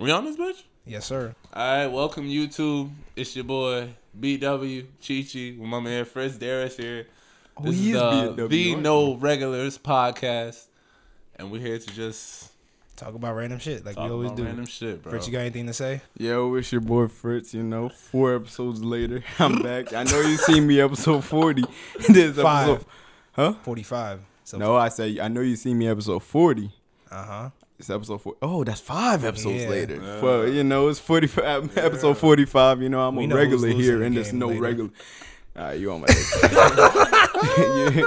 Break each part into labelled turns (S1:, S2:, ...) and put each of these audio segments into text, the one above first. S1: We on this bitch?
S2: Yes, sir.
S1: All right, welcome YouTube. It's your boy BW Chichi with my man Fritz Darris here. This
S2: Oh, he
S1: is
S2: is
S1: uh,
S3: BW,
S1: the
S3: aren't
S1: No Regulars podcast, and we're here to just
S2: Talk about random shit like
S1: talk
S2: we always
S1: about
S2: do.
S1: random shit, bro.
S2: Rich, you got anything to say?
S3: Yo, it's your boy Fritz. You know, four episodes later, I'm back. I know you seen me episode forty. this
S2: Five.
S3: episode, huh?
S2: Forty-five. So,
S3: No, I say I know you seen me episode forty.
S2: Uh huh.
S3: It's episode four. Oh, that's five episodes
S2: Yeah.
S3: later.
S1: Yeah.
S3: Well, you know, it's forty five. Episode forty five. You know, I'm
S2: We
S3: a
S2: know who's
S3: regular
S2: losing
S3: here,
S2: the
S3: and there's
S2: game
S3: no
S2: later.
S3: regular. Ah, you on my. dick.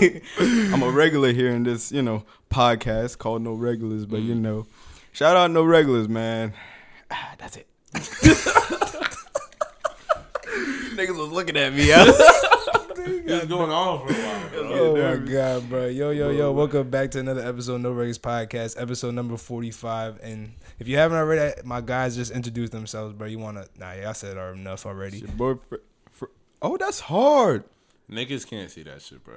S3: Yeah. I'm a regular here in this, you know, podcast called No Regulars, but
S2: Mm.
S3: you know, shout out No Regulars, man. Ah, that's it. Niggas was looking at me. I was-
S1: It was going on for a while. Bro.
S2: Oh my
S3: nervous.
S2: god, bro! Yo, yo, yo! Welcome back to another episode of No Regs Podcast, episode number forty-five. And if you haven't already, my guys just introduced themselves, bro. You wanna? Nah, yeah, I said are enough already.
S3: Your boy Fr- Fr- oh, that's hard.
S1: Niggas can't see that shit, bro.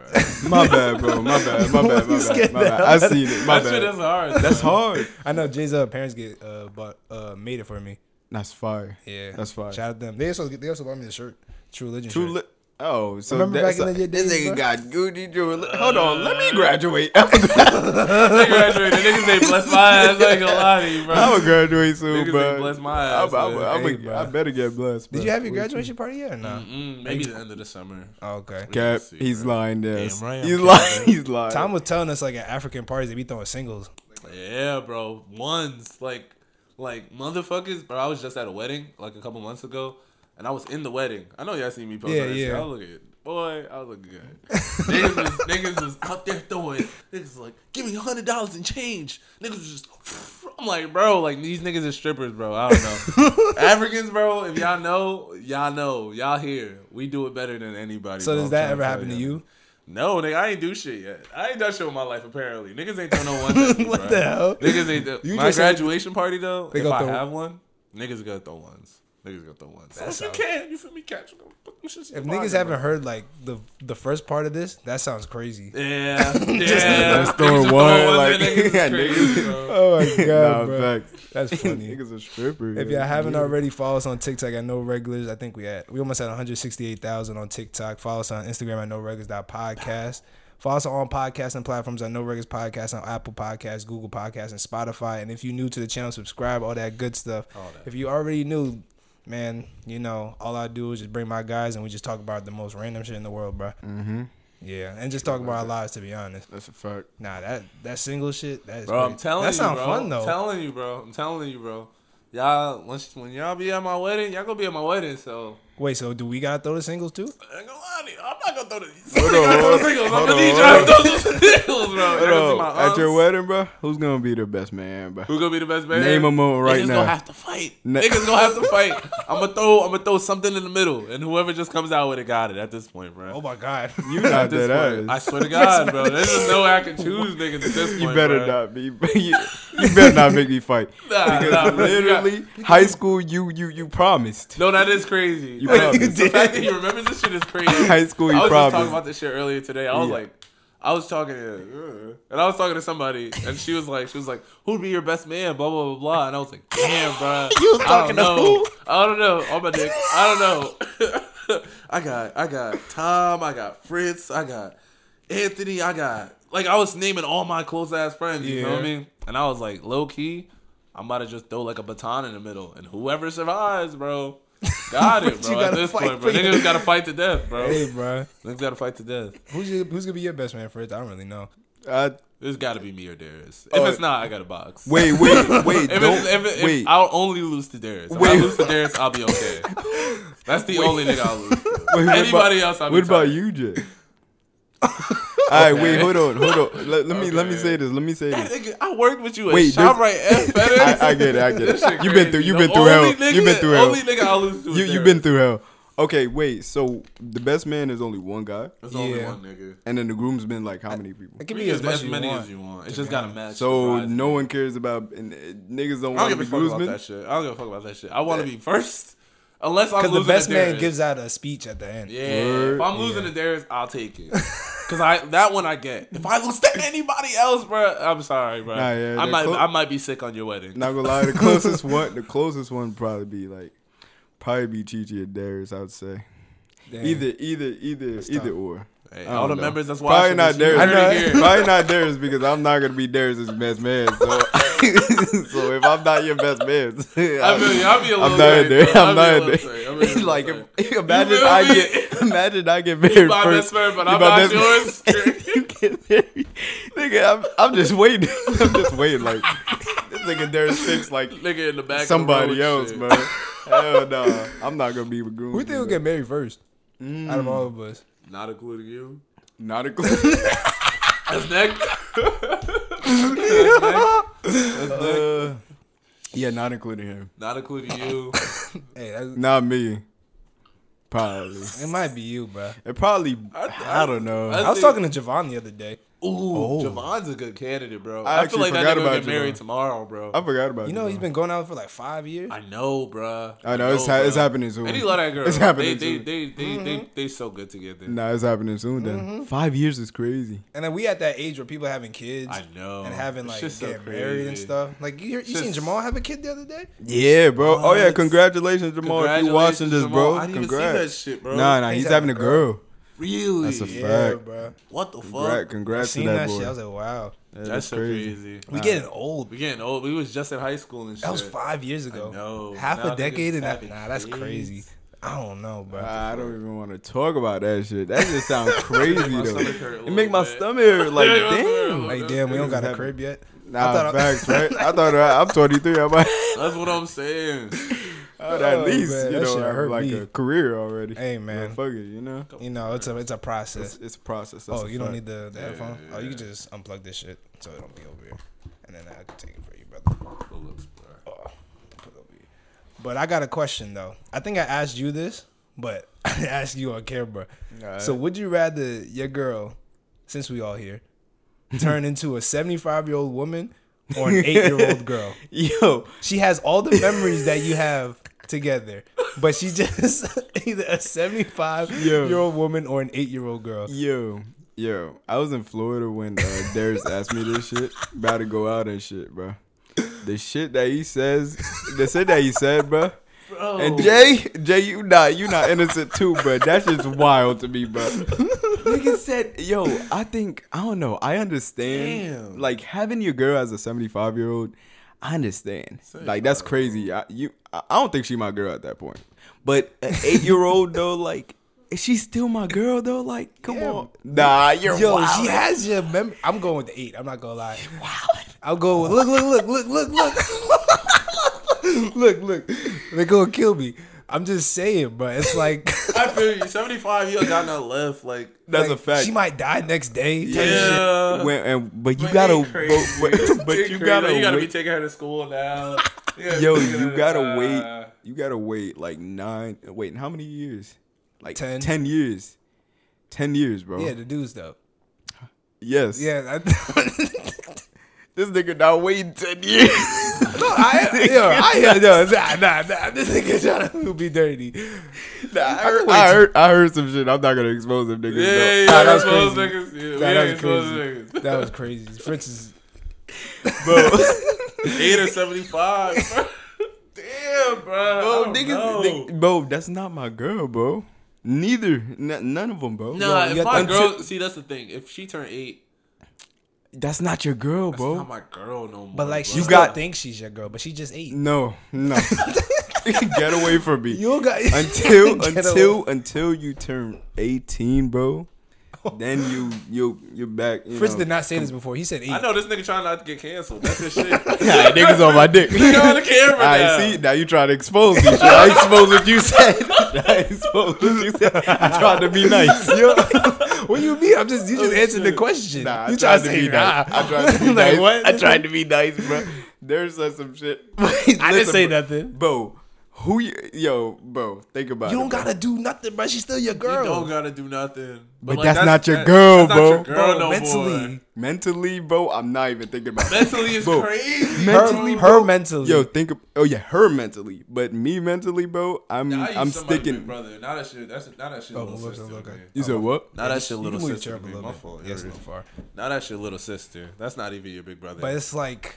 S3: My bad, bro. My bad. My bad. My bad. My bad. I seen it. My
S1: that shit is
S3: bad.
S1: hard.
S3: That's hard.
S2: I know Jay's uh, parents get uh, but uh, made it for me.
S3: That's fire.
S2: Yeah,
S3: That's fire.
S2: Shout out to them. They also they also bought me the shirt, True Religion.
S3: True
S2: shirt.
S3: li- Oh, so
S2: Remember
S3: that's
S2: back in
S3: a-
S2: the
S3: this
S2: days,
S3: nigga
S2: bro?
S3: got Gucci Drew. Li- Hold on, let me graduate.
S1: They graduated. Niggas ain't bless my ass. I ain't gonna lie to you, bro.
S3: I'm gonna graduate soon,
S1: Niggas
S3: bro.
S1: ain't bless my
S3: I'm,
S1: ass.
S3: I'm, I'm,
S1: man.
S3: I'm,
S2: Hey, bro.
S3: I better get blessed.
S2: Did
S3: bro.
S2: you have your
S3: Wait,
S2: graduation party yet or no?
S1: Mm, maybe the end of the summer.
S2: Oh, okay.
S3: Cap,
S1: Let's see,
S3: he's lying. Yes,
S1: Damn right, I'm
S3: he's
S1: capping.
S3: lying. He's lying.
S2: Tom was telling us like at African parties they be throwing singles.
S1: Yeah, bro. Ones like like motherfuckers, bro. I was just at a wedding like a couple months ago, and I was in the wedding. I know y'all seen me post
S2: Yeah,
S1: yeah, that yeah.
S2: yeah.
S1: I look at boy, I look good. niggas, was, niggas was out there throwing. Niggas was like, give me a hundred dollars in change. Niggas was just. I'm like, bro, like these niggas are strippers, bro. I don't know. Africans, bro. If y'all know, y'all know, y'all here. We do it better than anybody.
S2: So
S1: bro.
S2: does
S1: I'm
S2: that
S1: tryna
S2: ever
S1: tell
S2: happen to
S1: y'all.
S2: you?
S1: No, nigga, I ain't do shit yet. I ain't done shit with my life apparently. Niggas ain't done no one. Sessions,
S2: What
S1: bruh.
S2: the hell?
S1: Niggas ain't. Do-
S2: You
S1: my
S2: just said-
S1: graduation party though.
S2: They
S1: If
S2: gonna
S1: I
S2: throw-
S1: have one, niggas gonna throw ones. Niggas gonna throw ones. That's you
S2: sounds-
S1: can. You feel me? Catch them. Put them shits in
S2: If
S1: your
S2: niggas
S1: pocket,
S2: haven't
S1: bruh.
S2: heard like the the first part of this, that sounds crazy.
S1: Yeah, yeah.
S3: That's
S1: Niggas
S3: throwing
S1: just
S3: one,
S1: ones at
S3: like-
S1: niggas is
S3: Yeah,
S1: crazy,
S3: niggas-
S1: bro.
S2: Oh my
S3: Nah, facts.
S2: that's funny.
S3: Niggas a stripper.
S2: If
S3: yo.
S2: y'all haven't
S3: Yeah.
S2: already, follow us on TikTok at No Regulars. I think we at we almost at 168,000 on TikTok. Follow us on Instagram at No Regulars.podcast. Follow us on all podcasting platforms at No Regulars Podcast on Apple Podcasts, Google Podcasts, and Spotify. And if you're new to the channel, subscribe, all that good stuff.
S1: that.
S2: If you already new, man, you know, all I do is just bring my guys and we just talk about the most random shit in the world, bro. Mm-hmm. Yeah, and just talk about our lives, to be honest.
S3: That's a fact.
S2: Nah, that that single shit, that is
S1: Bro, I'm
S2: great.
S1: telling
S2: that
S1: you,
S2: sound
S1: bro.
S2: fun though.
S1: I'm telling you, bro. I'm telling you, bro. Y'all, once when y'all be at my wedding, y'all gonna be at my wedding. So
S2: Wait, so do we gotta throw the singles too?
S1: I ain't gonna lie to you. I'm not gonna throw the somebody
S3: on,
S1: gotta throw
S3: hold
S1: the singles. I'm
S3: on,
S1: gonna need
S3: hold
S1: y'all
S3: on.
S1: to throw some singles, bro. Y'all gonna see
S3: Bro,
S1: my
S3: at your
S1: aunts.
S3: wedding, bro, who's gonna be the best man, bro?
S1: Who gonna be the best man?
S3: Name 'em all right
S1: Niggas
S3: now.
S1: gonna have to fight.
S3: Ne-
S1: Niggas gonna have to fight. I'm gonna throw. I'm gonna throw something in the middle, and whoever just comes out with it got it at this point, bro.
S2: Oh my god.
S3: You not
S1: at this
S3: that
S1: point,
S3: ass.
S1: I swear to God, bro. There's just no way I can choose niggas at this point.
S3: You better
S1: bro.
S3: not be. You, you better not make me fight.
S1: Nah,
S3: Because
S1: nah, bro, you got-
S3: literally, high school, you you you promised.
S1: No, that is crazy.
S3: You
S1: Like,
S3: promised.
S1: The fact that he remembers this shit is crazy.
S3: High school, you
S1: I was just talking
S3: promised.
S1: about this shit earlier today. I was
S3: Yeah.
S1: like, I was talking to, uh, and I was talking to somebody, and she was like, she was like, who'd be your best man? Blah blah blah blah. And I was like, damn, bro. You was
S2: talking to
S1: I don't know.
S2: who?
S1: I don't know. On my dick. I don't know. I got, I got Tom. I got Fritz. I got Anthony. I got like I was naming all my close ass friends. You know what I
S2: Yeah.
S1: mean? And I was like, low key. I'm about to just throw like a baton in the middle, and whoever survives, bro, got it,
S2: But
S1: bro.
S2: you
S1: At
S2: gotta
S1: this
S2: fight
S1: point, bro,
S2: for your-
S1: niggas gotta fight to death, bro.
S2: Hey, bro.
S1: Niggas gotta fight to death.
S2: Who's your, who's gonna be your best man, Fritz? I don't really know.
S3: I,
S1: This gotta be me or Darius. If
S3: Oh,
S1: it's not, I got a box.
S3: wait, wait, wait.
S1: if
S3: don't
S1: it's, if, it- if
S3: wait.
S1: I'll only lose to Darius. If I
S3: Wait.
S1: lose to Darius, I'll be okay. That's the only nigga I'll lose. To.
S3: wait, what
S1: Anybody
S3: about,
S1: else? I'll be
S3: What about
S1: tight.
S3: you, Jay? All right, wait,
S1: Okay.
S3: hold on, hold on. Let, let me let me
S1: Okay.
S3: say this. Let me say
S1: That
S3: this.
S1: nigga, I worked with you at
S3: Wait, there's-
S1: Shoprite and FedEx.
S3: I, I get it. I get
S1: This shit
S3: it. You've been
S1: crazy.
S3: through. You've
S1: The
S3: been through hell.
S1: only nigga-
S3: You've been through hell.
S1: Only nigga I'll lose to. is
S3: You you've
S1: Darius.
S3: been through hell. Okay, wait. So the best man is only one guy,
S1: There's only
S2: Yeah.
S1: one nigga.
S3: and then the groom's been like how many people?
S2: It
S1: It
S2: can be as much as you
S1: many
S2: want.
S1: as you want. It's just gotta match. the
S3: So
S1: prize.
S3: no one cares about and, uh, niggas don't
S1: I don't
S3: want to
S1: give a
S3: be
S1: fuck about
S3: groomsmen.
S1: that shit. I don't give a fuck about that shit. I want to be first, unless I'm
S2: Because
S1: losing
S2: the best
S1: to
S2: man
S1: Darius.
S2: gives out a speech at the end.
S1: Yeah, if I'm losing to Darius, I'll take it. Cause I that one I get. If I lose to anybody else, bro, I'm sorry, bro.
S3: Nah, yeah,
S1: I
S3: the
S1: might
S3: clo-
S1: I might be sick on your wedding.
S3: Not gonna lie, the closest one, the closest one would probably be like, probably be Chichi or Darius. I would say
S2: Damn.
S3: either, either, either, either or.
S1: Hey,
S3: I don't
S1: all the
S3: know.
S1: members that's
S3: Probably
S1: watching.
S3: not
S1: this, you
S3: Darius.
S1: heard it here.
S3: Probably not Darius because I'm not gonna be Darius's best man. So, so if I'm not your best man,
S1: I feel you. I'll be a little
S3: I'm not in
S1: tight,
S3: there.
S1: bro.
S3: I'm
S1: I'll
S3: not
S1: be
S3: in
S1: a little tight. I'll be a
S3: there.
S1: little
S3: like,
S1: tight.
S3: if- imagine
S1: feel
S3: I
S1: me?
S3: get, imagine I get married
S1: my
S3: first.
S1: best friend, but
S3: You
S1: I'm
S3: my
S1: not
S3: best-
S1: yours.
S3: you get married, nigga. I'm, I'm just waiting. I'm just waiting. Like this nigga Darius thinks like
S1: Nigga in the back. of the
S3: somebody
S1: road,
S3: else,
S1: shit.
S3: bro. Hell no, I'm not gonna be with groom.
S2: Who think will get married first?
S1: Mm.
S2: Out of all of us.
S1: Not including you.
S3: not a clue.
S1: That's next.
S3: Uh, yeah, not including him.
S1: Not including you.
S2: Hey, that's,
S3: Not me. Probably.
S2: it might be you, bro.
S3: It probably.
S1: I-
S3: I, don't know.
S1: I-
S2: I was talking to Javon the other day.
S1: Ooh, Javon's a good candidate, bro.
S3: Oh. I
S1: I, feel
S3: actually
S1: like that
S3: forgot
S1: nigga will
S3: about
S1: get married
S3: Javon.
S1: tomorrow, bro.
S3: I forgot about
S2: You know he's been going out for like five years.
S1: I know, bruh.
S3: I know it's ha- it's
S1: bruh.
S3: happening soon.
S1: And he love that girl.
S3: It's happening
S1: They
S3: soon.
S1: they they they,
S2: Mm-hmm.
S1: they, they so good together.
S3: Nah, it's happening soon. Then five years is crazy.
S2: And then we at that age where people having kids.
S1: I know.
S2: And having
S1: It's
S2: like
S1: just so
S2: getting married and
S1: crazy.
S2: stuff. Like you, you seen
S1: just-
S2: Jamal have a kid the other day?
S3: Yeah, bro. Oh yeah,
S1: What?
S3: congratulations, Jamal. if you watching this,
S1: Jamal.
S3: bro,
S1: I didn't
S3: congrats.
S1: even see that shit, bro.
S3: Nah, nah,
S2: He's
S3: he's,
S2: having
S3: having
S2: a
S3: a girl.
S1: Really?
S3: That's a fact.
S2: Yeah, bro.
S1: What the
S3: Congrats,
S1: fuck?
S2: I
S3: congrats to
S2: seen
S3: that,
S2: that,
S3: boy.
S2: shit. I was like, wow.
S3: Yeah,
S1: That's so crazy.
S2: We
S1: Nah,
S2: getting old.
S1: we getting old. We was just in high school and shit.
S2: That was five years ago.
S1: know.
S2: Half
S1: Now
S2: a
S1: niggas
S2: decade and that.
S1: having
S2: Nah, that's
S1: kids.
S2: crazy. I don't know, bro.
S3: I don't even want to talk about that shit. That just sounds crazy
S1: My
S3: though.
S1: stomach hurt a
S3: It make
S1: little
S3: my
S1: bit.
S3: stomach hurt. Like
S1: Yeah, it was
S3: damn.
S1: real.
S2: like, damn, we don't got a
S3: Exactly.
S2: crib yet.
S3: Nah,
S2: I thought I-
S3: facts, right? I thought I, I'm 23. I might
S1: That's what I'm saying.
S3: have at
S2: Oh,
S3: least
S2: man,
S3: you
S2: that
S3: know
S2: shit
S3: have
S2: hurt
S3: like
S2: me.
S3: a career already.
S2: Hey,
S3: But
S2: man.
S3: fuck it, you know.
S2: You know, it's a it's a process.
S3: It's, it's a process. That's
S2: Oh,
S3: a
S2: you don't
S3: fact.
S2: need the, the headphone. Oh, you can just unplug this shit so it don't be over here, and then I can take it for you, brother. Put it over here. But I got a question though. I think I asked you this, but I didn't ask you on camera.
S3: Alright.
S2: So would you rather your girl, since we all here, turn into a seventy five year old woman or an eight year old girl?
S3: Yo,
S2: She has all the memories that you have together, but she just either a seventy five
S3: Yo.
S2: year old woman or an eight year old girl.
S3: yo, yo. I was in Florida when uh, Darius asked me this shit. About to go out and shit, bro. The shit that he says, the shit that he said, bro.
S1: Bro.
S3: And Jay, Jay, you not, you not innocent too, bro. That's just wild to me, bro. Nigga said, yo, I think I don't know. I understand.
S1: Damn.
S3: Like having your girl as a seventy-five year old, I understand. Like that's crazy. I, you, I I don't think she my girl at that point. But an eight-year-old though, like, is she still my girl though? Like, come
S2: Yeah.
S3: on. Nah, you're
S2: Yo,
S3: wild.
S2: she has your mem. I'm going with the eight. I'm not gonna lie. I'll go with look, look, look, look, look, look, look, look. They gonna kill me. I'm just saying, bro. It's like
S1: I feel you. 75 years got nothing left. Like,
S3: that's a
S2: like,
S3: fact.
S2: She uh, might die next day. type shit.
S1: yeah.
S3: When- and, but you
S1: Like, they
S3: gotta,
S1: crazy.
S3: but, but, but
S1: They
S3: you
S1: crazy.
S3: gotta,
S1: You gotta
S3: wait-
S1: be taking her to school now. Yeah,
S3: Yo,
S1: taking her
S3: you
S1: to-
S3: gotta
S1: uh,
S3: wait. You gotta wait like nine. Wait, how many years? Like
S2: Ten.
S3: Ten years. Ten years, bro.
S2: Yeah, the dudes though.
S3: Yes.
S2: Yeah,
S3: This nigga not waiting ten years.
S2: I, I, yo, I, yo, nah, nah, nah. This nigga trying to be dirty.
S3: Nah, I, heard,
S2: wait
S3: I,
S2: ten-
S3: heard, I heard some shit. I'm not gonna expose them niggas.
S1: Yeah,
S3: though.
S1: yeah, yeah.
S2: Nah, that
S1: That
S2: was
S1: was
S2: crazy.
S1: niggas. Yeah, we
S2: Nah, that
S1: ain't
S2: was
S1: supposed
S2: crazy. That was crazy. Fritz is
S1: niggas. Eight or 75. bro. Damn, bro.
S3: Bro, niggas, nigg- bro, that's not my girl, bro. Neither, N- none of them, bro.
S1: Nah,
S2: Yo, you
S1: if
S2: got
S1: my
S2: that-
S1: girl, see, that's the thing. If she turned eight,
S3: That's not your girl,
S1: that's
S3: bro.
S1: not my girl no more.
S2: But like, she
S1: bro.
S2: still
S3: got-
S2: think she's your girl, but she just eight.
S3: no, no. Get away from me.
S2: You got
S3: until
S2: Get
S3: until
S2: away.
S3: until you turn 18, bro. Then you you you're back. You
S2: Fritz
S3: know.
S2: did not say this before. He said eight.
S1: I know this nigga trying not to get canceled. That's his shit. nigga
S3: Yeah, niggas on my dick.
S1: on the camera now.
S3: I see. Now you trying to expose me. shit. I expose what you said. I expose what you said. You trying to be nice.
S2: Yo, what do you mean? I'm just you just answered the question.
S3: Oh, Nah,
S2: you
S3: I
S2: trying
S3: tried
S2: to
S3: to
S2: say
S3: be
S2: nah?
S3: nice. I tried to be
S2: Like,
S3: nice.
S2: what?
S3: I tried to be nice, bro. There's uh, some shit. I
S2: say nothing.
S3: bro. Who you, yo, bro? Think about
S2: You
S3: it.
S2: don't
S3: bro.
S2: gotta do nothing, bro. She's still your girl.
S1: You don't gotta do nothing.
S3: But that's not your girl,
S1: that's not
S3: bro.
S1: your girl
S2: Bro,
S1: no
S2: mentally,
S1: more.
S3: mentally, bro. I'm not even thinking about it.
S1: Mentally is
S3: Bro,
S1: crazy.
S2: her,
S1: bro.
S2: her mentally.
S3: Yo, think. Of, oh yeah, her mentally, but me mentally, bro. I'm
S1: Now I use
S3: I'm
S1: somebody big
S3: sticking. Oh,
S1: brother. Now that shit. That's now that shit. little
S2: what's
S1: sister.
S2: that look
S1: to
S2: like?
S1: me.
S3: You said what?
S1: Now that shit
S2: You
S1: little
S2: can move your
S1: sister.
S2: chair
S1: to
S2: up a
S1: me.
S2: little
S1: My
S2: bit.
S1: fault.
S2: Yes, a little
S1: Ariel.
S2: far.
S1: Now that shit little sister. That's not even your big brother.
S2: But it's like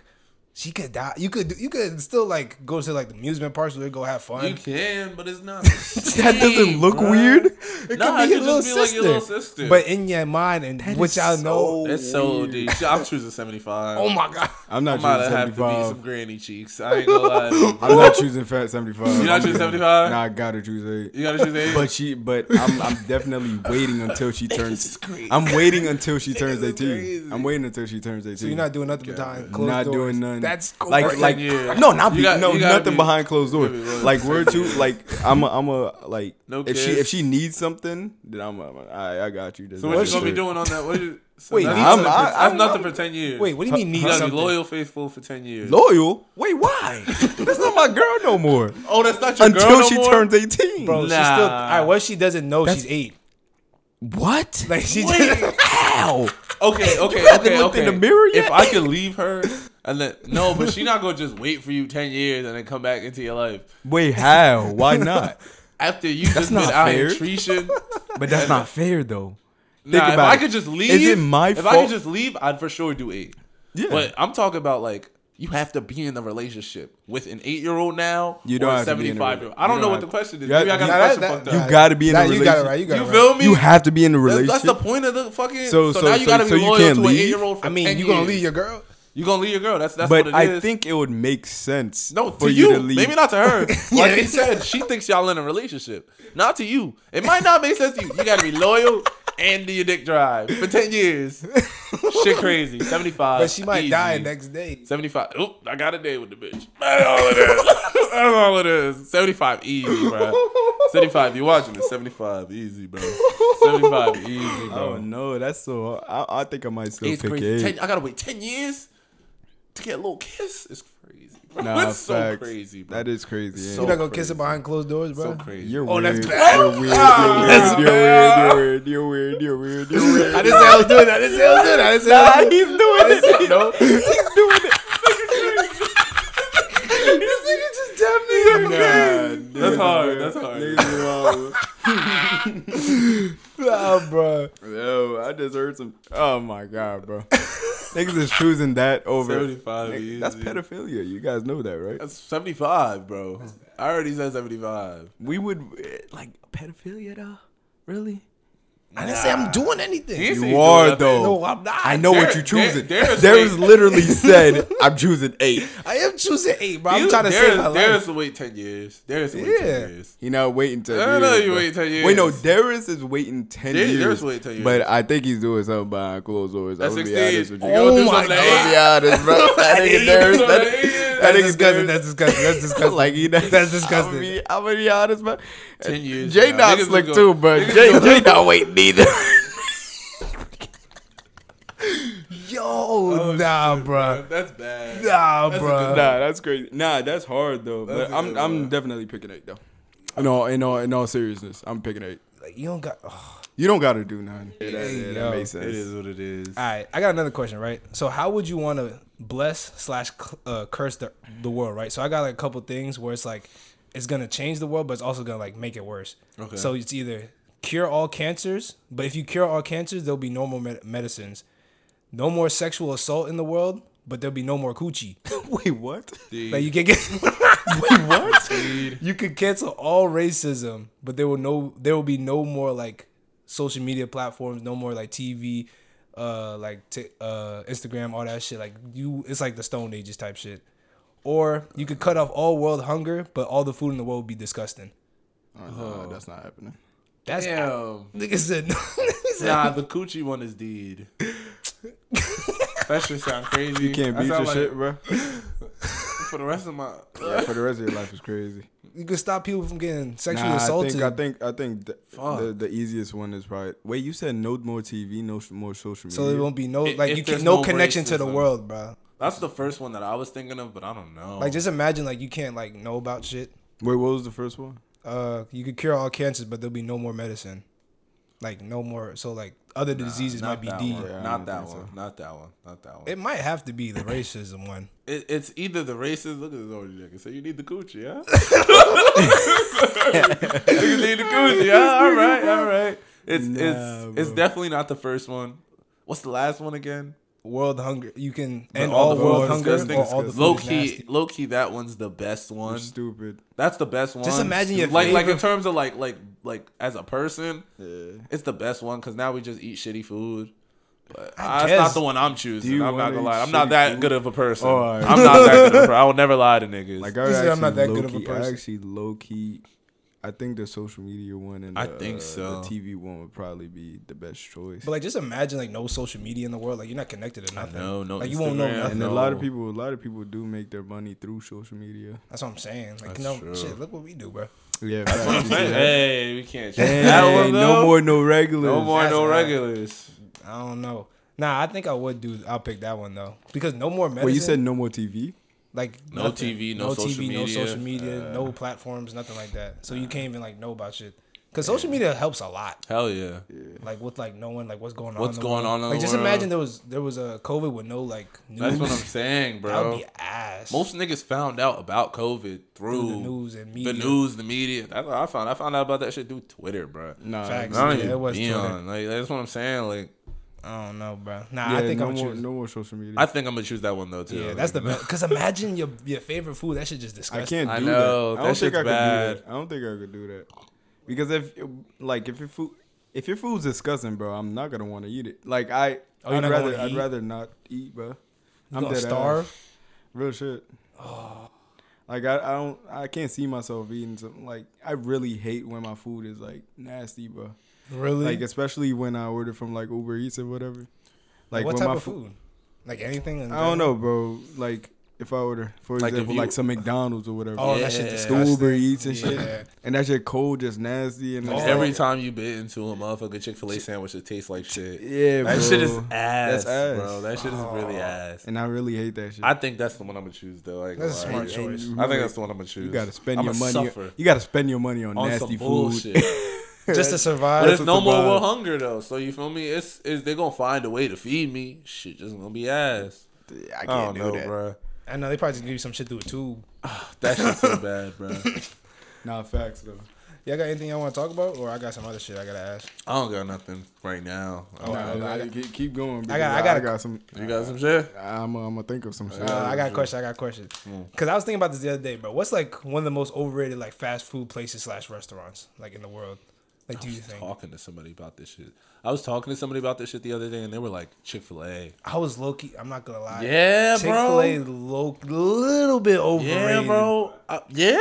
S2: she could die. You could you could still like go to like the amusement parks where they go have fun.
S1: you can, but it's not. that
S3: That doesn't look weird.
S1: It
S2: could
S1: nah,
S2: be
S1: it
S2: your
S1: could
S2: little
S1: just be like your little sister.
S2: But in your mind and which
S3: is
S2: I
S3: so-
S2: know.
S1: it's so deep. I'm choosing 75.
S2: Oh my god.
S3: I'm
S1: I
S3: not
S1: might
S3: choosing
S1: have to be
S3: 75.
S1: some granny cheeks. I ain't gonna lie. to you, bro.
S3: I'm not choosing fat 75.
S1: You not choosing 75?
S3: Nah, I gotta choose eight.
S1: You gotta choose eight.
S3: But she, but I'm, I'm definitely waiting until she turns. I'm waiting until she turns
S1: is
S3: 18.
S1: crazy.
S3: I'm waiting until she turns 18.
S2: So you're not doing nothing behind closed
S3: not
S2: doors.
S3: doing nothing.
S2: That's cool.
S3: Like, like
S1: Yeah.
S3: no, not
S1: You
S3: be,
S1: got-
S3: no,
S1: you gotta
S3: nothing
S1: be-
S3: behind closed doors.
S1: Yeah, but-
S3: Like word to like I'm a, I'm a like
S1: No
S3: if she
S1: kiss.
S3: if she needs something, then I'm a, I'm a all right, I got you.
S1: so what you gonna be doing on that? What you, so
S2: Wait,
S1: nothing
S2: I'm-
S1: for-
S3: I-
S1: I'm
S3: I'm-
S1: nothing for ten years.
S2: Wait, what do you mean
S1: You
S2: need
S1: gotta
S2: something?
S1: be loyal, faithful for ten years.
S3: Loyal? Wait, why? That's not my girl no more.
S1: oh, that's not your girl
S3: Until
S1: no
S3: she
S1: more?
S3: turns 18.
S2: Bro,
S1: Nah.
S2: she's still. All right, what if she doesn't know she's eight?
S3: What?
S2: Like she
S1: Wait.
S2: just.
S3: Ow.
S1: Okay, okay,
S3: haven't
S1: okay,
S3: looked
S1: okay.
S3: in the mirror
S1: If
S3: yet?
S1: I could leave her and then no, but she not gonna just wait for you ten years and then come back into your life
S3: Wait, how? Why not?
S1: after you just been
S3: not
S1: out here
S3: fair.
S1: treason.
S3: But that's not fair though.
S1: Nah, if
S3: about
S1: I
S3: it.
S1: could just leave,
S3: Is it my
S1: if I
S3: fault?
S1: could just leave, I'd for sure do eight.
S3: Yeah.
S1: But I'm talking about like you have to be in a relationship with an eight year old now.
S3: You don't
S1: or a
S3: have to be in a
S1: seventy-five year old.
S3: rela-
S1: I don't know
S3: you don't
S1: what
S3: have-
S1: the question is.
S3: You have-
S1: Maybe I got
S3: nah,
S1: the
S3: that-
S1: question
S2: that-
S1: fucked
S2: that-
S3: You
S1: up.
S3: gotta be in a
S2: Nah, you
S3: relationship.
S2: got it right. You got
S1: You
S2: it
S1: feel
S2: right.
S1: me?
S3: You have to be in a relationship.
S1: that's, that's the point of the fucking. So,
S3: So- so-
S1: now you
S3: so-
S1: gotta be
S3: so you
S1: loyal
S3: can't
S1: to an
S3: leave?
S1: eight year old.
S2: I mean, you gonna leave your girl?
S1: You gonna leave your girl? That's that's
S3: but
S1: what it
S3: I
S1: is.
S3: think it would make sense
S1: no
S3: for
S1: to you,
S3: to leave.
S1: maybe not to her. Like
S2: Yeah.
S1: they said, she thinks y'all in a relationship. Not to you. It might not make sense to you. You gotta be loyal and do your dick drive for ten years. Shit, crazy. Seventy five.
S2: But she might die next day.
S1: 75. Oop, I got a day with the bitch. That's all it is. That's all it is. 75 easy, bro. 75. You watching this? 75 easy, bro. 75 easy,
S3: Oh
S1: bro.
S3: no, that's so. I, I think I might still
S1: it's
S3: pick
S1: crazy.
S3: eight.
S1: Ten, I gotta wait 10 years to get a little kiss. It's crazy, bro.
S3: Nah,
S1: it's so
S3: facts.
S1: crazy, bro.
S3: That is crazy.
S1: So
S2: You're
S3: yeah.
S2: not gonna kiss her behind closed doors, bro.
S1: so crazy.
S3: You're
S2: Oh,
S3: weird.
S2: that's bad. Oh,
S3: You're weird. You're weird. You're weird. You're weird. You're weird. You're weird.
S2: I didn't say I was doing that. I didn't say I was doing that. I didn't say I was
S3: Nah, he's doing it.
S1: no,
S3: Nah, nigga,
S1: That's hard,
S3: bro.
S1: that's hard.
S3: Nigga, wow.
S2: Nah, bro.
S3: Yo, I just heard some. Oh my god, bro. Niggas is choosing that over.
S1: 75
S3: Nigga,
S1: easy.
S3: that's pedophilia. You guys know that, right?
S1: That's 75, bro. I already said 75.
S3: We would eh, like pedophilia, though. Really?
S2: I didn't say I'm doing anything.
S1: You
S3: You are though.
S2: No, I'm not.
S3: I know what
S1: There-
S3: you choosing.
S1: there- there is
S3: There is
S1: a-
S3: literally said, "I'm choosing eight.
S2: I am choosing eight, bro.
S1: You-
S2: I'm trying to
S1: there
S2: save
S1: is-
S2: her
S1: There
S2: life.
S1: is to wait 10 years. There is to wait
S2: Yeah.
S1: 10 years.
S3: He not waiting ten.
S1: I don't know
S3: years,
S1: you
S3: bro.
S1: waiting 10
S3: Wait, no,
S1: years.
S3: Darius is waiting ten
S1: Dar-
S3: years.
S1: Darius waiting 10 years.
S3: But I think he's doing something behind closed doors.
S1: That's
S3: I'm gonna
S1: 16.
S3: be honest with you.
S1: You wanna do
S2: Oh my
S1: something at
S2: God.
S1: eight?
S3: I'll be honest, bro. That nigga
S1: That's
S3: Darius.
S1: what it
S3: That,
S1: is.
S3: that
S2: That's
S3: nigga
S2: disgusting.
S3: Darius.
S2: That's disgusting. That's disgusning.
S3: like he
S2: That's disgusting.
S3: I'm gonna be, I'm gonna be honest, man.
S1: 10 years,
S3: Jay
S1: bro.
S3: not
S1: Niggas
S3: slick
S1: gonna-
S3: too, but
S1: niggas
S3: Jay Jay not waiting either.
S2: Yo, oh, nah, bro.
S1: That's bad.
S2: Nah,
S1: That's a
S2: bro.
S1: good-
S3: nah, that's crazy. Nah, that's hard though.
S1: That's
S3: But
S1: a
S3: I'm
S1: good
S3: I'm
S1: one.
S3: definitely picking eight though. In all in all in all seriousness, I'm picking eight.
S2: Like, you don't got. All
S3: You don't gotta do nothing.
S2: that- yeah, that makes
S1: It is what it is.
S2: right, I got another question, right? So, how would you want to bless slash cl- uh, curse the the world, right? So, I got like a couple things where it's like it's gonna change the world, but it's also gonna like make it worse.
S1: Okay.
S2: So it's either cure all cancers, but if you cure all cancers, there'll be no more med- medicines, no more sexual assault in the world, but there'll be no more coochie.
S3: Wait, what?
S2: Like you can get
S3: Wait, what?
S2: you could cancel all racism, but there will no there will be no more like social media platforms, no more like TV, uh like t- uh Instagram, all that shit. Like you it's like the stone ages type shit. Or you could cut off all world hunger, but all the food in the world would be disgusting.
S3: Oh, no, that's not happening.
S2: That's
S1: Damn.
S2: nigga said
S1: Nah, the coochie one is deed. that should sound crazy.
S3: You can't
S1: That
S3: beat your
S1: sound like-
S3: shit, bro.
S1: for the rest of my.
S3: Yeah, for the rest of your life is crazy.
S2: you could stop people from getting sexually
S3: Nah, I
S2: assaulted.
S3: think I think I think th-
S1: Fuck.
S3: the the easiest one is probably. Wait, you said no more TV, no sh- more social media.
S2: so there won't be no
S1: If-
S2: like
S1: if
S2: you
S1: there's
S2: can no,
S1: no
S2: connection to the
S1: racism.
S2: world, bro.
S1: That's the first one that I was thinking of, but I don't know.
S2: Like just imagine like you can't like know about shit.
S3: Wait, what was the first one?
S2: Uh, you could cure all cancers, but there'll be no more medicine. Like no more. So like other diseases
S1: Not
S2: might be
S1: that
S2: D.
S1: one.
S3: Yeah, I
S1: Not
S3: don't
S1: that
S3: think so.
S1: one. Not that one. Not that one.
S2: It might have to be the racism one.
S1: It, it's either the racist. Look at this orange nigga. So you need the coochie, huh? you need the coochie, huh? All right, all right. It's it's
S2: Nah,
S1: it's
S2: bro.
S1: definitely not the first one. What's the last one again?
S2: World hunger. You can end
S1: all
S2: all,
S1: the
S2: world
S1: food is
S2: hunger. Or
S1: disgusting.
S2: all the food
S1: Low
S2: is
S1: key,
S2: nasty.
S1: low key, that one's the best one.
S3: Stupid.
S1: That's the best one.
S2: imagine your
S1: like like in
S2: favorite-
S1: terms of like like like as a person,
S3: Yeah.
S1: it's the best one because now we just eat shitty food. But
S2: I
S1: I that's not
S2: guess.
S1: the one I'm
S3: Do
S1: choosing.
S3: you
S1: I'm not
S3: wanna
S1: gonna
S3: eat
S1: lie. I'm
S3: shitty
S1: not that
S3: food?
S1: good of a person.
S3: All right.
S1: I'm not that good of a person. I will never lie to niggas.
S3: Like
S2: He
S3: I
S2: said
S3: actually
S2: I'm not that good of a
S3: low-key- I
S2: person.
S3: actually low key. I think the social media one and the,
S1: I think
S3: uh,
S1: so.
S3: the TV one would probably be the best choice.
S2: But like, just imagine like no social media in the world. Like you're not connected to nothing.
S1: know, no
S2: Like you won't know
S1: Instagram,
S2: nothing.
S3: and a lot of
S1: no.
S3: people, a lot of people do make their money through social media.
S2: That's what I'm saying. Like
S1: That's
S2: no
S1: true.
S2: shit. Look what we do, bro.
S3: Yeah,
S1: hey, we can't change that
S3: Hey,
S1: one.
S3: no
S1: though.
S3: more, no regulars.
S1: no more,
S2: That's
S1: no
S2: a lot.
S1: regulars.
S2: I don't know. Nah, I think I would do. I'll pick that one though because no more medicine.
S3: Well, you said no more TV.
S2: like
S1: No TV, no social
S2: no
S1: media. Uh,
S2: social media, no platforms, nothing like that. So you can't even like know about shit. Cause social media helps a lot,
S1: Hell yeah.
S2: like with like knowing like what's going on.
S1: What's
S2: in the
S1: going on
S2: world.
S1: in
S2: Like
S1: the
S2: just
S1: world.
S2: imagine there was there was a COVID with no like news.
S1: That's what I'm saying, bro.
S2: that would be ass.
S1: Most niggas found out about COVID through
S2: Through the news and
S1: The
S2: media.
S1: news, the media. That's what I found. I found out about that shit through Twitter, bro.
S3: Nah,
S1: I
S2: Facts.
S1: don't
S2: Yeah,
S1: even
S2: it was
S1: be
S2: Twitter.
S1: on. Like that's what I'm saying. Like
S2: I don't know, bro. Nah,
S3: Yeah,
S2: I think
S3: no
S2: I'm gonna
S3: more,
S2: choose.
S3: no more social media.
S1: I think I'm gonna choose that one though too.
S2: yeah, that's the best. Cause imagine your your favorite food. That shit just
S3: I
S2: disgusting.
S3: can't do
S1: I know,
S3: that. I
S1: that
S3: don't think
S1: shit's
S3: I could
S1: bad.
S3: do that. I don't think I could do that. Because if like if your food if your food's disgusting, bro, I'm not gonna want to eat it. Like I,
S2: Oh, you're
S3: I'd
S2: not gonna
S3: rather I'd
S2: eat?
S3: rather not eat, bro.
S2: You
S3: I'm
S2: gonna
S3: dead ass.
S2: starve.
S3: Real shit. Like I, I don't I can't see myself eating something like I really hate when my food is like nasty, bro.
S2: Really?
S3: Like especially when I order from like Uber Eats or whatever. Like
S2: what
S3: when
S2: type
S3: my
S2: of
S3: food?
S2: food? Like anything? in
S3: I don't
S2: general?
S3: know, bro. Like if I order, for
S1: Like, if
S3: example,
S1: you-
S3: like some McDonald's or whatever.
S2: Oh, that shit
S1: Yeah.
S3: The
S2: disgusting.
S3: Uber Eats and
S2: Yeah.
S3: shit. And that shit cold, just nasty. And
S1: Like,
S3: it's
S1: Every
S3: like-
S1: time you bit into a motherfucking Chick Fil A sandwich, it tastes like shit.
S3: Yeah,
S1: that
S3: bro.
S1: shit is ass,
S3: That's ass. Oh.
S1: bro. That shit is really ass.
S3: And I really hate that shit.
S1: I think that's the one I'm gonna choose though. I ain't
S2: That's a
S1: gonna lie.
S2: smart choice.
S1: I think that's the one I'm gonna choose.
S3: You gotta spend
S1: I'ma
S3: your money.
S1: suffer
S3: You gotta spend your money on,
S1: on some
S3: nasty food.
S1: bullshit.
S2: Just to survive.
S1: But it's
S3: what
S1: no
S3: the
S1: more
S3: vibe-
S1: world hunger though. So you feel me? It's is they gonna find a way to feed me? Shit, just gonna be ass.
S3: I
S1: I
S3: can't
S1: don't
S3: do
S1: know,
S3: that.
S1: bro.
S2: I know they probably just give you some shit through a tube.
S1: That shit's so bad, bro.
S3: Nah, facts though.
S2: Y'all got anything y'all want to talk about, or I got some other shit I gotta ask?
S1: I don't got nothing right now.
S2: Oh,
S3: Nah,
S2: I got-
S3: nah,
S2: I got-
S3: keep- keep going. because
S2: got- I got a-
S3: some.
S1: You got some shit?
S3: I'm, I'm gonna think of some shit.
S2: Uh, I got a question. I got a question. Cause I was thinking about this the other day, bro. What's like one of the most overrated like fast food places slash restaurants like in the world? Like, do you think?
S1: Talking to somebody about this shit. I was talking to somebody about this shit the other day, and they were like Chick Fil A.
S2: I was low key. I'm not gonna lie.
S1: Yeah, bro.
S2: Chick-fil-A low, little bit overrated.
S1: Yeah, bro. I- yeah.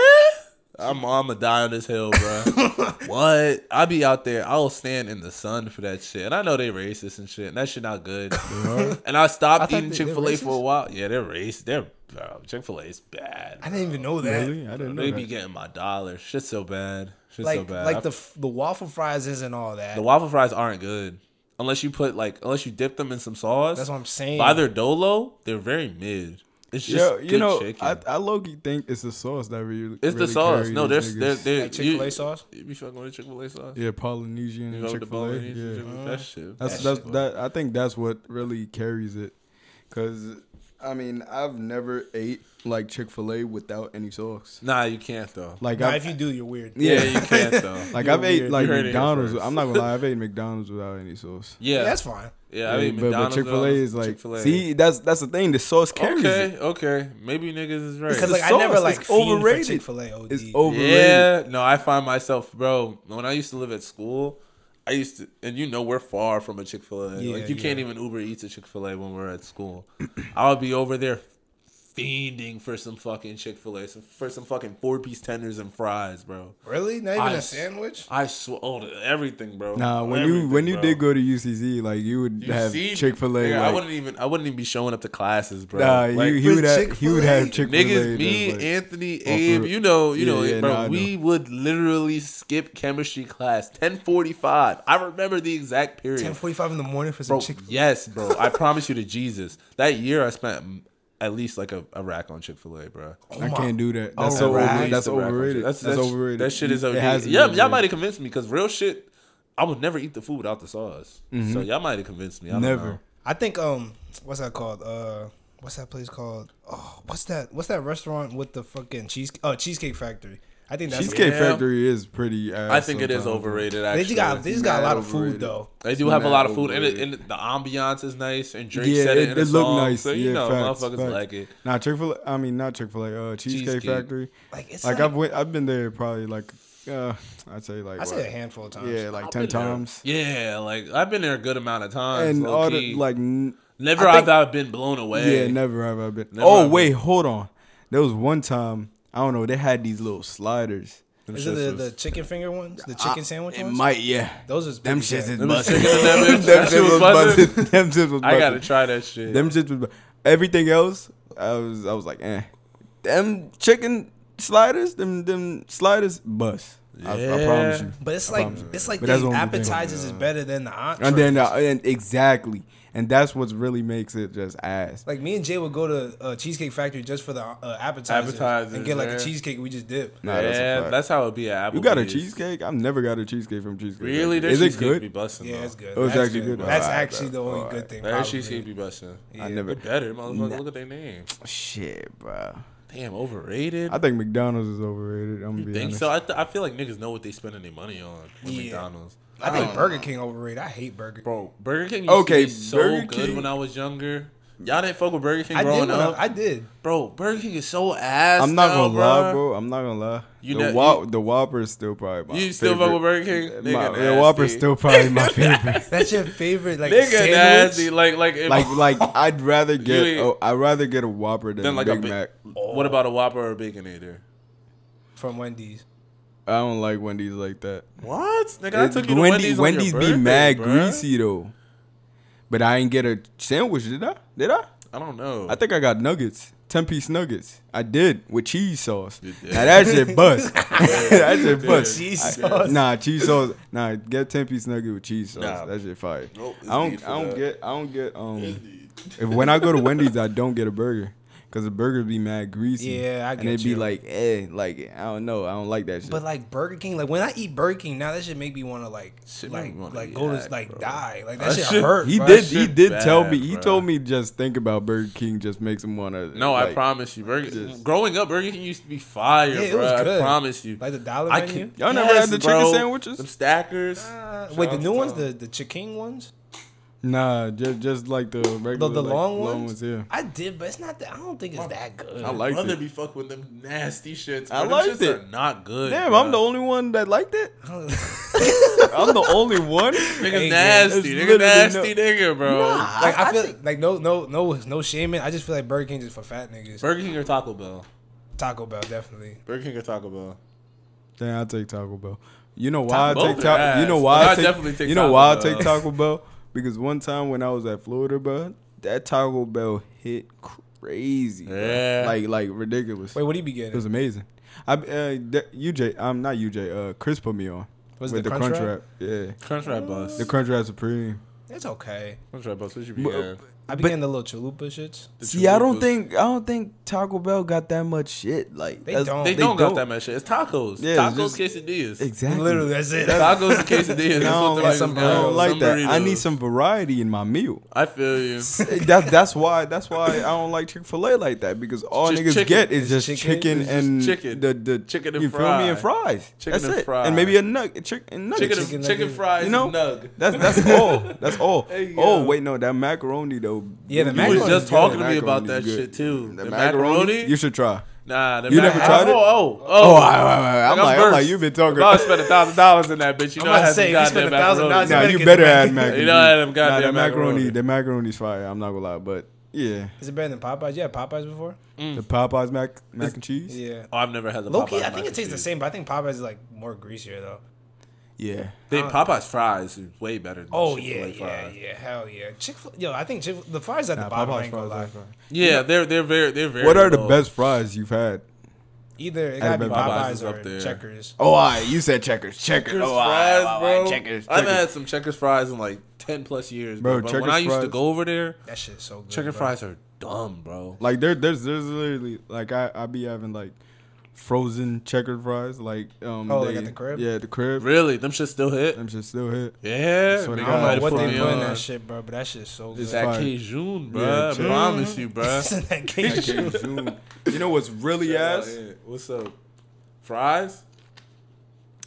S1: I'm I'ma die on this hill, bro. what? I be out there. I'll stand in the sun for that shit. And I know they racist and shit, and that shit not good. and I stopped
S2: Uh-huh. I thought
S1: eating
S2: they- they
S1: Chick Fil A for a
S2: racist?
S1: while. Yeah, they're racist. They're bro. Chick Fil A is bad.
S2: I didn't even know that.
S3: Really? I didn't know.
S1: They be
S3: that.
S1: getting my dollar. Shit's so bad. Shit's
S2: Like,
S1: so bad.
S2: like
S1: I-
S2: the f- the waffle fries isn't all that.
S1: the waffle fries aren't good unless you put like unless you dip them in some sauce.
S2: That's what I'm saying.
S1: By their dolo, they're very mid. It's just
S3: Yo,
S1: good
S3: you know,
S1: chicken.
S3: I, I low key think it's the sauce that really.
S1: it's the
S3: really
S1: sauce.
S3: carry
S1: No, there's
S3: these
S1: there's
S3: niggas.
S1: there,
S2: like Chick Fil A sauce.
S1: You be fucking with Chick Fil A sauce.
S3: yeah Polynesian
S1: You
S3: and
S1: go with
S3: Chick
S1: the
S3: Fil A.
S1: Polynesian,
S3: Yeah,
S1: Chick-fil-A, that shit.
S3: That's
S1: That
S3: that's
S1: shit
S3: that. I think that's what really carries it, cause I mean I've never ate like Chick Fil A without any sauce.
S1: Nah, you can't though.
S3: Like
S2: Nah,
S3: I've,
S2: if you do, you're weird.
S1: yeah, you can't though.
S3: like
S2: you're
S3: I've
S2: weird.
S3: ate like
S1: You heard it here
S3: McDonald's.
S1: first.
S3: I'm not gonna lie, I've ate McDonald's without any sauce.
S1: yeah,
S2: Yeah, that's fine.
S1: yeah. I mean, um,
S3: but, but Chick Fil A is like
S1: Chick-fil-A.
S3: see that's that's the thing. The sauce carries
S1: Okay,
S3: it.
S1: okay. Maybe niggas is
S2: Because
S1: right.
S3: the
S2: like I never
S3: sauce
S2: like
S3: is
S2: overrated
S3: overrated.
S2: Chick Fil A. OD.
S3: It's overrated.
S1: Yeah, no, I find myself, bro. When I used to live at school, I used to, and you know, we're far from a Chick Fil A.
S2: Yeah,
S1: like you can't
S2: yeah.
S1: even Uber Eats a Chick Fil A when we're at school. I would be over there fiending for some fucking Chick Fil A, for some fucking four piece tenders and fries, bro.
S2: Really? Not even
S1: I
S2: a
S1: s-
S2: sandwich?
S1: I swear, oh, everything, bro.
S3: Nah, when you
S1: Everything,
S3: when you
S1: bro.
S3: did go to UCZ, like you would
S1: You
S3: have
S1: see-
S3: Chick Fil A.
S1: nigga, I
S3: Like,
S1: wouldn't even I wouldn't even be showing up to classes, bro.
S3: Nah,
S1: Like,
S3: you, he
S2: for
S3: would have he would have Chick
S2: Chick-fil-A,
S3: Fil A.
S1: Niggas, me, Anthony, Abe,
S3: real.
S1: you know, you
S3: Yeah,
S1: know,
S3: yeah,
S1: bro,
S3: nah, I
S1: we would literally skip chemistry class. 1045. I remember the exact period.
S2: Ten forty five in the morning for some
S1: Bro,
S2: Chick.
S1: yes, bro. I promise you to Jesus. That year I spent m- at least like a, a rack on Chick Fil A, bro.
S3: I can't do that. That's
S2: Oh,
S3: so
S2: right.
S3: overrated. That's
S1: A rack on Chick-
S3: overrated. That's, overrated.
S1: That shit is
S3: It
S1: overrated.
S3: has to be
S1: Yeah, y'all
S3: overrated.
S1: might have convinced me because real shit, I would never eat the food without the sauce. So y'all might have convinced me. I don't
S3: Mm-hmm. Never.
S1: know.
S2: I think um, what's that called? Uh, what's that place called? Oh, what's that? What's that restaurant with the fucking cheese? Oh, Cheesecake Factory. I think that's
S3: Cheesecake
S1: Yeah.
S3: Factory is pretty. Ass
S1: I think it is
S3: sometimes.
S1: overrated.
S2: They
S1: Actually,
S2: just got they just got a
S3: Mad
S2: lot of food
S3: overrated.
S2: though.
S1: They do have a lot of
S3: Mad
S1: food, and, it, and
S3: overrated.
S1: the ambiance is nice, and Drake
S3: Yeah,
S1: said it, in
S3: it-
S1: a
S3: it looked
S1: song,
S3: nice.
S1: so you
S3: Yeah,
S1: know
S3: facts,
S1: motherfuckers
S3: facts.
S1: like it.
S3: Nah, Chick Fil A. I mean, not Chick Fil A. Uh, Cheesecake,
S1: Cheesecake.
S3: Factory.
S2: Like it's
S3: Like,
S2: like,
S3: I've went, I've been there probably like uh, I'd say like
S2: I say a
S3: what?
S2: handful of times.
S3: yeah, like
S1: I've
S3: ten
S1: been there.
S3: times.
S1: Yeah, like I've been there a good amount of times.
S3: And
S1: low
S3: all
S1: key.
S3: the like. n-
S1: never
S3: I
S1: have
S3: think-
S1: I been blown away.
S3: Yeah, never have I been.
S1: Never
S3: oh
S1: have I
S3: wait, hold on. There was one time I don't know. They had these little sliders.
S1: Them
S2: Is it
S1: shits
S2: the,
S1: was-
S2: the chicken finger ones? The chicken
S3: I-
S2: sandwich
S3: It
S2: ones?
S3: might, yeah.
S2: Those is
S3: Them
S2: pretty
S3: shits is
S2: good.
S1: Them shits
S3: busting.
S1: chicken and that bitch.
S3: Them
S1: That shit
S3: shits was
S1: was busting.
S3: busting. Them shits was
S1: I gotta
S3: busting.
S1: try that shit.
S3: Them shits was. bu- Everything else, I was I was like, eh. Them chicken sliders, them them sliders, bust. I, I promise
S1: Yeah.
S3: you.
S2: But it's
S3: I
S2: like
S3: promise you.
S2: it's like
S3: But
S2: the
S3: that's what I'm doing.
S2: appetizers is better than the entrees.
S3: And then uh, and exactly, and that's what really makes it just ass.
S2: like me and Jay would go to uh, Cheesecake Factory just for the uh, appetizers,
S1: Appetizers,
S2: and get like
S1: yeah.
S2: a cheesecake. We just dip.
S3: Nah, that's a
S1: yeah,
S3: fact.
S1: that's, how it be at Applebee's.
S3: You got a cheesecake? I've never got a cheesecake from cheesecake.
S1: Really?
S3: Factory.
S1: Their
S3: Is it
S1: cheesecake Be
S3: good?
S1: busting,
S2: Yeah,
S1: though.
S2: it's good.
S3: It was
S2: That's
S3: actually good.
S2: That's
S3: Alright,
S2: actually the only
S3: alright.
S2: good thing.
S1: Their
S2: probably.
S1: cheesecake be busting.
S3: I
S1: They're
S3: never.
S1: better, motherfucker. Look at their name.
S3: Shit, bro.
S1: Damn, overrated.
S3: I think McDonald's is overrated. I'm gonna be
S1: think
S3: honest.
S1: so. I, th- I feel like niggas know what they spending their money on with
S2: Yeah.
S1: McDonald's.
S2: I think Burger King overrated. I hate Burger.
S1: Bro, Burger King used
S3: Okay,
S1: to be so
S3: Burger
S1: good
S3: King-
S1: when I was younger. Y'all didn't fuck with Burger King
S2: I did.
S1: growing
S2: when
S1: up.
S2: I, I did.
S1: bro, Burger King is so ass.
S3: I'm not
S1: now,
S3: gonna
S1: bro.
S3: lie, bro. I'm not gonna lie.
S1: You
S3: the,
S1: know-
S3: Whop- the Whopper is still probably my
S1: You still fuck with
S3: favorite.
S1: Burger King?
S3: My-
S1: Nigga,
S3: the Whopper's
S1: nasty.
S3: still probably my favorite.
S2: That's your favorite like
S1: Nigga
S2: sandwich.
S1: nasty. Like like if-
S3: like, like I'd rather get
S1: ain't-
S3: oh, I'd rather get a Whopper than,
S1: then like
S3: Big
S1: a big,
S3: Mac.
S1: What about a Whopper or a Baconator?
S2: from Wendy's.
S3: I don't like Wendy's like that.
S1: What? Nigga, I
S3: It-
S1: took you to Wendy's. on
S3: Wendy's,
S1: your
S3: Wendy's be
S1: birthday,
S3: mad
S1: bruh.
S3: greasy though. But I ain't get a sandwich, did I? Did I?
S1: I don't know.
S3: I think I got nuggets, ten piece nuggets. I did with cheese sauce.
S1: You did.
S3: Now that shit bust. that shit bust.
S2: Cheese
S3: I-
S2: sauce.
S3: Nah, cheese sauce. Nah, get ten piece nugget with cheese sauce.
S1: Nah.
S3: That shit fire.
S1: Nope, it's
S3: I
S1: need
S3: don't.
S1: for
S3: I don't
S1: that.
S3: get. I don't get. Um, if when I go to Wendy's, I don't get a burger. Cause the burger be mad greasy.
S2: Yeah, I
S3: And
S2: get
S3: it be
S2: you.
S3: like, eh, like I don't know, I don't like that shit.
S2: But like Burger King, like when I eat Burger King now, that should make me want to like
S1: Shit make
S2: like
S1: me wanna
S2: like
S1: eat
S2: go to
S1: ass,
S2: like
S1: bro.
S2: die. Like that,
S1: That
S2: shit,
S1: shit-
S2: hurt.
S3: he
S2: bro.
S3: did.
S1: that
S3: He
S1: shit
S3: did tell
S1: bad,
S3: me. He
S1: bruh.
S3: told me just think about Burger King. Just makes him wanna.
S1: No, I
S3: like,
S1: promise you. Burger
S3: just-
S1: growing up, Burger King used to be fire,
S2: Yeah, it
S1: bro.
S2: was
S1: I
S2: good.
S1: promise you.
S2: Like the dollar
S1: I
S2: menu.
S1: can.
S3: Y'all never had the chicken sandwiches?
S1: Them stackers.
S2: Uh,
S1: Shout
S2: wait, the
S1: out to
S2: new ones,
S1: Tom.
S2: the the chicken ones,
S3: Nah, just just like the regular,
S2: the, the
S3: like,
S2: long ones.
S3: yeah.
S2: I did, but it's not that. I don't think it's that good.
S1: My
S3: I liked
S1: brother
S3: it.
S1: be fuck with them nasty shits.
S3: I
S1: I like
S3: liked
S1: shits
S3: it.
S1: Are not good.
S3: Damn,
S1: bro.
S3: I'm the only one that liked it.
S2: like
S3: I'm the only one.
S1: Nigga
S2: Hey,
S1: nasty,
S3: yeah,
S1: nigga
S3: it's
S1: nasty,
S3: literally
S1: nigga, bro.
S2: I, feel like no no no no shaming. I just feel like Burger King is for fat niggas.
S1: Burger King or Taco Bell?
S2: Taco Bell definitely.
S1: Burger King or Taco Bell?
S3: Damn, I take Taco Bell. You know why
S1: Taco
S3: I take
S1: Bell are
S3: Taco? You know
S1: ass,
S3: why
S1: but
S3: I,
S1: I
S3: take,
S1: definitely take
S3: You know
S1: Taco
S3: why I
S1: Bell.
S3: take Taco Bell? Because one time when I was at Florida, bro, that Taco Bell hit crazy. bro.
S1: Yeah.
S3: like like ridiculous.
S2: Wait, what do you be
S3: it was
S2: getting?
S3: amazing. I uh, that- UJ, I'm not UJ. Uh, Chris put me on
S2: Was it
S3: with
S2: the
S3: the
S2: Crunch
S3: Crunch
S2: Wrap?
S3: Wrap. Yeah,
S1: Crunchwrap Bus.
S3: Mm. the Crunch Wrap Supreme.
S2: It's okay.
S1: Crunchwrap Bus. What you be
S3: But- uh,
S1: getting?
S2: I be
S3: But-
S2: getting the little chalupa shits.
S1: The
S3: See, I don't
S1: chalupas.
S3: think I don't think Taco Bell got that much shit. Like
S2: They
S3: that's-
S2: don't.
S1: they,
S2: they
S1: don't got that much shit. It's tacos.
S3: Yeah, it's
S1: tacos,
S3: just-
S1: quesadillas.
S3: Exactly.
S2: Literally, that's it.
S1: Tacos and quesadillas.
S3: I
S1: That's what
S3: don't
S1: the
S3: like,
S1: niggas
S3: I
S1: got. uh,
S3: don't like that. I
S1: burritos.
S3: need some variety in my meal.
S1: I feel you.
S3: that's that's why that's why I don't like Chick Fil A like that because all
S1: Just
S3: niggas
S1: chicken.
S3: get is
S2: It's
S3: just
S2: chicken.
S3: chicken,
S1: It's just
S3: and
S1: chicken.
S3: the the
S1: Chicken and
S3: you feel me and
S1: fry.
S3: fries.
S1: Chicken
S3: that's
S1: and
S3: it.
S1: fry.
S3: And maybe a nug chicken and nuggets.
S1: Chicken,
S2: Chicken
S1: chicken, chicken
S2: nugget.
S1: fries,
S3: You know,
S1: nug.
S3: That's that's all. That's all.
S1: There you
S3: Oh
S1: go.
S3: wait, no, that macaroni though.
S2: Yeah, the
S3: You
S1: You
S2: Macaroni's
S1: was just
S2: good.
S1: talking to me about
S3: Macaroni's
S1: that
S3: good.
S1: shit too.
S3: The macaroni, you should try.
S1: Nah, the
S3: You
S1: mac-
S3: never tried it?
S1: Oh, oh,
S3: Oh,
S1: oh.
S3: I, I, am
S1: I'm
S3: like, I'm like,
S1: versed.
S3: you've been talking.
S1: If I spent a thousand dollars in that bitch, you
S2: I'm
S1: know I
S2: about to
S1: had
S2: say,
S1: some
S2: if you
S1: goddamn
S2: spent $1,000
S1: macaroni.
S3: Nah,
S2: better
S3: you
S2: get
S3: better
S2: the
S3: add
S2: mac-
S3: macaroni.
S1: You know I had them
S3: nah,
S1: goddamn
S3: that macaroni.
S1: macaroni.
S3: The macaroni's fire. I'm not gonna lie, but yeah,
S2: Is it better than Popeyes? Yeah, Popeyes before.
S1: Mm.
S3: the Popeyes mac mac and cheese.
S2: Yeah.
S1: Oh, I've never had the
S2: Low key,
S1: Popeyes
S2: I think
S1: mac
S2: it tastes
S1: and
S2: the
S1: cheese.
S2: same, but I think Popeyes is like more greasier though.
S3: Yeah,
S1: They Popeyes fries is way better. Than
S2: Oh
S1: Chick-fil-A
S2: yeah, yeah,
S1: fries.
S2: yeah, hell yeah. Chick fil yo, I think Chick the fries at the
S3: Nah,
S2: bottom. I
S3: Popeyes
S2: ain't gonna
S3: fries.
S2: lie.
S3: are fire.
S1: yeah. they're they're very they're very.
S3: What are the
S1: low.
S3: best fries you've had?
S2: Either it gotta
S3: I
S2: be
S3: bet Popeyes
S2: Popeyes
S1: is
S2: or
S1: up there.
S2: Checkers.
S3: Oh, I you said checkers, checkers,
S1: Checkers
S3: oh,
S1: fries,
S3: I,
S1: bro?
S3: checkers,
S1: I've had some checkers fries in like ten plus years, bro.
S3: Bro,
S1: But when
S3: Checkers
S1: I used to
S3: fries-
S1: go over there,
S2: That shit's so good.
S1: chicken
S2: bro.
S1: fries are dumb, bro.
S3: Like there, there's there's literally like I I be having like frozen checkered fries like um
S2: Oh, like at the crib?
S3: yeah the crib
S1: Really, them shit still hit.
S3: them shit still hit
S1: Yeah,
S3: Swear to
S1: nigga,
S3: God.
S2: I
S1: might
S2: don't
S1: have
S2: know what
S1: put
S2: they
S1: me
S2: put in
S1: on.
S2: that shit, bro, but that shit's so good.
S3: It's
S1: That
S3: fire.
S1: Cajun, bro.
S3: check.
S1: promise you, bro.
S2: that
S3: I
S2: cake.
S3: can't zoom. you know what's really ass
S1: What's up? Fries?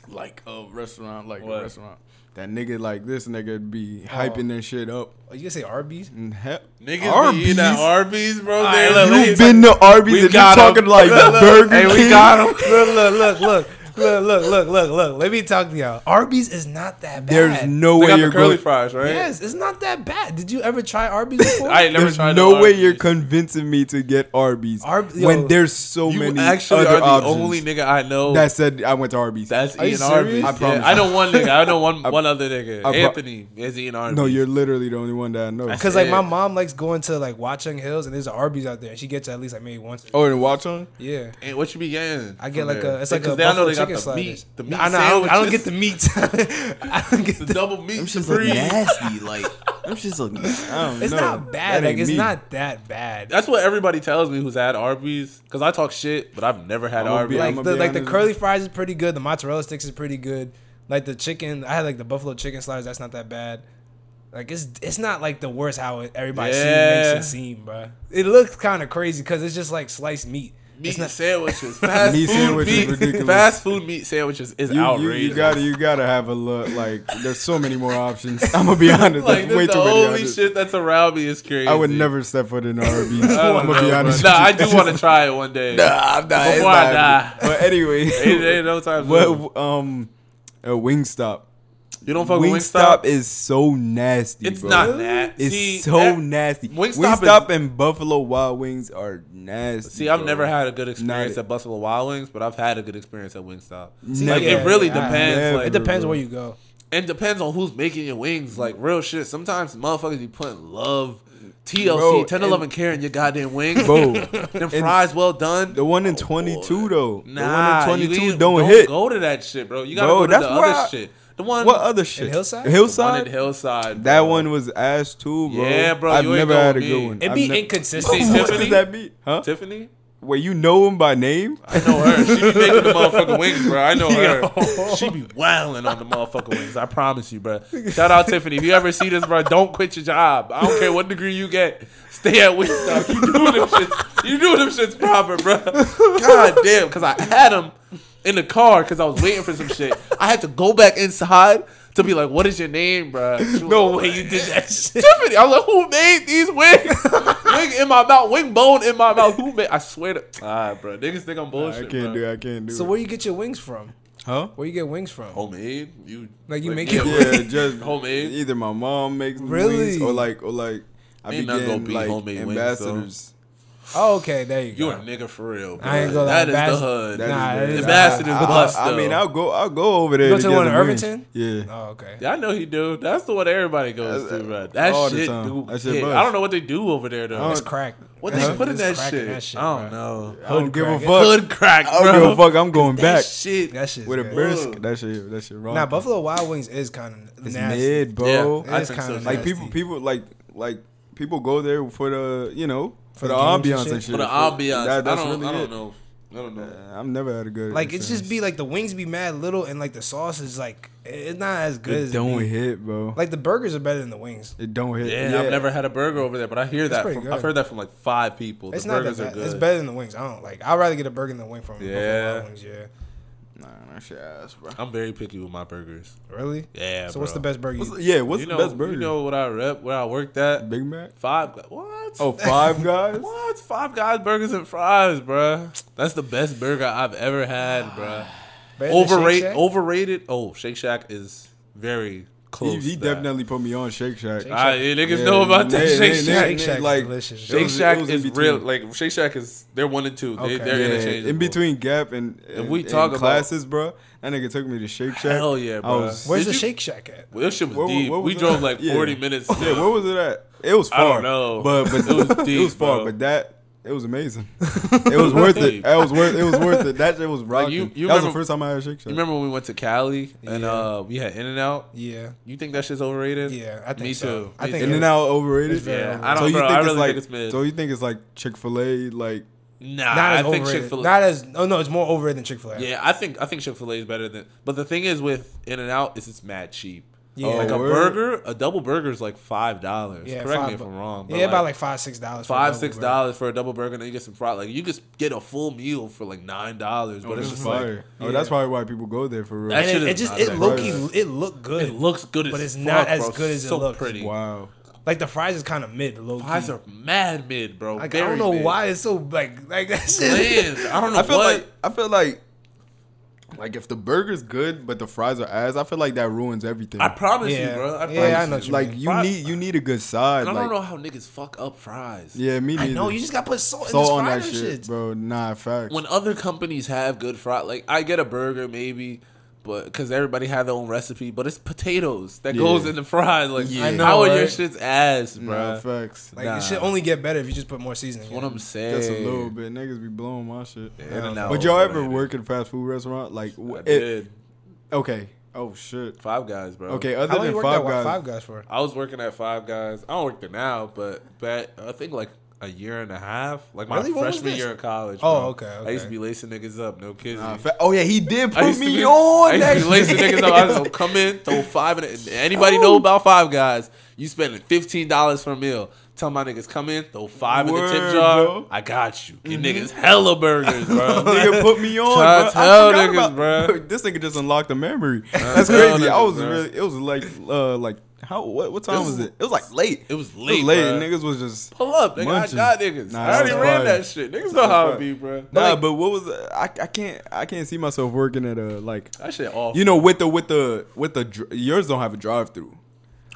S3: like a restaurant like
S1: What?
S3: a restaurant that nigga like this nigga be hyping their shit up
S2: Oh, you can say Arby's?
S3: and hep-
S1: Niggas Arby's. be eating at Arby's, bro.
S2: All
S1: They-
S2: right,
S1: look,
S3: you
S1: they-
S3: been to Arby's and you
S1: got 'em.
S3: talking like
S1: Look, look.
S3: Burger
S1: Hey, we
S3: King.
S1: got 'em.
S2: look, look, look, look. Look, look, look, look, look. Let me talk to y'all. Arby's is not that bad.
S3: There's no
S1: They
S3: way
S1: got the
S3: you're
S1: curly
S3: going.
S1: fries, right?
S2: Yes, it's not that bad. Did you ever try Arby's before?
S1: I ain't never
S3: There's
S1: tried
S3: no
S1: the
S3: way you're
S1: Arby's.
S3: convincing me to get Arby's
S2: Arb- yo.
S3: when there's so
S1: You
S3: many
S1: actually
S3: other
S1: are the
S3: options.
S1: only nigga I know
S3: that said, I went to Arby's.
S1: that's
S2: Are you
S1: eating Arby's.
S2: serious?
S1: I,
S2: I
S1: yeah,
S3: promise.
S1: I know one nigga. I know one one other nigga.
S3: I pro-
S1: Anthony is eating Arby's.
S3: no, you're literally the only one that I know.
S2: Because like my
S1: Yeah.
S2: mom likes going to like Watchung Hills and there's an Arby's out there. She gets at least like maybe once.
S3: Oh, and watch on.
S2: Yeah.
S1: And what you be getting?
S2: I get
S1: from
S2: like
S1: there?
S2: a it's like a
S1: 'Cause they- I know
S2: buffalo
S1: they got
S2: chicken
S1: the
S2: sliders.
S1: meat, the meat
S2: Nah, nah, I, don't, I don't get
S1: sandwiches.
S2: the meat. I don't get
S1: the
S2: the,
S1: double meat supreme.
S3: nasty. Like I'm just like I don't
S2: It's
S3: know.
S2: not
S3: That
S2: bad. Like
S3: ain't
S2: it's
S3: me.
S2: not that bad.
S1: That's what everybody tells me who's had Arby's because I talk shit, but I've never had
S3: I'm gonna
S1: Arby's.
S3: be-
S1: Like,
S2: like
S3: I'ma
S2: the like the
S3: honest.
S2: curly fries is pretty good. The mozzarella sticks is pretty good. Like the chicken, I had like the buffalo chicken sliders. That's not that bad. Like it's it's not like the worst how it, everybody seem-
S1: Yeah.
S2: makes it seem, bro. It looks kind of crazy because it's just like sliced meat.
S1: meat
S2: it's not
S1: sandwiches, fast
S3: Meat
S1: food
S3: sandwiches
S1: meat,
S3: ridiculous.
S1: fast food meat sandwiches is
S3: You, you,
S1: outrageous.
S3: you gotta you gotta have a look. Like there's so many more options. I'm gonna be honest.
S1: like
S3: Like,
S1: this
S3: way
S1: the
S3: too many.
S1: only
S3: options.
S1: shit that's around me is crazy.
S3: I would never step foot in Arby's.
S1: I don't
S3: I'm gonna
S1: know,
S3: be
S1: bro.
S3: honest.
S1: Nah, I
S3: with you.
S1: do want to try it one day.
S3: Nah, I'm not. it's
S1: Before I
S3: not
S1: die.
S3: happening. But anyway,
S1: Ain't- ain't no time soon.
S3: What um, a Wingstop.
S1: You don't fuck with
S3: Wingstop
S1: Wingstop.
S3: is so nasty.
S1: It's
S3: bro.
S1: not that.
S3: It's
S1: See,
S3: so
S1: that-
S3: nasty.
S1: Wingstop
S3: Wingstop,
S1: is-
S3: and Buffalo Wild Wings are nasty.
S1: See, I've
S3: bro.
S1: never had a good experience
S3: it.
S1: at Buffalo Wild Wings, but I've had a good experience at Wingstop.
S3: Never.
S1: Like it really
S2: Yeah, yeah,
S1: depends.
S3: yeah.
S1: Like,
S2: It depends where you go.
S1: and depends on who's making your wings. Like real shit. Sometimes motherfuckers be putting love, TLC,
S3: Bro,
S1: 10,
S3: and-
S1: 11 care in your goddamn wings.
S3: Bro,
S1: Them fries well done.
S3: the one in 22 though.
S1: Oh, nah,
S3: the one in
S1: you
S3: 22
S1: ain't-
S3: don't, hit.
S1: Go to that shit, bro. You gotta
S3: Bro,
S1: go to
S3: that's
S1: the
S3: why
S1: other
S3: I-
S1: shit. The one,
S3: What other shit?
S2: Hillside?
S1: the one
S3: Hillside.
S1: in Hillside.
S3: that
S1: bro.
S3: one was ass too, bro.
S1: Yeah, bro,
S3: I've
S1: you ain't
S3: never had a
S1: gonna
S3: good
S1: be-
S3: one.
S2: It'd
S3: I've
S2: be
S3: never-
S2: inconsistent.
S1: You see
S3: What
S1: Tiffany?
S3: does that be? Huh?
S1: Tiffany.
S3: Wait, you know him by name?
S1: I know her. She be making the motherfucking wings, bro. I know her.
S2: Yo.
S1: She be wailing on the motherfucking wings. I promise you, bro. Shout out Tiffany. If you ever see this, bro, don't quit your job. I don't care what degree you get. Stay at Wingstop. You doing them shits. You doing them shits proper, bro. God damn, because I had them in the car because I was waiting for some shit. I had to go back inside to be like, "What is your name, bro?"
S2: No way you did that shit.
S1: Tiffany. I was like, who made these wings? wing in my mouth, wing bone in my mouth. Who made? I swear to. Ah, bro, niggas think I'm
S3: I
S1: bullshit.
S3: can't
S1: bro.
S3: do. it, I can't do.
S2: So
S3: it.
S2: where you get your wings from?
S3: Huh?
S2: Where you get wings
S1: Oh.
S2: from?
S1: Homemade? You
S2: Like, you make
S1: yeah,
S2: it-
S3: Yeah, just
S1: Homemade?
S3: Either my mom makes really,
S2: Really?
S3: wings, or like, or like, I
S1: Ain't nothing
S3: began
S1: gonna be
S3: like
S1: homemade wings,
S3: ambassadors.
S2: Oh, okay, there you
S1: You a
S2: go.
S1: nigga for real. Bro.
S2: I ain't gonna lie,
S1: That is
S2: Bass-
S1: the hood.
S3: That is
S2: Nah,
S3: the-
S2: it is-
S1: Ambassador's
S2: I- I-
S1: bust.
S3: I, I
S1: though.
S3: mean, I'll go. I'll go over there.
S2: You go to the
S3: get
S2: one in
S3: some wings.
S2: Irvington?
S3: Yeah.
S2: Oh, okay.
S1: Yeah, I know he do. That's the one everybody goes
S3: That's-
S1: to, bro. That
S3: all the
S1: shit,
S3: time.
S1: do
S3: That shit
S1: hit.
S3: bust.
S1: I don't know what they do over there though.
S2: It's crack.
S1: what
S2: That
S1: they
S2: shit-
S1: put in
S2: it's
S1: that
S2: crack
S1: shit? I don't
S2: bro.
S1: know.
S3: I don't give a
S2: crack.
S3: fuck.
S1: Hood crack, bro.
S3: I don't give a fuck. I'm going
S1: That
S3: back
S1: shit.
S2: That shit.
S3: with a
S2: good.
S3: brisk. That shit. That shit wrong.
S2: Nah, Buffalo Wild Wings is kind of
S3: It's
S2: nasty.
S3: mid, bro.
S1: Yeah, I
S2: It is
S1: think so,
S2: kind
S1: too.
S2: of
S3: like people, people like like people go there for the you know for,
S2: For
S3: the
S2: the games and
S3: ambiance
S2: shit?
S3: and shit.
S1: For the
S3: For-
S1: ambiance,
S3: that-
S1: I
S3: that's
S1: don't.
S3: really
S1: I
S3: it.
S1: don't know. I don't know.
S3: Uh, I've never had a good.
S2: Like it's just
S3: experience.
S2: be like the wings be mad little and like the sauce is like it's not as good. as
S3: It don't
S2: be.
S3: hit, bro.
S2: Like the burgers are better than the wings.
S3: It don't hit.
S1: Yeah, I've never had a burger over there, but I hear that.
S2: pretty
S1: From,
S2: good.
S1: I've heard that from like five people. The
S2: It's not that
S1: burgers
S2: bad.
S1: are good.
S2: It's better than the wings. I don't like. I'd rather get a burger than a wing from Buffalo
S1: Yeah.
S2: Wild Wings. Yeah,
S3: Nah, that shit ass, bro.
S1: I'm very picky with my burgers.
S2: really.
S1: Yeah.
S2: so what's the
S1: bro.
S2: best burger?
S3: What's
S2: you
S3: the- yeah, what's
S1: you
S3: the
S1: know,
S3: best burger?
S1: You know what I rep? Where I worked at?
S3: Big Mac.
S1: Five. Guys. What?
S3: Oh, Five Guys.
S1: What? Five Guys burgers and fries, bruh. That's the best burger I've ever had, bruh.
S3: Ah.
S2: Better than Shake
S1: Overrated.
S2: Shack?
S1: Overrated. Oh, Shake Shack is very
S3: He,
S1: close.
S3: he
S1: to that.
S3: definitely put me on Shake Shack.
S2: Shake
S1: Ah, yeah, niggas know about that
S3: yeah,
S1: Shake
S3: yeah,
S1: Shack.
S2: Shake Shack is
S3: like,
S2: delicious.
S3: it
S1: Shake
S3: was- it
S1: Shack
S3: was in
S1: is
S3: between.
S1: real. Like Shake Shack is they're one and two. They,
S2: Okay.
S1: They're
S3: Yeah,
S1: interchangeable.
S3: in between Gap and and-
S1: we
S3: and
S1: talk about-
S3: classes, bro, that nigga took me to Shake Shack.
S1: Hell yeah,
S3: I
S1: bro.
S3: was-
S2: Where's
S1: Did
S2: the
S1: you-
S2: Shake Shack at?
S1: Well, this shit was
S3: Where-
S1: deep.
S3: where
S1: we
S3: was
S1: drove
S3: that?
S1: like
S3: Yeah.
S1: forty minutes.
S3: Yeah, where was it at? It was
S1: I
S3: far.
S1: don't know.
S3: but but
S1: It was deep,
S3: it was far.
S1: bro.
S3: But that It was amazing. It was worth it. It was worth. It was worth it. That shit was rocking.
S1: you- you
S3: that was the
S1: remember-
S3: first time I had Shake Shack.
S1: You remember when we went to Cali and
S2: Yeah.
S1: uh, we had In and Out?
S2: Yeah.
S1: You think that shit's overrated?
S2: Yeah, I think
S1: Me
S2: so.
S1: too.
S2: I
S1: Me
S2: think
S1: too.
S3: In and Out overrated.
S1: very Yeah, overrated. I don't- bro, I really
S3: like,
S1: think it's mid.
S3: So you think it's like Chick Fil A? Like
S1: Nah,
S2: Not as
S1: I think
S2: overrated.
S1: Chick Fil
S2: Not
S1: A.
S2: as. Oh no, it's more overrated than Chick Fil A.
S1: Yeah, I think I think Chick Fil A is better than. But the thing is with In and Out is it's mad cheap.
S2: Yeah.
S1: like a
S3: Oh, word.
S1: burger, a double burger is like five dollars.
S2: Yeah,
S1: Correct
S2: five
S1: me if
S2: bu-
S1: I'm wrong.
S2: Yeah,
S1: but
S2: about like five six dollars. for a
S1: five
S2: double
S1: six
S2: burger.
S1: dollars for a double burger, and then you get some fry. Like you just get a full meal for like nine dollars, but it's
S3: it's
S1: just like
S3: fire. oh, that's probably why people go there for real.
S1: That
S2: And
S1: shit
S2: it, it
S1: is
S2: just
S1: not
S2: it
S1: that
S2: low
S3: good.
S2: key it looked good.
S1: it looks good, as
S2: But it's
S1: fuck,
S2: not as
S1: bro.
S2: good as it
S1: so
S2: looks.
S1: Pretty.
S3: wow.
S2: like the fries is kind of mid low key.
S1: Fries are mad mid, bro.
S2: like, I
S1: Very
S2: don't know
S1: mid.
S2: why it's so like like that shit.
S1: Bland. I don't know
S3: I feel
S1: what.
S3: like I feel like like if the burger's good but the fries are ass, I feel like that ruins everything.
S1: I promise
S2: Yeah.
S1: you, bro. I promise
S2: Yeah, I
S1: you.
S2: know what you
S3: like
S2: mean.
S3: you
S2: Fri-
S3: need you need a good side.
S1: And I
S3: like,
S1: don't know how niggas fuck up fries.
S3: Yeah, me
S2: I
S3: neither.
S2: know you just got to put salt,
S3: salt
S2: in
S3: on
S2: this fries
S3: that shit, bro. Nah, fact.
S1: When other companies have good fry, like I get a burger maybe, but because everybody had their own recipe, but it's potatoes that
S3: Yeah.
S1: goes in the fries. Like
S3: Yeah. I
S2: know,
S1: how are your
S2: right?
S1: shits ass, bro?
S3: nah, facts.
S2: Like
S3: Like,
S2: it
S1: Nah.
S2: should only get better if you just put more seasoning.
S1: what
S2: in.
S1: I'm saying.
S3: just a little bit. Niggas be blowing my shit.
S1: In-N-Out
S3: But y'all ever
S1: overrated.
S3: work in fast food restaurant? Like,
S1: I
S3: w- it,
S1: did.
S3: okay. Oh shit.
S1: Five Guys, bro.
S3: Okay, uh,
S2: How
S3: other
S2: long you
S3: than
S2: worked at
S3: Five
S2: what,
S3: Guys,
S2: Five Guys for?
S1: I was working at Five Guys. I don't work there now, but back I think like a year and a half, like my
S2: Really? When was
S1: freshman
S2: this?
S1: year of college.
S2: Oh,
S1: bro.
S2: okay,
S1: I used to
S2: okay.
S1: be lacing niggas up, no kidding.
S3: Nah, fa- oh yeah, he did
S1: I
S3: put
S1: used to
S3: me
S1: be, I
S3: on
S1: used
S3: that.
S1: to be lacing niggas up. I was like, come in, throw five in it. And Anybody know about Five Guys? You spending fifteen dollars for a meal. Tell my niggas come in, throw five in the tip
S3: Word,
S1: jar.
S3: bro.
S1: I got you. You niggas hella burgers, bro.
S3: nigga put me on.
S1: Try
S3: bro.
S1: to tell
S3: I forgot
S1: niggas,
S3: about,
S1: bro.
S3: This nigga just unlocked a memory. That's
S1: tell
S3: crazy. I
S1: niggas,
S3: was
S1: bro.
S3: really. It was like uh like how what what time
S1: This
S3: was
S1: is-
S3: it? It was like late.
S1: it was late, bro.
S3: and Niggas was just
S1: Pull up, nigga.
S3: Munching.
S1: I got niggas.
S3: Nah,
S1: I already
S3: that's
S1: ran
S3: fire.
S1: that shit. Niggas know how
S3: fire.
S1: it be, bro.
S3: nah.
S1: Like,
S3: But what was I? I can't I can't see myself working at a like
S1: that shit off.
S3: you know with the with the with the dr- yours don't have a drive through.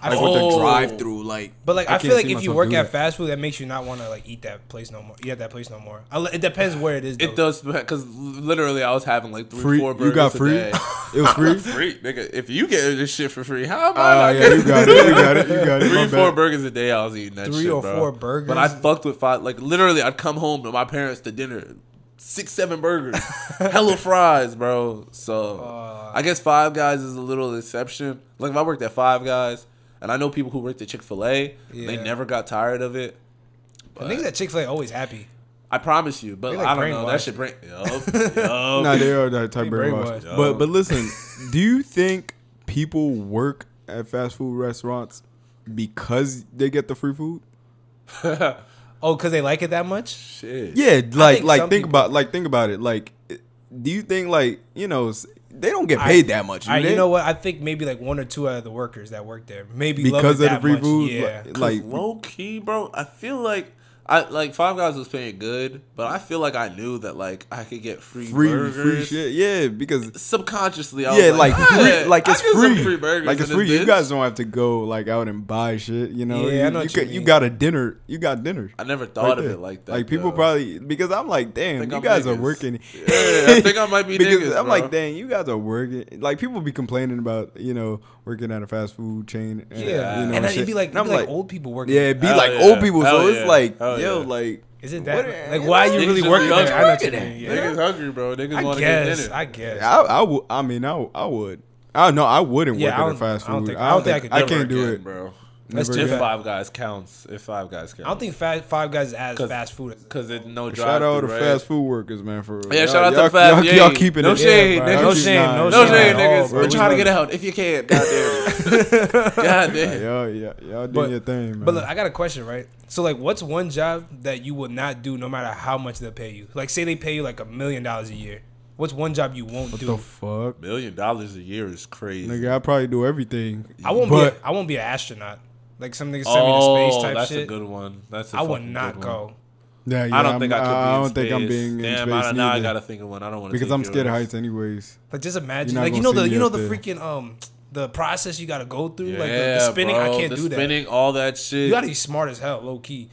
S3: Like with the
S1: Oh.
S3: drive through, like
S2: But like I,
S3: can't
S2: feel like
S3: see
S2: if you
S3: myself
S2: work
S3: do
S2: at
S3: that.
S2: fast food, that makes you not want to like eat that place no more. Eat at that place no more. I, it depends where it is. Though.
S1: It does because literally I was having like three,
S3: free,
S1: four burgers
S3: you got free.
S1: a day.
S3: It was free.
S1: free, nigga. If you get this shit for free, how am I?
S3: Ah,
S1: not
S3: yeah, you got it. You got it. You got it.
S1: Three
S3: My
S1: or four
S3: bad.
S1: burgers a day, I was eating that
S2: Three
S1: shit,
S2: or
S1: bro.
S2: four burgers?
S1: But I fucked with five. Like literally, I'd come home to my parents to dinner, six, seven burgers, hella fries, bro. So
S2: Uh.
S1: I guess Five Guys is a little exception. Like if I worked at Five Guys, and I know people who worked at Chick Fil A, they
S2: Yeah.
S1: never got tired of it.
S2: The niggas at Chick Fil A always happy.
S1: I promise you, but
S2: They, like,
S1: I don't know. That
S2: brainwashed.
S1: should bring. Yup, yup.
S3: Nah, they are that type of
S2: brainwashed.
S3: brainwashed. But but listen, do you think people work at fast food restaurants because they get the free food?
S2: Oh, cause they like it that much.
S1: Shit.
S3: Yeah, like
S2: think
S3: like
S2: some
S3: think
S2: people-
S3: about like think about it. Like, do you think like you know s- they don't get paid that much?
S2: I,
S3: do
S2: you
S3: they?
S2: know what? I think maybe like one or two out of the workers that work there maybe love
S3: because
S2: it
S3: of
S2: that
S3: the free
S2: much.
S3: food.
S2: Yeah,
S3: Like, like
S1: low key, bro. I feel like I like Five Guys was paying good, but I feel like I knew that like I could get free,
S3: free
S1: burgers.
S3: free shit. Yeah, because
S1: Subconsciously, I
S3: yeah,
S1: was like,
S3: like free,
S1: "Ah,
S3: like
S1: I
S3: it's
S1: get some
S3: free.
S1: free burgers
S3: like it's
S1: in this
S3: free. You
S1: bitch."
S3: guys don't have to go like out and buy shit. You know,
S2: Yeah, I know
S3: you, you,
S2: what you
S3: ca- you
S2: mean.
S3: got a dinner. You got dinner.
S1: I never thought of
S3: there.
S1: it like that.
S3: Like people
S1: though.
S3: probably because I'm like, damn,
S1: Think
S3: you
S1: I'm
S3: guys are
S1: niggas.
S3: working.
S1: Yeah, I think I might be
S3: because
S1: niggas,
S3: I'm
S1: bro.
S3: like, dang, you guys are working. Like people be complaining about you know working at a fast food chain. And,
S2: yeah.
S3: you
S2: and
S3: know,
S2: then it'd
S3: shit.
S2: be like,
S3: And
S2: it'd be like old people working.
S3: yeah, it'd be
S1: Hell
S3: like
S1: yeah.
S3: old people.
S1: Hell
S3: so it's
S1: yeah.
S3: like,
S1: Hell
S3: yo,
S1: yeah.
S3: like,
S2: Is it that?
S3: What-
S2: like, why are you
S1: Niggas
S2: really
S1: just
S2: working
S1: be
S2: there? I know what you
S1: hungry.
S2: mean. Yeah.
S1: Niggas hungry, bro. Niggas
S2: I
S1: want to get
S2: guess.
S1: dinner.
S2: I guess.
S3: I, I, would- I mean, I, I would. I no, I wouldn't
S2: Yeah, I
S3: work at
S2: don't-
S3: a fast
S2: I don't
S3: food.
S2: think- I don't think I could
S3: I
S2: never
S3: can't do
S1: Again,
S3: it.
S1: bro.
S2: That's
S3: Never
S2: too
S1: If
S3: again.
S2: bad.
S1: Five Guys counts, if Five Guys counts,
S2: I don't think Fast Five Guys is as
S1: 'Cause-
S2: fast food. as-
S1: because it no drive.
S3: Shout out to
S1: right?
S3: fast food workers, man. For real.
S1: Yeah,
S3: Y'all-
S1: shout out to
S3: y'all-
S1: fast.
S3: Y'all,
S1: yeah.
S3: y'all keeping
S1: no
S3: it.
S1: shade,
S2: bro.
S1: niggas.
S2: No
S3: Y'all keep-
S2: shame,
S3: nah,
S2: no
S1: No
S2: shame
S1: shade,
S2: at all,
S1: niggas.
S2: bro.
S1: We're
S2: We
S1: trying to
S2: love
S1: get it out if you can. Goddamn. Goddamn.
S3: Y'all, y'all, y'all doing
S2: But-
S3: your thing, man.
S2: But look, I got a question, right? So like, what's one job that you will not do no matter how much they pay you? Like, say they pay you like a million dollars a year. What's one job you won't
S3: the
S2: do?
S3: fuck,
S1: Million dollars a year is crazy.
S3: nigga, I probably do everything.
S2: I won't
S3: but
S2: be. A, I won't be an astronaut. Like some niggas send me
S1: oh,
S2: to space type
S1: that's
S2: shit.
S1: a good one. That's a
S2: I would
S1: fucking
S2: not
S1: good
S2: go.
S1: One.
S3: Yeah, yeah,
S1: I don't
S3: I'm-
S1: think I could be.
S3: I
S1: in
S3: don't think I'm
S1: space.
S3: being in
S1: Damn,
S3: space
S1: I, now I
S3: neither.
S1: gotta think of one. I don't want to
S3: because I'm scared of heights, anyways.
S2: Like just imagine,
S3: You're not
S2: like you know
S3: gonna
S2: the
S3: see
S2: you
S3: me
S2: know
S3: up
S2: the
S3: there.
S2: freaking um the process you got to go through,
S1: Yeah,
S2: like the, the spinning.
S1: bro,
S2: I can't
S1: the
S2: do that.
S1: Spinning, all that shit.
S2: You got to be smart as hell, low key.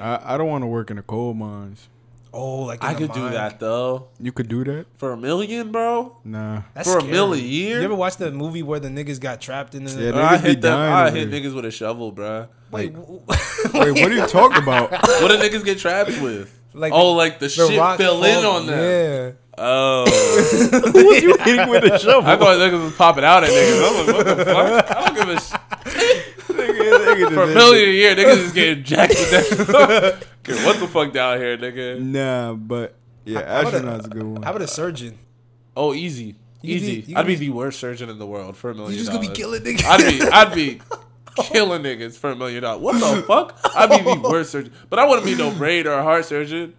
S3: I, I don't want to work in the coal mines.
S2: Oh, like in
S1: I
S2: the
S1: could do
S2: mine.
S1: that though
S3: You could do that?
S1: for a million, bro.
S3: Nah.
S2: That's
S1: for a
S2: scary.
S1: mill a year?
S2: You ever watch the movie where the niggas got trapped in the?
S3: Yeah,
S1: Bro, I
S3: Niggas be
S1: hit them.
S3: dying
S1: I
S3: over
S1: hit
S3: here.
S1: niggas with a shovel, bro.
S2: Wait, w-
S3: Wait, what are you talking about?
S1: What do niggas get trapped with?
S2: Like
S1: Oh, like the, shit
S2: rock
S1: fell in
S2: fall-
S1: on them. Oh.
S3: Who was you hitting with a shovel?
S1: I thought niggas was popping out at niggas. I'm like, what the fuck? I don't give a shit. For a million a year, niggas is getting jacked with that. Get what the fuck down here, nigga?
S3: Nah, but yeah,
S2: would've-
S3: astronaut's a good one.
S2: Yeah. How about a surgeon?
S1: Oh, easy.
S2: You could
S1: Easy.
S2: be- you
S1: I'd
S2: could
S1: be,
S2: be-
S1: the worst surgeon in the world for a million
S2: You
S1: dollars.
S2: just gonna be killing niggas.
S1: I'd be I'd be killing niggas for a million dollars. What the fuck? I'd be the worst surgeon. But I wouldn't be no braid or heart surgeon.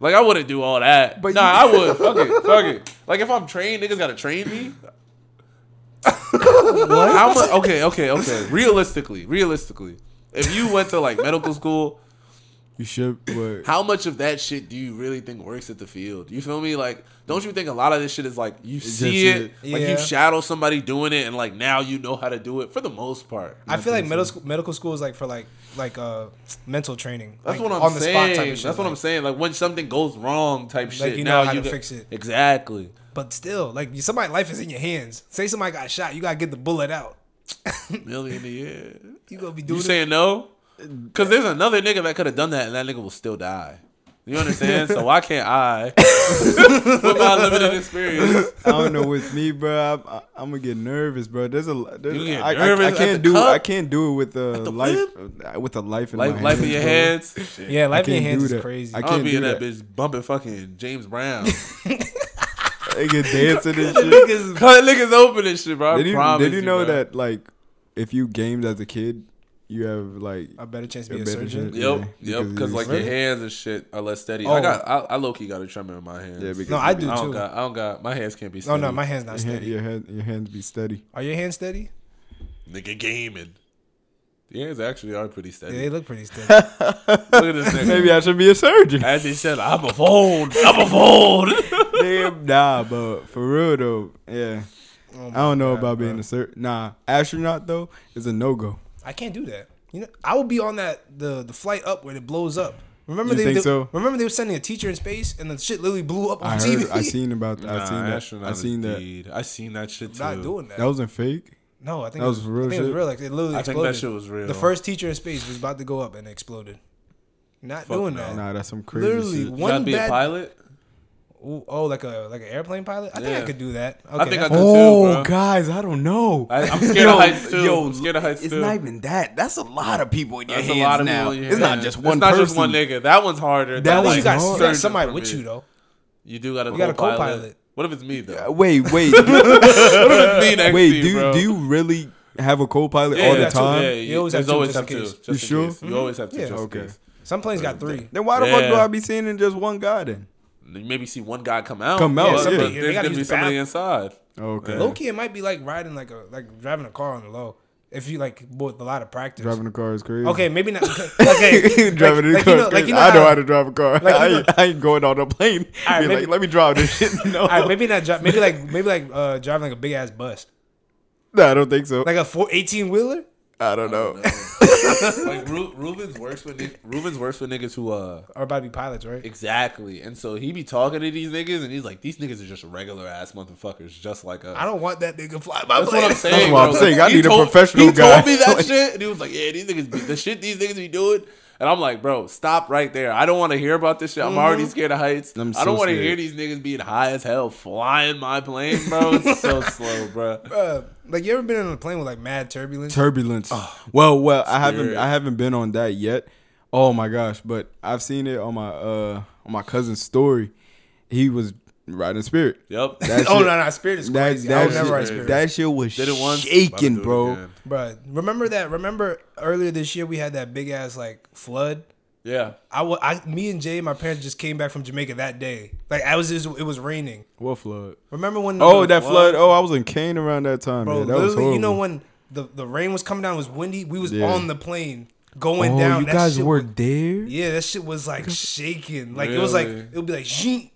S1: Like I wouldn't do all that. But
S3: But
S1: nah,
S3: you-
S1: I would. Fuck it. Fuck it. Like if I'm trained, niggas gotta train me. what? How much? Okay, okay, okay. Realistically, realistically, if you went to like medical school,
S3: you should. But
S1: how much of that shit do you really think works at the field? You feel me? Like, don't you think a lot of this shit is like you see
S3: just
S1: it,
S2: it.
S1: like
S2: Yeah.
S1: you shadow somebody doing it, and like now you know how to do it for the most part.
S2: I feel like medical school, medical school is like for like like uh mental training.
S1: That's
S2: like
S1: what I'm
S2: on the
S1: saying.
S2: spot type of shit.
S1: That's what I'm
S2: like.
S1: saying. Like when something goes wrong, type shit.
S2: you know
S1: now
S2: how
S1: you
S2: to
S1: got-
S2: fix it.
S1: Exactly.
S2: But still, like you- somebody's life is in your hands. Say somebody got shot, you gotta get the bullet out.
S1: Million a year.
S2: You gonna be
S1: You
S2: doing it.
S1: saying no?
S3: Uh,
S1: Because there's another nigga that could have done that, and that nigga will still die. You understand? so why can't I, with my limited experience,
S3: I don't know with me, bro. I, I, I'm gonna get nervous, bro. There's a lot- there's,
S1: You get
S3: I, I-
S1: nervous
S3: I,
S1: at
S3: can't
S1: the
S3: do I
S1: cup?
S3: can't do it with a
S1: the
S3: life uh, with a life in
S1: life,
S3: my
S1: life
S3: hands,
S1: in your
S3: bro.
S1: hands?
S2: Yeah, life in your
S3: can't
S2: hands
S3: do
S2: is
S3: that.
S2: crazy.
S3: I
S1: I will
S3: can't
S1: be
S3: do
S1: in that
S3: that.
S1: bitch bumping fucking James Brown.
S3: They get dancing and shit.
S1: Cut niggas open and shit, bro. I
S3: Did you,
S1: promise
S3: did you know
S1: bro.
S3: that like if you gamed as a kid, you have like
S2: a better chance to
S3: a
S2: be a
S3: better
S2: surgeon.
S3: chance.
S1: Yep,
S3: Yeah,
S1: yep.
S3: because
S1: Because
S3: you-
S1: like
S3: Really?
S1: your hands and shit are less steady.
S2: Oh.
S1: I got, I, I low key got a tremor in my hands.
S3: yeah because
S2: No, I do
S1: I don't
S2: too.
S1: got, I don't got. My hands can't be.
S2: No,
S1: Steady.
S2: no, my hand's not
S3: your, hand,
S2: steady.
S3: your hand your hands be steady.
S2: Are your hands steady?
S1: nigga gaming. The hands actually are pretty steady.
S2: Yeah, they look pretty steady.
S1: Look at this nigga.
S3: Maybe I should be a surgeon.
S1: As he said, I'm a fold. I'm a fold.
S3: Damn, nah, but for real though, yeah.
S1: Oh
S3: I don't know about being a sur. Nah, astronaut though is a no go.
S2: I can't do that. You know, I will be on that the the flight up where it blows up. Remember
S3: You
S2: they,
S3: think
S2: they-
S3: so?
S2: remember they were sending a teacher in space and the shit literally blew up on
S3: I
S2: TV.
S3: heard, I seen about, I seen that, I seen that.
S1: that. I seen that shit too.
S2: not doing that.
S3: That wasn't fake.
S2: no, I think
S3: that
S2: it
S3: was real
S2: I think it was
S3: shit.
S2: real. Like it literally
S1: I think
S2: exploded.
S1: that shit was real.
S2: The first teacher in space was about to go up and it exploded. Not doing
S1: no.
S2: that.
S3: Nah, that's some crazy
S2: Literally
S3: shit.
S1: Trying
S2: one
S1: to be a
S2: bad.
S1: pilot.
S2: Ooh, oh, like a like an airplane pilot. I think I
S1: Yeah.
S2: could do that. Okay,
S1: think I
S2: that's-
S1: could-
S3: Oh,
S1: bro.
S3: guys, I don't know.
S1: I, I'm scared of heights too. I'm scared of heights
S3: it's
S1: too.
S3: not even that. That's a lot of people in your
S1: That's a
S3: hands
S1: lot of
S3: now.
S1: people. in your
S3: it's not
S1: hands.
S3: just one
S1: It's not
S3: person.
S1: just one nigga. That one's harder.
S3: That
S1: That
S2: Unless
S1: one's
S2: you got, you got
S1: surgeon
S2: somebody
S1: for
S2: with
S1: me.
S2: you though.
S1: You do got a
S2: You got a
S1: co-pilot.
S2: co-pilot.
S1: What if it's me though?
S3: Uh, Wait, wait, wait.
S1: me next to you,
S3: do you,
S1: bro.
S3: do you really have a co-pilot
S1: Yeah,
S3: all
S1: yeah,
S3: the
S2: that's what-
S3: time?
S1: Yeah,
S2: You
S1: you always
S2: always have
S1: have,
S2: two
S1: always
S2: just
S1: have
S2: in
S1: to.
S2: case.
S1: Just in
S3: You
S1: case.
S3: sure?
S1: You always have to.
S2: Yeah.
S1: Just
S3: Okay.
S1: In case.
S2: Some planes got three.
S3: Then why the fuck do
S1: Yeah.
S3: I be seeing it just one guy then?
S1: You maybe see one guy come out.
S3: Come out,
S1: but
S3: yeah.
S1: There's
S2: They
S1: gonna
S2: gotta use
S1: be
S2: the
S1: somebody
S2: bath-
S1: inside.
S3: Okay.
S2: Low key, it might be like riding like a like driving a car on the low. If you like with a lot of practice.
S3: Driving a car is crazy.
S2: Okay, maybe not. Okay,
S3: driving a
S2: like, like,
S3: car
S2: you know, like
S3: is crazy.
S2: you know,
S3: I know how
S2: how,
S3: to drive a car.
S2: like, you
S3: I,
S2: know-
S3: ain't, I ain't going on a plane.
S2: Alright,
S3: Be
S2: maybe-
S3: like, let me drive this shit. No,
S2: All right, maybe not. Dri- maybe like maybe like uh, driving like a big ass bus,
S3: Nah, I don't think so.
S2: like a four, 18 wheeler.
S3: I don't know.
S1: like Ru- Ruben's works with ni- Ruben's works with niggas who uh
S2: Or about to be pilots, right?
S1: exactly, and so he be talking to these niggas, and he's like, these niggas are just regular ass motherfuckers, just like us.
S2: I don't want that nigga fly my
S1: That's what I'm
S2: plane.
S1: saying.
S3: That's what I'm
S1: bro.
S3: saying. I
S1: He
S3: need a
S1: told-
S3: professional
S1: he
S3: guy.
S1: told me that
S3: Like-
S1: shit, and he was like, "Yeah, these niggas, be, the shit these niggas be doing." And I'm like, "Bro, stop right there. I don't want to hear about this shit. I'm already scared of heights.
S3: I'm
S1: I don't
S3: so
S1: want to
S3: scared.
S1: hear these niggas being high as hell flying my plane, bro. It's so slow, bro.
S2: Uh, like you ever been on a plane with like mad turbulence?
S3: Turbulence. Ah, well, well, I haven't
S1: Spirit.
S3: I haven't been on that yet. Oh my gosh, but I've seen it on my uh on my cousin's story. He was riding Spirit.
S1: Yep.
S3: That
S2: oh
S3: shit-
S2: no, no, spirit is
S3: That,
S2: crazy. I
S3: that,
S2: would never ride
S3: shit,
S2: spirit.
S3: that shit was
S1: Did it once. About to
S3: shaking,
S1: do it
S3: bro.
S1: again.
S2: Bruh, remember that? Remember earlier this year we had that big ass like flood.
S1: Yeah.
S2: I, wa- I me and Jay, my parents just came back from Jamaica that day. Like I was, just, it was raining.
S3: What flood?
S2: Remember when?
S3: Oh,
S2: the-
S3: that flood. Oh, I was in Kane around that time.
S2: bro,
S3: yeah, that was
S2: literally,
S3: horrible.
S2: you know when the the rain was coming down, it was windy. We was
S3: Yeah.
S2: on the plane going
S3: oh,
S2: down.
S3: you
S2: That
S3: guys
S2: shit
S3: were
S2: was-
S3: there.
S2: yeah, that shit was like shaking. Like it was like
S1: Really?
S2: it would be like shink,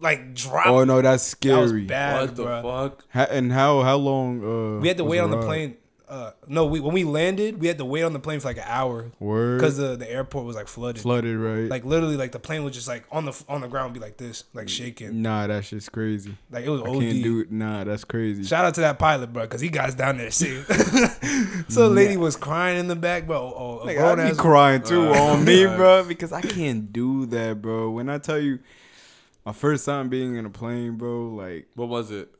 S2: like drop.
S3: Oh no, that's
S2: that was
S3: scary.
S2: bad,
S1: What the
S2: bruh.
S1: fuck?
S3: Ha- and how how long? Uh,
S2: We had to
S3: was
S2: wait
S3: the
S2: on the
S3: ride?
S2: plane uh, no, we when we landed, we had to wait on the plane for like an hour
S3: Word.
S2: because the, the airport was like flooded.
S3: flooded, right?
S2: Like literally, like the plane was just like on the on the ground, be like this, like shaking.
S3: nah, that shit's crazy.
S2: Like it was
S3: Mm. I can't
S2: OD.
S3: do it. Nah, that's crazy.
S2: Shout out to that pilot, bro, because he got us down there safe. so the lady was crying in the back, bro. Oh, a
S3: Like,
S2: grown
S3: I be
S2: ass-
S3: crying too
S2: Uh,
S3: on me,
S2: uh,
S3: bro, because I can't do that, bro. When I tell you, my first time being in a plane, bro, like
S1: What was it?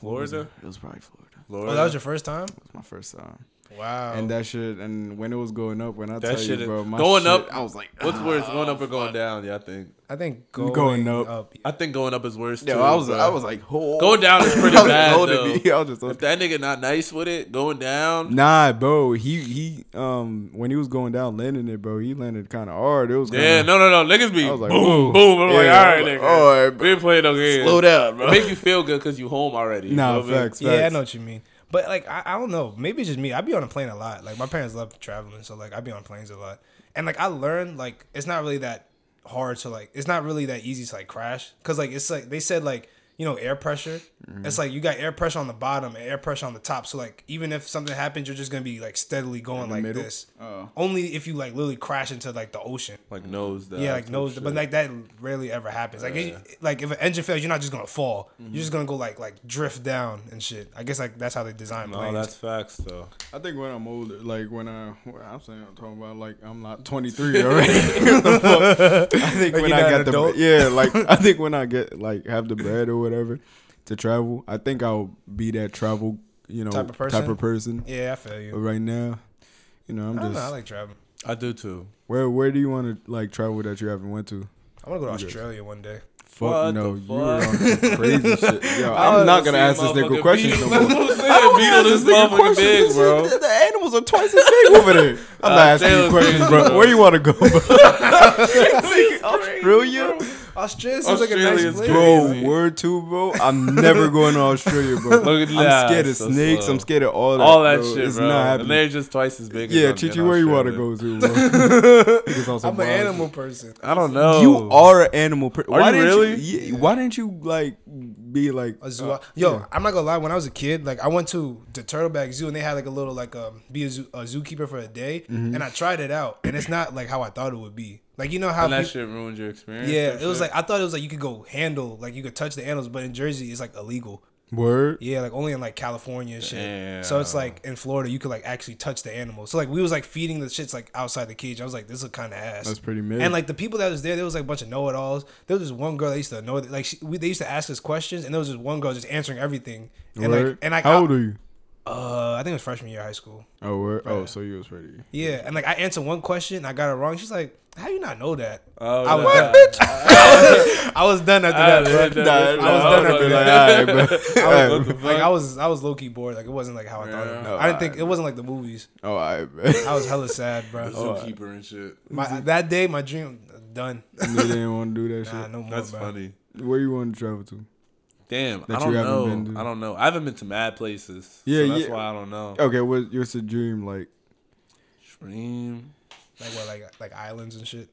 S1: Florida?
S3: it was probably Florida.
S1: Florida.
S2: Oh, that was your first time?
S3: It was my first time,
S2: Wow.
S3: and that shit, and when it was going up, when I
S1: Oh. That
S3: tell
S1: shit
S3: you,
S1: is-
S3: bro, my
S1: going
S3: shit,
S1: up-
S3: I was like, "Ah."
S1: What's worse, going up or going down? Yeah, I think.
S2: I think
S3: I'm
S2: going,
S3: going
S2: up.
S3: up.
S1: I think going up is worse.
S3: yo,
S1: too,
S3: I was,
S1: bro.
S3: I was like, oh.
S1: Go down is pretty
S3: I was
S1: bad,
S3: holding
S1: though.
S3: me. I was just
S1: If that nigga not nice with it, going down.
S3: Nah, bro. He he um when he was going down landing it, bro, he landed kind of hard. It was kinda,
S1: Yeah, no, no, no. Niggas be
S3: I was like,
S1: boom,
S3: whoa.
S1: boom. I'm like, all
S3: Yeah,
S1: right,
S3: I'm like,
S1: nigga.
S3: all right,
S1: we ain't playing no games.
S3: Slow down, bro.
S1: It make you feel good because you home already. you
S3: Nah,
S1: feel me?
S3: facts, facts.
S2: Yeah, I know what you mean. But like, I, I don't know. Maybe it's just me. I be on a plane a lot. Like my parents love traveling, so like I be on planes a lot. And like I learned, like it's not really that hard to like. It's not really that easy to like crash because like it's like they said like you know air pressure.
S3: Mm-hmm.
S2: It's like you got air pressure on the bottom and air pressure on the top. So like even if something happens, you're just gonna be like steadily going like
S3: middle?
S2: this.
S3: Oh.
S2: Only if you like literally crash into like the ocean.
S1: Like nose.
S2: Yeah, like nose, but like that rarely ever happens. Like, it, like if an engine fails, you're not just gonna fall. You're
S1: Mm-hmm.
S2: just gonna go like like drift down and shit. I guess like that's how they design
S1: Oh,
S2: planes.
S1: that's facts though.
S3: I think when I'm older, like when I, what I'm saying, I'm talking about like I'm not 23 already. What the fuck? I think
S2: Like,
S3: when
S2: you're
S3: I
S2: not an
S3: got the
S2: adult?
S3: yeah, like I think when I get like have the bread or whatever to travel, I think I'll be that travel, you know,
S2: Type of person?
S3: Type of person.
S2: yeah, I feel
S3: But
S2: you.
S3: right now, you know, I'm
S2: I
S3: just
S2: don't know. I like traveling.
S1: I do too.
S3: where where do you want to like travel that you haven't went to?
S2: I want to go to
S3: You good.
S2: Australia one day.
S3: Fuck
S1: What
S3: no,
S1: the
S3: you were on
S1: fuck?
S3: some crazy shit. Yo,
S1: I
S3: I'm not
S1: don't
S3: gonna ask
S1: see
S3: this
S1: a
S3: nigga
S1: motherfucking
S3: questions
S1: beetle.
S3: no more.
S1: That's what I'm saying. Beetle is motherfucking big, bro.
S3: The animals are twice as big over there. I'm
S2: Uh,
S3: not asking you
S1: Taylor's
S3: questions,
S1: crazy,
S3: bro.
S1: bro.
S3: Where you want to go, bro? Australia,
S2: Australia
S1: seems like a nice Australia's place. good.
S3: bro.
S1: Crazy.
S3: Word to bro. I'm never going to Australia, bro.
S1: Look at
S3: I'm
S1: that,
S3: scared of
S1: so
S3: snakes.
S1: slow.
S3: I'm scared of all that.
S1: All that
S3: bro.
S1: shit,
S3: It's
S1: bro.
S3: not
S1: and
S3: happening.
S1: they're just twice as big. as
S3: Yeah,
S1: them
S3: Chichi,
S1: in
S3: where you want to
S1: Australia.
S3: go to, bro? Niggas on some
S2: I'm an
S3: wild shit.
S2: animal person.
S1: I don't know.
S3: You are an animal person.
S1: Are
S3: why
S1: you
S3: didn't
S1: really?
S3: You, yeah, Why didn't you like be like
S2: A zoo.
S1: Uh,
S2: Yo, I'm not gonna lie. When I was a kid, like I went to the Turtleback Zoo and they had like a little like um be a, zoo, a zookeeper for a day,
S1: Mm-hmm.
S2: and I tried it out, and it's not like how I thought it would be. Like you know how
S1: And that
S2: peop-
S1: shit ruined your experience.
S2: Yeah,
S1: and
S2: it was
S1: shit?
S2: like I thought it was like you could go handle, like you could touch the animals, but in Jersey it's like illegal.
S3: word?
S2: Yeah, like only in like California and shit. So it's like in Florida you could like actually touch the animals. So like we was like feeding the shits like outside the cage. I was like, this is kind of ass.
S3: That's pretty mid.
S2: And like the people that was there, there was like a bunch of know it alls. There was this one girl that used to know that like she, we, they used to ask us questions, and there was this one girl just answering everything. And like
S3: Word?
S2: and like
S3: how
S2: I-
S3: old are you?
S2: Uh, I think it was freshman year of high school.
S3: Oh, word? oh, so you was pretty.
S2: Yeah, and like I answered one question, and I got it wrong. She's like, "How you not know that?"
S1: Oh,
S2: I was
S1: nah.
S2: done. I was done
S1: Ah,
S2: after that. bro.
S1: I, Oh,
S2: done after
S1: fucking- I
S3: that.
S1: was, what the
S2: Like
S1: fuck?
S2: I was, I was low key bored. Like it wasn't like how I thought. It
S1: Yeah.
S2: was.
S1: No,
S2: I didn't think it wasn't like the movies.
S3: Oh, I bet.
S2: I was hella sad, bro.
S1: zookeeper and shit.
S2: My, that day, my dream done.
S3: you didn't want to do that
S2: Nah,
S3: shit.
S2: no more,
S1: That's
S2: bro.
S1: funny.
S3: Where you want to travel to?
S1: Damn,
S3: That
S1: I
S3: you
S1: don't
S3: haven't
S1: know.
S3: been to.
S1: I don't know. I haven't been to mad places.
S3: Yeah,
S1: Yeah, so that's
S3: yeah. Oh.
S1: why I don't know.
S3: Okay, what, what's the dream like?
S1: Dream.
S2: Like what, like like islands and shit.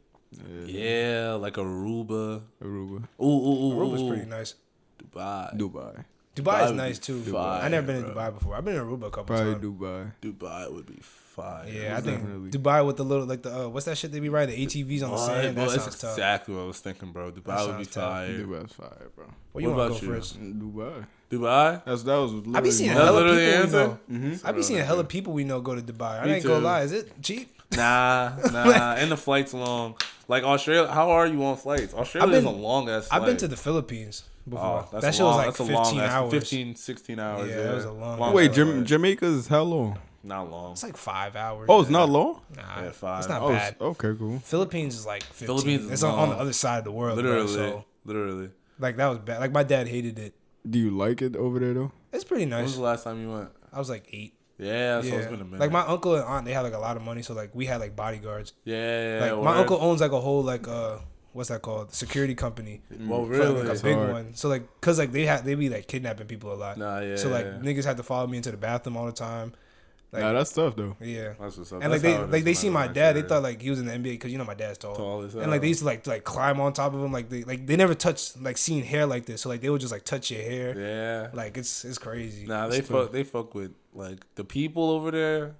S1: Yeah, like Aruba.
S3: Aruba,
S1: Ooh, ooh, ooh.
S2: Rome was
S1: ooh,
S2: pretty nice.
S1: Dubai.
S3: Dubai,
S2: Dubai
S1: Dubai
S2: is
S1: would
S2: nice
S1: be
S2: too.
S1: fire,
S2: I never been to
S1: bro.
S2: Dubai before. I've been to Aruba a couple
S3: probably
S2: times.
S3: Dubai.
S1: Dubai would be fire.
S2: Yeah, I think
S3: Definitely.
S2: Dubai with the little like the uh, what's that shit they be riding the ATVs on the
S1: Alright,
S2: sand.
S1: well,
S2: That
S1: that's
S2: sounds tough.
S1: exactly what I was thinking, bro. Dubai would be
S2: sounds tough.
S1: fire.
S3: Dubai's fire, bro.
S2: What you
S1: What
S2: want
S1: about
S2: to go
S1: you?
S2: first?
S3: Dubai.
S1: Dubai.
S3: That's that was.
S2: I
S3: literally
S2: be seeing
S3: my-
S1: That's
S2: hella people
S1: literally the
S2: we
S1: answer.
S2: know.
S1: Mm-hmm.
S2: I be seeing hella people we know go to Dubai. I
S1: Me
S2: ain't gonna
S1: too.
S2: lie. Is it cheap?
S1: Nah, nah. and the flight's long. Like Australia, how are you on flights? Australia
S2: been-
S1: is a long ass.
S2: I've been to the Philippines before.
S1: Oh, that's
S2: that
S1: a
S2: shit
S1: long,
S2: was like
S1: that's a
S2: 15
S1: long,
S2: hours.
S1: 15, 16 hours.
S2: Yeah,
S1: Yeah,
S2: that was a long-
S3: Wait,
S1: ass
S3: Jam-
S1: flight.
S3: Jamaica's how long?
S1: not long.
S2: It's like five hours.
S3: Oh, it's not long.
S2: Nah,
S1: Yeah,
S2: It's
S1: five.
S2: not
S3: Oh,
S2: bad.
S3: it's- okay, cool.
S2: Philippines is like 15.
S1: Philippines is
S2: It's on, on the
S1: long.
S2: other side of the world. Literally.
S1: Literally,
S2: so,
S1: literally.
S2: like, that was bad. Like, my dad hated it.
S3: Do you like it over there though?
S2: It's pretty
S1: When was
S2: nice.
S1: the last time you went?
S2: I was like eight.
S1: Yeah, so it's
S2: Yeah.
S1: been a minute.
S2: Like, my uncle and aunt, they had like a lot of money. So, like, we had like bodyguards.
S1: yeah, yeah,
S2: Like,
S1: yeah,
S2: my
S1: word.
S2: uncle owns like a whole, like, uh, what's that called? Security company.
S1: Well,
S2: For, like,
S1: really?
S2: a big
S3: hard.
S2: one. So, like, cause like they had, they be like kidnapping people a lot.
S1: Nah, yeah.
S2: So like
S1: yeah.
S2: niggas had to follow me into the bathroom all the time. Like,
S3: nah, that's tough though.
S2: yeah.
S1: That's what's up.
S2: And like
S1: That's
S2: they
S1: how it is
S2: like they
S1: no
S2: see
S1: matter
S2: my
S1: what
S2: dad, they
S1: shit
S2: thought like he was in the NBA because you know my dad's tall.
S1: Tall as
S2: and like
S1: hell.
S2: they used to like to, like climb on top of him. Like they like they never touched like seeing hair like this. So like they would just like touch your hair.
S1: it is. Yeah.
S2: Like it's it's crazy.
S1: Nah, they
S2: It's cool.
S1: fuck. They fuck with like the people over there.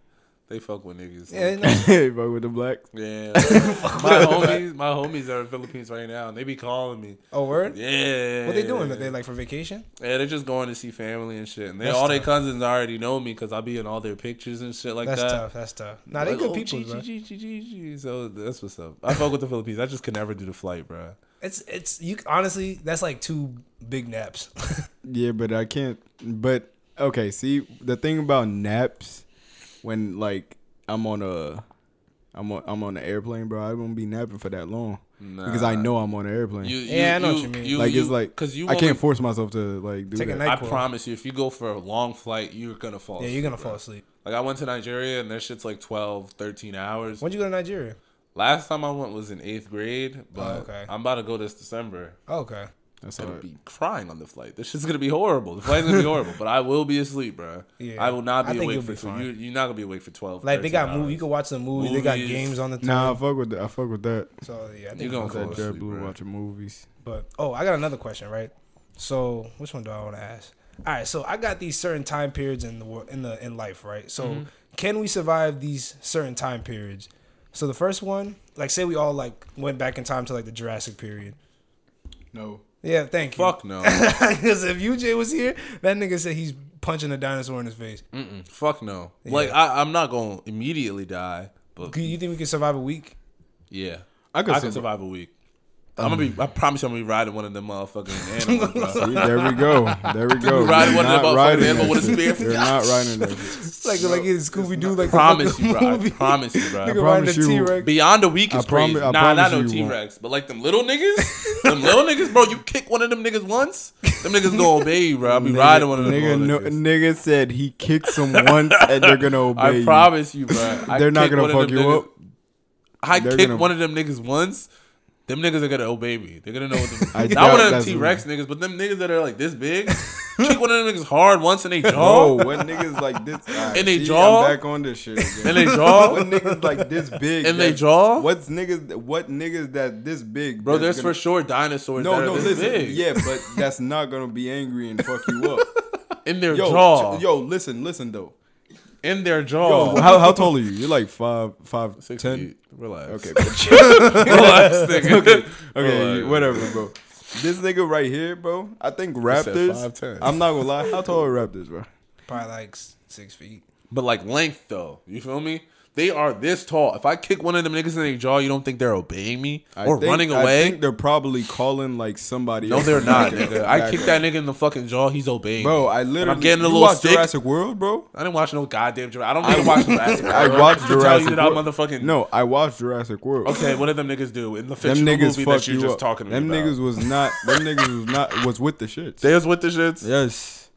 S1: They fuck with niggas.
S2: Yeah,
S1: like,
S2: no,
S3: Hey, fuck with the black.
S1: yeah. like, my homies, my homies are in Philippines right now, and they be calling me.
S2: oh word.
S1: Yeah.
S2: What they doing? They like for vacation?
S1: Yeah, they're just going to see family and shit. And they
S2: That's
S1: all their
S2: tough.
S1: cousins already know me because I be in all their pictures and shit like
S2: That's
S1: that.
S2: tough. That's tough. Nah, they
S1: Like,
S2: good
S1: oh,
S2: people,
S1: gee,
S2: bro.
S1: gee, gee, gee, gee. So that's what's up. I fuck with the Philippines. I just could never do the flight, bro.
S2: It's it's you honestly that's like two big naps.
S3: Yeah, but I can't. But okay, see the thing about naps when like I'm on a I'm on I'm on an airplane, bro. I won't be napping for that long because I
S1: Nah.
S3: know I'm on an airplane.
S1: You,
S2: Yeah, I know what you mean.
S3: like it's like
S1: because you
S3: I
S1: only-
S3: can't force myself to like do
S2: Take a
S3: that.
S2: night-
S1: I
S2: Nyquil.
S1: promise you, if you go for a long flight, you're gonna fall.
S2: yeah, you're
S1: asleep,
S2: gonna
S1: bro.
S2: fall asleep.
S1: Like I went to Nigeria and that shit's like 12, 13 hours.
S2: When'd you go to Nigeria?
S1: Last time I went was in eighth grade, but
S2: Oh, okay.
S1: I'm about to go this December.
S2: Oh, okay.
S3: That's
S1: I'm
S3: all
S1: gonna
S3: right.
S1: be crying on the flight. This shit's gonna be horrible. The flight's gonna be horrible, but I will be asleep, bro.
S2: Yeah.
S1: I will not
S2: I
S1: be
S2: think
S1: awake
S2: you'll
S1: for
S2: be
S1: so
S2: fine.
S1: you, you're not gonna be awake for twelve.
S2: Like they got
S1: 13
S2: movie. You can
S1: hours.
S2: watch the movie. They got
S1: Movies.
S2: games on the time.
S3: Nah, I fuck with that. I fuck with that.
S2: So yeah, I think
S1: You gonna
S3: that
S1: fall asleep,
S3: JetBlue
S1: bro.
S3: watching movies.
S2: But oh, I got another question, right? So which one do I want to ask? All right, so I got these certain time periods in the wor- in the in life, right? So
S1: Mm-hmm.
S2: can we survive these certain time periods? So the first one, like say we all like went back in time to like the Jurassic period.
S3: No.
S2: Yeah, thank you.
S1: Fuck no.
S2: Because if UJ was here, that nigga said he's punching a dinosaur in his face.
S1: Mm-mm. Fuck no. Like I, I'm not gonna immediately die, but
S2: Do you think we can survive a week?
S1: yeah,
S3: I could
S1: I can
S3: survive-
S1: survive a week. I'm gonna be. I promise you, I'm gonna be riding one of them motherfucking animals, bro.
S3: See, there we go. There we go.
S1: Riding
S3: You're
S1: one of them
S3: not
S1: motherfuckers
S3: riding
S1: in
S3: that
S1: with a
S3: shit.
S1: spear.
S3: You're not riding that. shit.
S2: Like like in Scooby Doo, like the
S1: promise
S2: fucking
S1: you, bro. I
S2: movie.
S1: promise you, bro.
S2: Nigga riding a
S3: promise you.
S2: T-Rex.
S1: Beyond a week
S3: I
S1: is
S3: promi-
S1: crazy.
S3: I
S1: nah, not
S3: promise
S1: no
S3: you
S1: T
S3: you
S1: Rex, but like them little niggas, them little niggas, bro. You kick one of them niggas once, them niggas go obey you, bro. I'll be riding one of them
S3: nigga,
S1: little
S3: no,
S1: niggas.
S3: nigga said he kicks him once and they're gonna obey.
S1: I
S3: you.
S1: promise you, bro. I
S3: They're not
S1: kick
S3: gonna
S1: one of
S3: fuck
S1: them
S3: you
S1: niggas-
S3: up.
S1: I
S3: They're
S1: kick
S3: gonna-
S1: one of them niggas once. Them niggas are gonna obey me. They're gonna know what them,
S3: I
S1: not
S3: doubt
S1: one of them
S3: that's
S1: T Rex niggas, but them niggas that are like this big. kick one of them niggas hard once in they jaw,
S3: No, when niggas like this, Alright,
S1: And they
S3: see,
S1: draw?
S3: I'm back on this shit. Again.
S1: in they jaw,
S3: What niggas like this big?
S1: And they
S3: that's-
S1: draw?
S3: What's niggas? What niggas that this big?
S1: bro.
S3: that's
S1: There's
S3: gonna-
S1: for sure dinosaurs.
S3: No,
S1: that are
S3: no,
S1: this
S3: listen.
S1: big
S3: Yeah, but that's not gonna be angry and fuck you up.
S1: in their
S3: Yo,
S1: jaw,
S3: t- yo, listen, listen though.
S1: in their jaw.
S3: Yo, how, how tall are you? You're like five, five,
S1: Six
S3: ten.
S1: feet. Relax.
S3: Okay,
S1: Relax, nigga.
S3: Okay,
S1: Relax.
S3: whatever, bro. This nigga right here, bro. I think
S1: said
S3: Raptors.
S1: 5'10".
S3: I'm not gonna lie. How tall are Raptors, bro?
S2: Probably like s- six feet.
S1: But like length though, you feel me? They are this tall. If I kick one of them niggas in their jaw, you don't think they're obeying me
S3: I
S1: or
S3: think-
S1: running
S3: I
S1: away?
S3: think they're probably calling like somebody.
S1: no,
S3: else.
S1: they're not,
S3: Back
S1: nigga.
S3: up,
S1: I
S3: back
S1: kicked
S3: up.
S1: that nigga in the fucking jaw. He's obeying.
S3: Bro,
S1: me.
S3: I
S1: When
S3: literally.
S1: I'm getting a
S3: you
S1: little
S3: watch
S1: stick.
S3: Jurassic World, bro.
S1: I didn't watch no goddamn Jurassic. I don't need to watch Jurassic.
S3: I
S1: bro.
S3: watched
S1: To
S3: Jurassic
S1: Tell you
S3: World.
S1: that I motherfucking
S3: No, I watched Jurassic World.
S1: Okay, what did them niggas do in the
S3: Them
S1: fictional
S3: niggas
S1: movie that
S3: fucked
S1: you
S3: you
S1: just
S3: up.
S1: talking to me
S3: Them
S1: about?
S3: niggas was not. Them niggas was not. Was with the shits.
S1: They was with the shits.
S3: yes.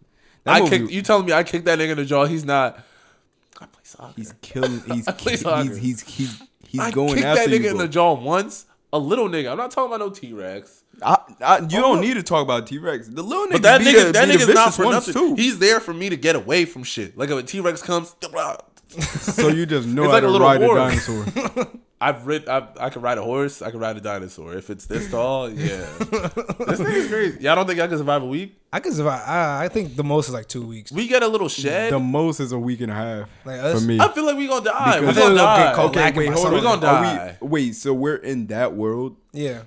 S3: That
S1: I
S3: movie-
S1: kicked. You telling me I kicked that nigga in the jaw? He's not. I play soccer.
S3: He's killing. He's
S1: play
S3: he's
S1: soccer.
S3: he's he's he's, he's
S1: I
S3: going
S1: kicked that
S3: after
S1: nigga
S3: you.
S1: in
S3: Bro.
S1: the jaw once. A little nigga. I'm not talking about no T Rex.
S3: I, I, you don't need to talk about T Rex. The little nigga.
S1: Oh. But that
S3: be
S1: nigga,
S3: the,
S1: that
S3: be the
S1: nigga's not
S3: vicious
S1: for
S3: ones,
S1: nothing.
S3: Too.
S1: He's there for me to get away from shit. Like if a T Rex comes,
S3: so you just know
S1: It's
S3: how
S1: like
S3: to
S1: a little
S3: ride
S1: war.
S3: a dinosaur.
S1: I've rid. I, I can ride a horse. I can ride a dinosaur. If it's this tall, yeah. this nigga's crazy. Y'all don't think I can survive a week?
S2: I could survive. I, I think the most is like two weeks.
S1: We get a little shed.
S3: the most is a week and a half
S2: Like us?
S3: for me.
S1: I feel like we gonna die.
S3: Because-
S1: we gonna
S2: I feel like we'll
S1: die.
S2: get caught
S1: Okay,
S2: lacking by
S1: We
S2: something.
S1: gonna
S3: Are we-
S1: die.
S3: wait, so we're in that world.
S2: Yeah,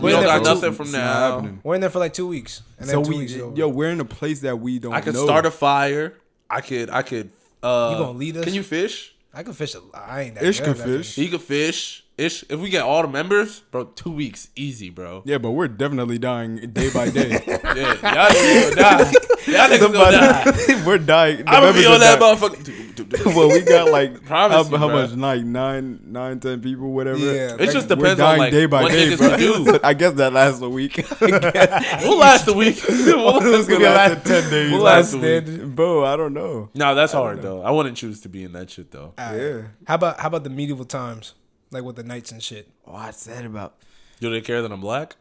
S1: We
S2: don't
S3: Yeah,
S2: got
S3: bro.
S1: nothing from
S3: It's not
S1: now.
S3: happening.
S2: we're in there for like two weeks, and
S3: So
S2: then two
S3: we,
S2: weeks is over.
S3: yo, we're in a place that we don't.
S1: I could
S3: know.
S1: start a fire. I could. I could. Uh,
S2: You gonna lead us?
S1: Can you fish?
S2: I can fish a lot. I ain't that
S3: Ish
S2: good
S3: can
S2: at that.
S3: fish.
S1: He could fish. Ish. If we get all the members, bro, two weeks easy, bro.
S3: Yeah, but we're definitely dying day by day.
S1: Yeah, y'all niggas gonna die. Y'all niggas gonna die.
S3: we're dying. The
S1: I'm gonna
S3: members
S1: be
S3: are
S1: on that
S3: dying.
S1: motherfucker. Dude, dude, dude.
S3: Well, we got like how,
S1: Promise you,
S3: how
S1: bro.
S3: much? Like nine, nine, ten people, whatever.
S2: Yeah,
S1: It just
S3: We're
S1: depends on
S3: dying
S1: like
S3: day by
S1: what
S3: day,
S1: niggas
S3: bro.
S1: can do.
S3: I guess that lasts a week.
S1: We'll last a week. We'll last
S3: It's
S1: a
S3: gonna
S1: week.
S3: last in ten days.
S1: We'll last a
S2: Standard.
S1: week.
S3: Bro, I don't know. Ah.
S1: No, that's hard though. I wouldn't choose to be in that shit though.
S2: All right.
S3: Yeah.
S2: How about how about the medieval times, like with the knights and shit?
S3: Oh, I said about
S1: Do they care that I'm black?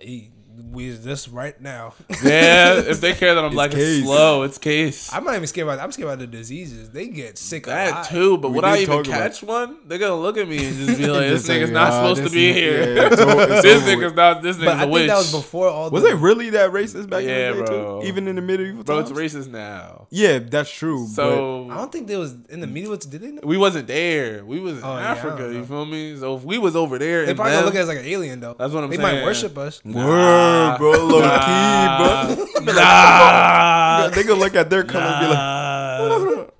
S2: He, we is this right now.
S1: Yeah, if they care that I'm black, it's
S3: Case.
S1: slow. It's case.
S2: I'm not even scared about. I'm scared about the diseases. They get sick a
S1: that
S2: lot.
S1: too, but
S3: We
S1: would I
S3: did
S1: even
S3: talk about-
S1: catch one? They're gonna look at me and just be like,
S3: Just
S1: "This nigga's
S3: say,
S1: not
S3: "Ah,
S1: supposed to
S3: this
S1: be
S3: nigga-
S1: here.
S3: yeah, it's over- it's
S1: this
S3: over with."
S1: nigga's not. This
S2: But
S1: nigga's
S2: I
S1: a
S2: think
S1: witch."
S2: that was before all.
S3: Was
S2: the,
S3: it really that racist back
S1: Yeah,
S3: in the day
S1: bro.
S3: too? Even in the medieval
S1: Bro, it's
S3: times.
S1: racist now.
S3: yeah, that's true. So
S1: So
S2: I don't think there was in the media. What did they? Know?
S1: we wasn't there. We was in
S2: Oh, yeah, I don't
S1: Africa.
S2: know.
S1: You feel me? So if we was over there,
S2: They
S1: and
S2: probably
S1: them,
S2: gonna look at us like an alien though.
S1: That's what I'm
S2: they They
S1: saying.
S2: might worship us.
S3: but, word, bro, low key, bro.
S1: nah, nah.
S3: they could look at their color and be like,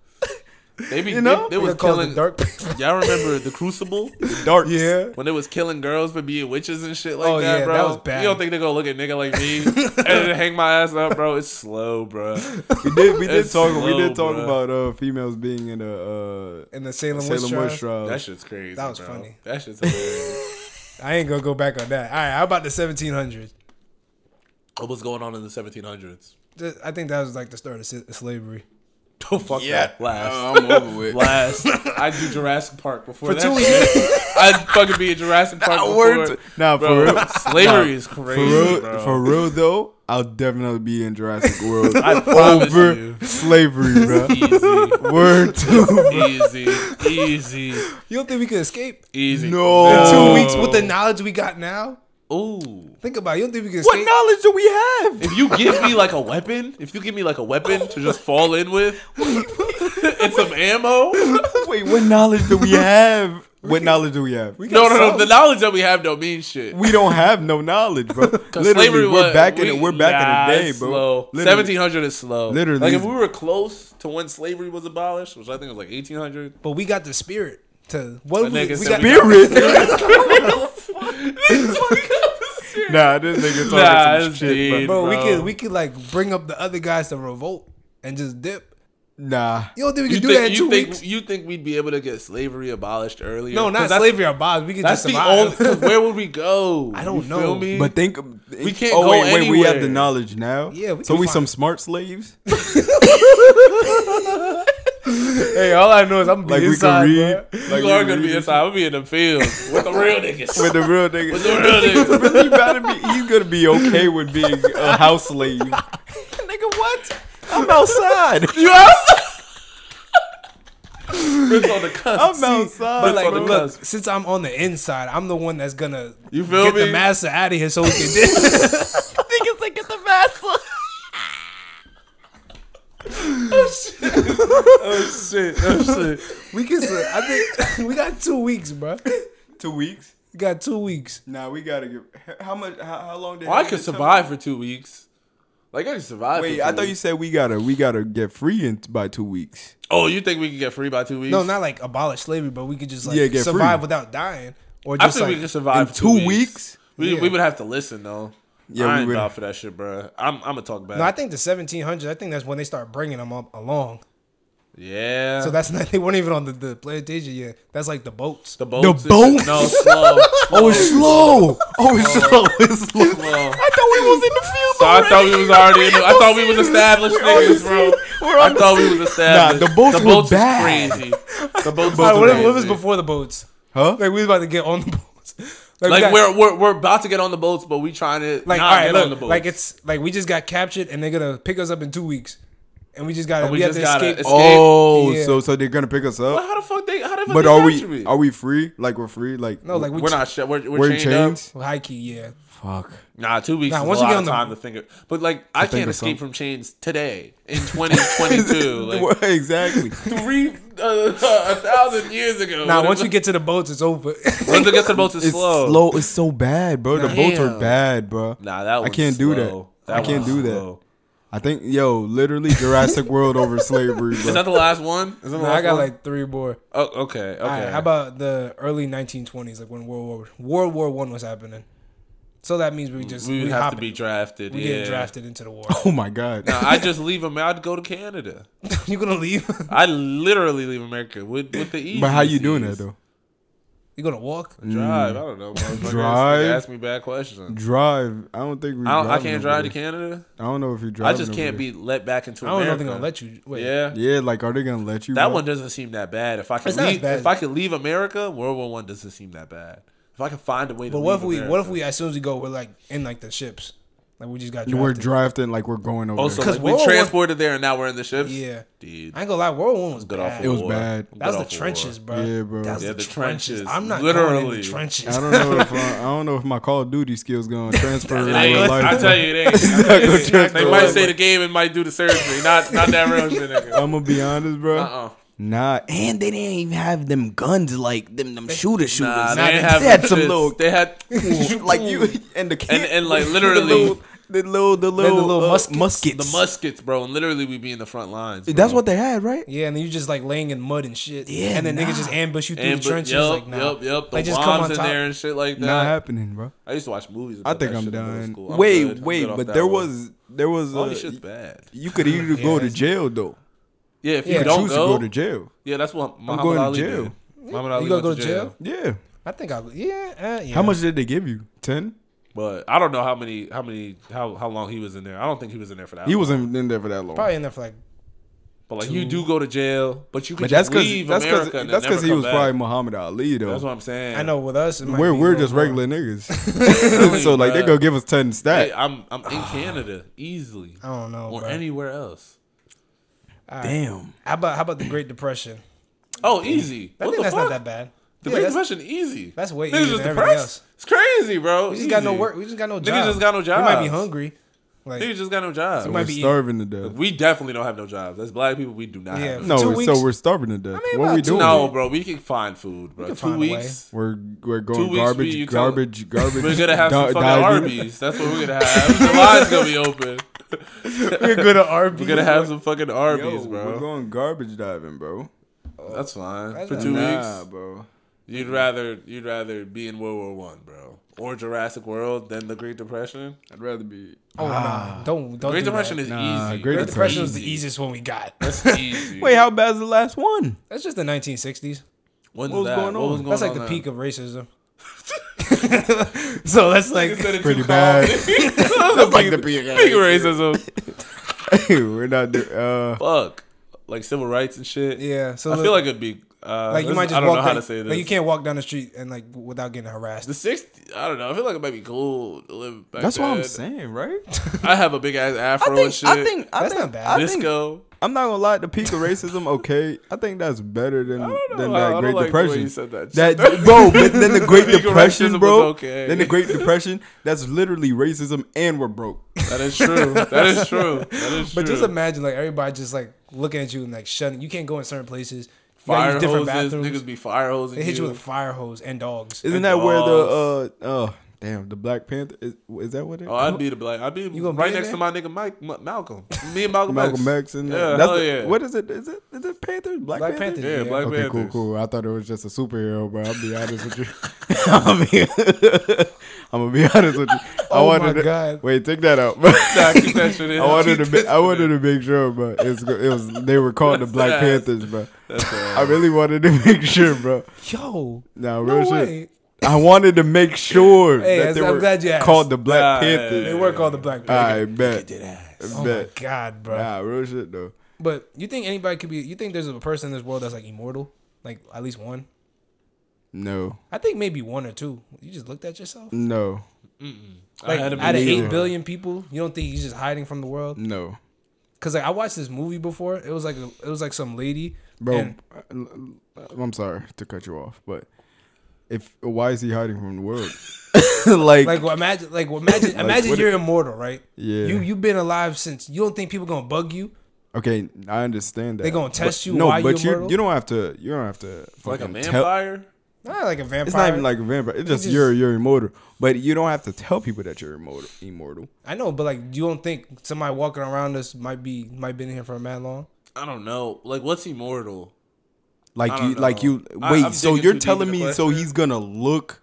S1: They be
S3: You know?
S1: they, they
S2: They
S1: was
S2: gonna call
S1: killing.
S2: it the dark people.
S1: Y'all remember the Crucible?
S3: dark.
S2: yeah.
S1: When they was killing girls for being witches and shit like
S2: Oh,
S1: that,
S2: yeah,
S1: bro.
S2: that was bad.
S1: You don't think they gonna look at nigga like me and hang my ass up, bro? It's slow, bro.
S3: we did. We did
S1: It's
S3: talk. we
S1: slow,
S3: did talk
S1: bruh.
S3: about uh, females being in a uh,
S2: In the Salem,
S3: Salem
S2: witch trial.
S3: witch trial.
S1: That shit's crazy.
S2: That was
S1: bro.
S2: funny.
S1: That shit's hilarious.
S2: I ain't gonna go back on that. All right. How about the 1700s?
S1: what was going on in the 1700s?
S2: Th- I think that was like the start of si- slavery.
S1: Don't fuck that. Last.
S3: Uh, I'm over with.
S1: Last, I do Jurassic Park before
S2: For
S1: that.
S2: two
S1: shit. I'd fucking be in Jurassic Park
S3: Nah,
S1: before.
S3: word to- nah, for
S1: bro,
S3: real.
S1: slavery is
S3: For
S1: crazy,
S3: real,
S1: bro.
S3: for real though, I'll definitely be in Jurassic World
S1: I promise
S3: over
S1: you.
S3: slavery, bro.
S1: Easy,
S3: Word to
S1: easy, easy,
S2: You don't think we could escape
S1: easy.
S3: No.
S2: in
S3: Oh.
S2: two weeks with the knowledge we got now?
S1: Ooh.
S2: Think about. it. You don't think we could
S3: what
S2: escape?
S3: knowledge do we have?
S1: If you give me like a weapon, if you give me like a weapon to just fall in with, and some ammo.
S3: Wait, what knowledge do we have? What knowledge do we have? We,
S1: No, no, no. The knowledge that we have don't mean shit.
S3: don't have no knowledge, bro. Literally,
S1: slavery
S3: we're
S1: was-
S3: back
S1: we-
S3: in it. We're back
S1: nah,
S3: in the
S1: it's
S3: day, bro.
S1: Slow.
S3: Literally.
S1: Seventeen hundred is slow.
S3: Literally.
S1: like if we were close to when slavery was abolished, which I think was like eighteen hundred.
S2: But we got the spirit to what if we,
S1: nigga
S2: we
S1: said
S2: got.
S1: we
S3: Spirit.
S1: nah,
S3: nah, this nigga talking some
S1: it's
S3: shit, bro.
S1: deep,
S2: bro, we
S1: bro.
S2: could we could like bring up the other guys to revolt and just dip.
S3: Nah.
S2: You don't think we
S1: You
S2: could do
S1: think,
S2: that in
S1: you
S2: two
S1: think
S2: weeks?
S1: you think we'd be able to get slavery abolished earlier?
S2: No,
S1: 'Cause
S2: not
S1: that's,
S2: slavery or bonds. We could
S1: That's
S2: just
S1: the
S2: survive.
S1: only. 'cause Where would we go?
S2: I don't
S1: You
S2: know.
S1: Feel me?
S3: But think
S1: We can't
S3: Oh
S1: go
S3: wait, wait, we have
S1: anywhere.
S3: the knowledge now.
S2: Yeah, we
S3: so
S2: can
S3: we
S2: find-
S3: some smart slaves.
S2: hey, all I know is I'm
S3: Like we can read. Like
S1: you
S3: we
S1: are
S3: can
S1: gonna be
S3: read.
S1: inside. I'm gonna be in the field with the real niggas.
S3: with the real nigga.
S1: With the real niggas.
S3: Really better be, he's gonna be okay with being a house slave. nigga, what? I'm outside.
S1: you outside. Fritz on the cusp.
S3: I'm
S1: See,
S3: outside.
S1: Fritz
S2: But like,
S1: on the
S2: look,
S1: cusp.
S2: since I'm on the inside, I'm the one that's gonna
S1: You feel
S2: get
S1: me?
S2: the master out of here so we can dip.
S4: Niggas like get the mask on.
S1: Oh shit. Oh shit.
S2: We can. sur- uh, I think we got two weeks, bro.
S3: Two weeks.
S2: We got two weeks.
S3: Nah, we gotta get. How much? How, how long did?
S1: Well, Oh, I could survive for two weeks. Like I could survive. for
S3: Wait,
S1: two
S3: I thought you
S1: weeks.
S3: said we gotta we gotta get free in, by two weeks.
S1: Oh, you think we could get free by two weeks?
S2: No, not like abolish slavery, but we could just like
S3: Yeah, get
S2: survive
S3: free.
S2: without dying, or
S1: I
S2: just
S1: think
S2: like
S1: we could survive
S3: in
S1: for
S3: two weeks?
S1: We,
S2: Yeah.
S1: we would have to listen though.
S3: Yeah,
S1: I
S3: we
S1: ain't
S3: would-
S1: down for that shit, bro. I'm I'm gonna talk back.
S2: No, I think the 1700s. I think that's when they start bringing them up along.
S1: yeah.
S2: So that's not they weren't even on the, the plantation yet. That's like the boats.
S1: the boats.
S3: The
S1: and shit. No, slow.
S3: Oh, it's slow. Oh, it's slow. It's slow.
S1: slow.
S3: I thought we was in the field.
S1: So I thought we was already. In the, I thought we was established niggas, bro.
S3: We're
S1: I thought we was established.
S3: Nah, the boats
S1: the
S3: were
S1: boats is
S3: bad.
S1: crazy. The boats
S2: All right,
S1: was
S2: what, if-
S1: crazy.
S2: what was before the boats?
S3: Huh?
S2: Like we was about to get on the boats. Like, we
S1: Like
S2: got-
S1: we're, we're we're about to get on the boats, but we trying to
S2: like
S1: not
S2: all right,
S1: get
S2: look,
S1: on the boats.
S2: like it's like we just got captured and they're gonna pick us up in two weeks, and we just gotta
S1: And
S2: we,
S1: we
S2: have
S1: just
S2: to
S1: gotta
S2: escape.
S1: escape.
S3: Oh,
S2: Yeah.
S3: so so they're gonna pick us
S1: Well,
S3: up.
S1: how the fuck they? How the fuck
S3: But
S1: they
S3: are
S1: capture
S3: we
S1: me?
S3: are we free? Like we're free? Like
S2: No, like we
S1: We're not. Sh- we're we're,
S3: we're in
S1: chained up.
S3: chains.
S2: high key, yeah.
S3: Fuck.
S1: Nah, two weeks
S2: Nah,
S1: is
S2: once
S1: a
S2: you
S1: lot
S2: get
S1: of
S2: on the-
S1: time to think. Of, but like, I
S3: think
S1: can't
S3: of
S1: escape
S3: something.
S1: from chains today in 2022. like
S3: Well, exactly.
S1: three uh, a thousand years ago.
S2: Now
S1: What
S2: once
S1: if-
S2: you get to the boats, it's over.
S1: once it gets to the boats, it's,
S3: It's
S1: slow.
S3: slow. It's so bad, bro. The boats
S1: Damn.
S3: are bad, bro.
S1: Nah, that
S3: I
S1: one's
S3: can't do that.
S1: slow.
S3: I can't
S1: one's
S3: do that.
S1: slow.
S3: I think yo, literally Jurassic World over slavery,
S1: Is that
S3: bro.
S1: the last one? Is that the
S2: Nah,
S1: last
S2: I got
S1: one?
S2: like three more.
S1: Oh, okay, okay.
S2: All right, how about the early 1920s, like when World War World War One was happening? So that means we just
S1: we
S2: we,
S1: would have to
S2: hopping-
S1: be drafted.
S2: we
S1: yeah.
S2: getting drafted into the war.
S3: Oh my god.
S1: Nah, I just leave America. I'd go to Canada.
S2: you gonna leave?
S1: I literally leave America with with the easy.
S3: But how you doing that though?
S2: you gonna walk?
S1: Drive. I don't know. motherfuckers.
S3: Drive?
S1: They Ask me bad questions.
S3: Drive. I don't think we.
S1: I, don't, I
S3: driving
S1: can't
S3: over
S1: drive to
S3: there.
S1: Canada.
S3: I don't know if you
S1: I
S3: drive.
S1: just can't be let back into
S2: I don't
S1: America.
S2: know if they're gonna let you. Wait,
S1: Yeah.
S3: Yeah, like are they gonna let you?
S1: That
S3: bro?
S1: one doesn't seem that bad. If I can
S2: It's not as
S1: leave,
S2: bad.
S1: if I could leave America, World War One doesn't seem that bad. If I could find a way to.
S2: But what
S1: leave
S2: if we?
S1: America.
S2: What if we? As soon as we go, we're like in like the ships. Like we just got
S3: We're
S2: drafted.
S3: drafting like we're going over.
S1: Also,
S3: there.
S2: Because
S1: like, we
S2: World War-
S1: transported there and now we're in the ships.
S2: yeah,
S1: Dude.
S2: I ain't gonna lie. World War One was
S1: Good
S2: bad.
S1: awful
S3: It was
S1: war.
S3: bad.
S1: Good
S2: That was the
S1: awful war.
S2: trenches, bro.
S3: Yeah, bro.
S2: That was
S1: Yeah,
S2: the,
S1: the
S2: trenches.
S1: trenches.
S2: I'm not going in
S1: Literally.
S2: the trenches.
S3: I don't know if uh, I, I don't know if my Call of Duty skills gonna transfer to
S1: It
S3: real
S1: ain't,
S3: life.
S1: I tell you, it ain't.
S3: It's not gonna
S1: they might say the game and might do the surgery. Not not that real shit, nigga.
S2: Um,
S3: I'm gonna be honest, bro.
S1: Uh-uh.
S3: Nah, and they didn't even have them guns like them them shooter shooters.
S1: Nah, they
S3: Nah,
S1: didn't have
S3: had
S1: them
S3: some
S1: shits.
S3: little
S1: They had
S3: like you and the
S1: and
S3: kid-
S1: and like
S3: the
S1: literally
S3: little the little the little,
S2: little
S3: uh,
S2: muskets.
S1: the
S3: muskets.
S1: muskets, bro. And literally, we be in the front lines. Bro.
S3: That's what they had, right?
S2: Yeah, and then you just like laying in mud and shit.
S3: Yeah,
S2: and then
S3: nah.
S2: niggas just ambush you through
S1: And
S2: the
S1: but,
S2: trenches.
S1: yep,
S2: like, nah.
S1: yep, yep. The
S2: Like, just
S1: bombs
S2: come on
S1: in
S2: top.
S1: there and shit like that.
S3: Not happening, bro.
S1: I used to watch movies.
S3: I
S1: about
S3: think
S1: that
S3: I'm
S1: shit in middle
S3: done.
S1: school. I'm
S3: wait,
S1: good. I'm
S3: wait,
S1: good off
S3: but
S1: that
S3: there
S1: one.
S3: was there was
S1: all
S3: uh,
S1: this shit's bad.
S3: you could either go to jail though.
S1: Yeah, if you
S2: Yeah.
S1: don't
S3: Choose
S1: go,
S3: to go to jail.
S1: yeah, that's what Muhammad
S3: going to
S1: Ali
S3: jail.
S1: did. Muhammad Ali
S2: You gonna
S1: went
S2: go to jail?
S3: Yeah.
S2: I think I. Yeah, uh, yeah.
S3: How much did they give you? Ten.
S1: But I don't know how many, how many, how how long he was in there. I don't think he was in there for that.
S3: He
S1: long.
S3: wasn't in there for that long.
S2: Probably in there for like.
S1: But like, you do go to jail, but you can
S3: But that's
S1: just
S3: because
S1: leave
S3: that's
S1: America.
S3: because
S1: and
S3: that's
S1: never
S3: because he
S1: come
S3: was
S1: back.
S3: probably Muhammad Ali though.
S1: That's what I'm saying.
S2: I know with us, it might
S3: we're
S2: be
S3: we're
S2: World
S3: just
S2: War.
S3: regular niggas. so like they
S1: bruh.
S3: gonna give us ten stat.
S1: Hey, I'm I'm in Canada easily.
S2: I don't know.
S1: or
S2: bro.
S1: anywhere else.
S3: Damn.
S2: how about how about the Great Depression?
S1: Oh, easy.
S2: I
S1: what
S2: think
S1: the
S2: that's
S1: fuck?
S2: not that bad.
S1: The
S2: Yeah,
S1: Great
S2: that's-
S1: Depression, easy.
S2: that's way
S1: Niggas
S2: easier
S1: just
S2: than everything
S1: depressed.
S2: else.
S1: It's crazy, bro.
S2: We just got no
S1: Easy.
S2: work. We just got no
S1: Niggas
S2: job.
S1: just got no
S2: We might be
S1: jobs.
S2: hungry. Like
S1: Niggas just got no jobs.
S2: So
S3: We're
S2: might be-
S3: starving to death.
S1: we definitely don't have no jobs. As black people, we do not.
S2: Yeah.
S1: Have no.
S3: No,
S2: Two
S3: so
S2: weeks-
S3: we're starving to death.
S2: mean,
S3: what
S2: about
S3: we
S2: two
S3: doing?
S1: no, bro. We can find food, bro.
S2: can
S1: Two
S2: find a
S1: weeks.
S3: We're we're
S1: Two
S3: going
S1: weeks,
S3: garbage,
S1: we- you tell-
S3: garbage, garbage.
S1: We're gonna have some
S3: di-
S1: fucking
S3: diabetes.
S1: Arby's. That's what we're gonna have. The line's gonna be open.
S2: we're good at RB.
S1: We're gonna have some fucking Arby's,
S3: Yo, We're
S1: bro.
S3: going garbage diving, bro.
S1: That's fine. For
S2: not-
S1: two
S3: nah,
S1: weeks,
S3: bro.
S1: you'd rather you'd rather be in World War One, bro, or Jurassic World than the Great Depression.
S3: I'd rather be.
S2: Oh no! Don't don't.
S1: Ah. Great
S2: do that.
S1: Depression is
S3: Nah,
S1: easy.
S3: Great
S2: Great Depression was
S1: is
S2: the easiest one we got.
S1: That's easy.
S3: Wait, how bad's the last one?
S2: That's just the 1960s.
S1: When's
S3: what was
S1: that?
S3: going
S1: What
S3: on?
S1: was going
S2: That's like
S1: on
S2: the
S1: then?
S2: peak of racism. so that's like
S1: Instead of
S3: Pretty
S1: two
S3: bad.
S1: colonies.
S3: like the big
S1: peak racism.
S3: we're not. do- Uh,
S1: Fuck, like civil rights and shit.
S2: yeah. So
S1: I
S2: the-
S1: feel like it'd be uh,
S2: like you
S1: this
S2: might
S1: is-
S2: just
S1: I don't
S2: walk
S1: know how
S2: down-
S1: to say this.
S2: Like you can't walk down the street and like without getting harassed.
S1: The sixth, I don't know. I feel like it might be cool to live back.
S3: that's what I'm
S1: then.
S3: saying, right?
S1: I have a big ass afro and shit.
S3: I think. I
S2: That's
S3: think,
S2: not bad.
S3: I think,
S1: disco.
S3: I'm not gonna lie. The peak of racism, okay. I think that's better than
S1: don't know.
S3: than
S1: I- I
S3: that
S1: don't
S3: Great
S1: like the way
S3: Depression.
S1: you said that.
S3: bro, but then the Great
S1: Peak of
S3: Depression,
S1: racism
S3: bro.
S1: was okay.
S3: Then the Great Depression. That's literally racism, and we're broke.
S1: that is true. That is true. That is true.
S2: But just imagine like everybody just like looking at you and like shutting. You can't go in certain places. You
S1: fire
S2: gotta use different
S1: hoses.
S2: bathrooms.
S1: Niggas be fire hosing.
S2: They hit you with a fire hose and dogs.
S3: Isn't
S1: And
S3: that where
S1: dogs.
S3: the uh uh damn the Black Panther is, is that what it?
S1: Oh, I'd be the black. I'd be
S2: gonna
S1: right
S2: be in
S1: next
S2: there?
S1: to my nigga Mike Ma- Malcolm. Me and Malcolm.
S3: Malcolm
S1: X.
S3: X and
S1: Yeah,
S3: that's
S1: hell
S3: the-
S1: yeah.
S3: what is it? Is it is it Panther? Black,
S2: Black
S3: Panther.
S2: Panther.
S1: Yeah, Black
S3: Okay,
S1: Panthers.
S3: cool, cool. I thought it was just a superhero, bro. I'll be honest with you. I mean, I'm gonna be honest with you. I
S2: Oh
S3: wanted
S2: my
S3: to,
S2: God.
S3: Wait, take that out, bro.
S1: Nah, keep that shit in.
S3: I wanted
S1: Keep
S3: to make,
S1: that
S3: I
S1: shit
S3: wanted
S1: in.
S3: to make sure, bro. It's go- it was they were called the Black
S1: ass.
S3: Panthers, bro.
S1: That's all.
S3: I really wanted to make sure, bro.
S2: Yo,
S3: Nah,
S2: no
S3: real shit.
S2: way.
S3: I wanted to make sure
S2: Hey,
S3: that they
S2: I'm
S3: were
S2: glad you asked.
S3: called the Black
S1: Nah,
S3: Panthers.
S2: They were called the Black Panther.
S3: I bet.
S2: Oh my
S3: bet.
S2: god, bro.
S3: Nah, real shit though.
S2: But you think anybody could be? You think there's a person in this world that's like immortal? Like at least one?
S3: No,
S2: I think maybe one or two. You just looked at yourself.
S3: no,
S2: Like
S1: had
S2: out of
S1: to
S2: eight
S1: believe
S2: billion
S1: it.
S2: people, you don't think he's just hiding from the world?
S3: no,
S2: Cause like I watched this movie before. It was like a, it was like some lady.
S3: bro. uh,
S2: and-
S3: I'm sorry to cut you off, but if why is he hiding from the world? like,
S2: like well, imagine like well, imagine imagine
S3: what
S2: you're immortal, right?
S3: Yeah.
S2: You you've been alive since. You don't think people gonna bug you?
S3: okay, I understand that
S2: They gonna
S3: but-
S2: test you
S3: No,
S2: while
S3: but
S2: you're
S3: you
S2: immortal?
S3: you don't have to. You don't have to
S1: Like a
S3: fucking tell-
S1: vampire.
S2: Not like a vampire.
S3: It's not even like a vampire. It's just,
S2: just-
S3: you're you're immortal, but you don't have to tell people that you're immortal. Immortal.
S2: I know, but like you don't think somebody walking around us might be might been here for a mad long?
S1: I don't know. Like, what's immortal? I
S3: Like
S1: don't
S3: you, like you.
S1: know. I-
S3: Wait,
S1: I'm
S3: so
S1: digging
S3: you're
S1: too deep
S3: telling
S1: in the
S3: me so
S1: question.
S3: he's gonna look,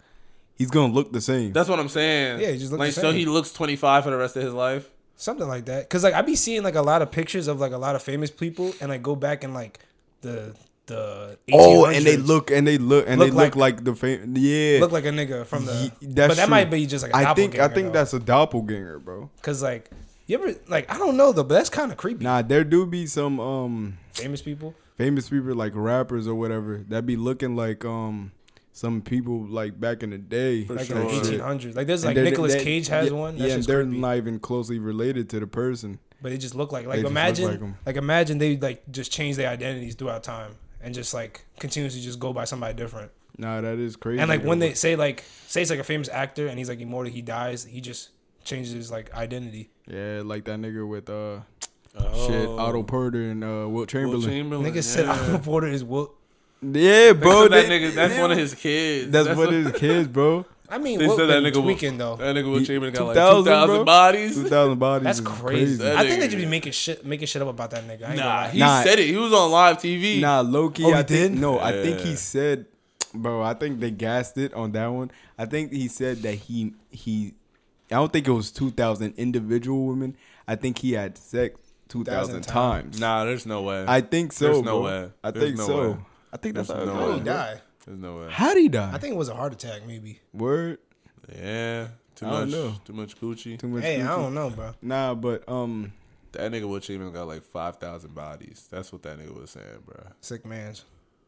S3: he's gonna look the same.
S1: That's what I'm saying.
S2: Yeah, he just looked
S1: like
S2: the
S1: so
S2: same.
S1: he looks 25 for the rest of his life.
S2: Something like that. Cause like I be seeing like a lot of pictures of like a lot of famous people, and I go back and like the the
S3: Oh, and they
S2: 1800s
S3: look and they look and
S2: Look
S3: they look
S2: like-
S3: like, the fam- yeah.
S2: look like a nigga from the.
S3: Ye- that's
S2: Uh, but that
S3: true.
S2: might be just like a
S3: I think I
S2: doppelganger,
S3: think
S2: though.
S3: that's a doppelganger, bro.
S2: Cause like you ever like I don't know though, but that's kind of creepy.
S3: Nah, there do be some um
S2: Famous people.
S3: famous people like rappers or whatever that be looking like um some people like back in the day.
S1: For
S2: Like
S1: sure.
S2: in the
S3: and shit.
S2: 1800s. Like there's
S3: And
S2: like
S3: they're-
S2: Nicolas
S3: they're-
S2: Cage has
S3: yeah,
S2: one. That's
S3: Yeah,
S2: yeah,
S3: and
S2: just
S3: they're
S2: creepy.
S3: not even closely related to the person.
S2: but it just look like like
S3: just look
S2: imagine
S3: like
S2: like,
S3: 'em.
S2: imagine they like just change their identities throughout time and just like continuously just go by somebody different.
S3: Nah, that is crazy.
S2: And like when
S3: though.
S2: they say like say it's like a famous actor and he's like immortal, he dies, he just changes his like identity.
S3: yeah, like that nigga with uh shit,
S2: Oh.
S1: Oh,
S3: Otto Porter and uh Wilt
S1: Will
S3: Chamberlain.
S1: Chamberlain.
S2: Nigga said Otto Porter is Wilt.
S3: yeah, bro,
S1: Bro, that
S3: they-
S1: nigga, that's
S3: they-
S1: one of his kids.
S3: That's,
S1: what
S3: what his kids, bro.
S2: I mean,
S1: They
S2: Wilt
S1: said that
S2: been
S1: nigga Wilt.
S2: tweaking though.
S1: That nigga Will
S3: He-
S1: Chamberlain got like
S3: 2000, bro.
S1: 2,000 bodies.
S3: Two thousand bodies.
S2: That's
S3: is
S2: crazy.
S1: That
S2: I think
S1: nigga-
S2: they should be making shit making shit up about that nigga. I ain't
S1: Nah, he
S2: he,
S3: Nah.
S1: said it. He was on live TV.
S3: Nah, Loki.
S2: Oh, he
S3: I think,
S2: did?
S3: No, I think he
S1: Yeah.
S3: said, bro. I think they gassed it on that one. I think he said that he he. I don't think it was two thousand individual women. I think he had sex two thousand
S2: 2,000
S3: times.
S1: Nah, there's no way.
S3: I think so.
S1: There's no
S3: bro.
S1: way.
S3: I
S1: There's
S3: think
S1: no
S3: so.
S1: way.
S3: I think that's
S1: There's
S3: how
S1: no
S3: no
S1: way.
S3: it goes.
S2: die.
S1: there's no way.
S3: How'd he die?
S2: I think it was a heart attack maybe.
S3: Word.
S1: Yeah, too
S3: I don't
S1: much.
S3: know.
S1: Too much Gucci.
S3: Too much.
S2: Hey, I
S3: Gucci.
S2: don't know, bro.
S3: Nah, but um,
S1: That nigga Will Chamberlain got like five thousand bodies. That's what that nigga was saying, bro.
S2: Sick man's.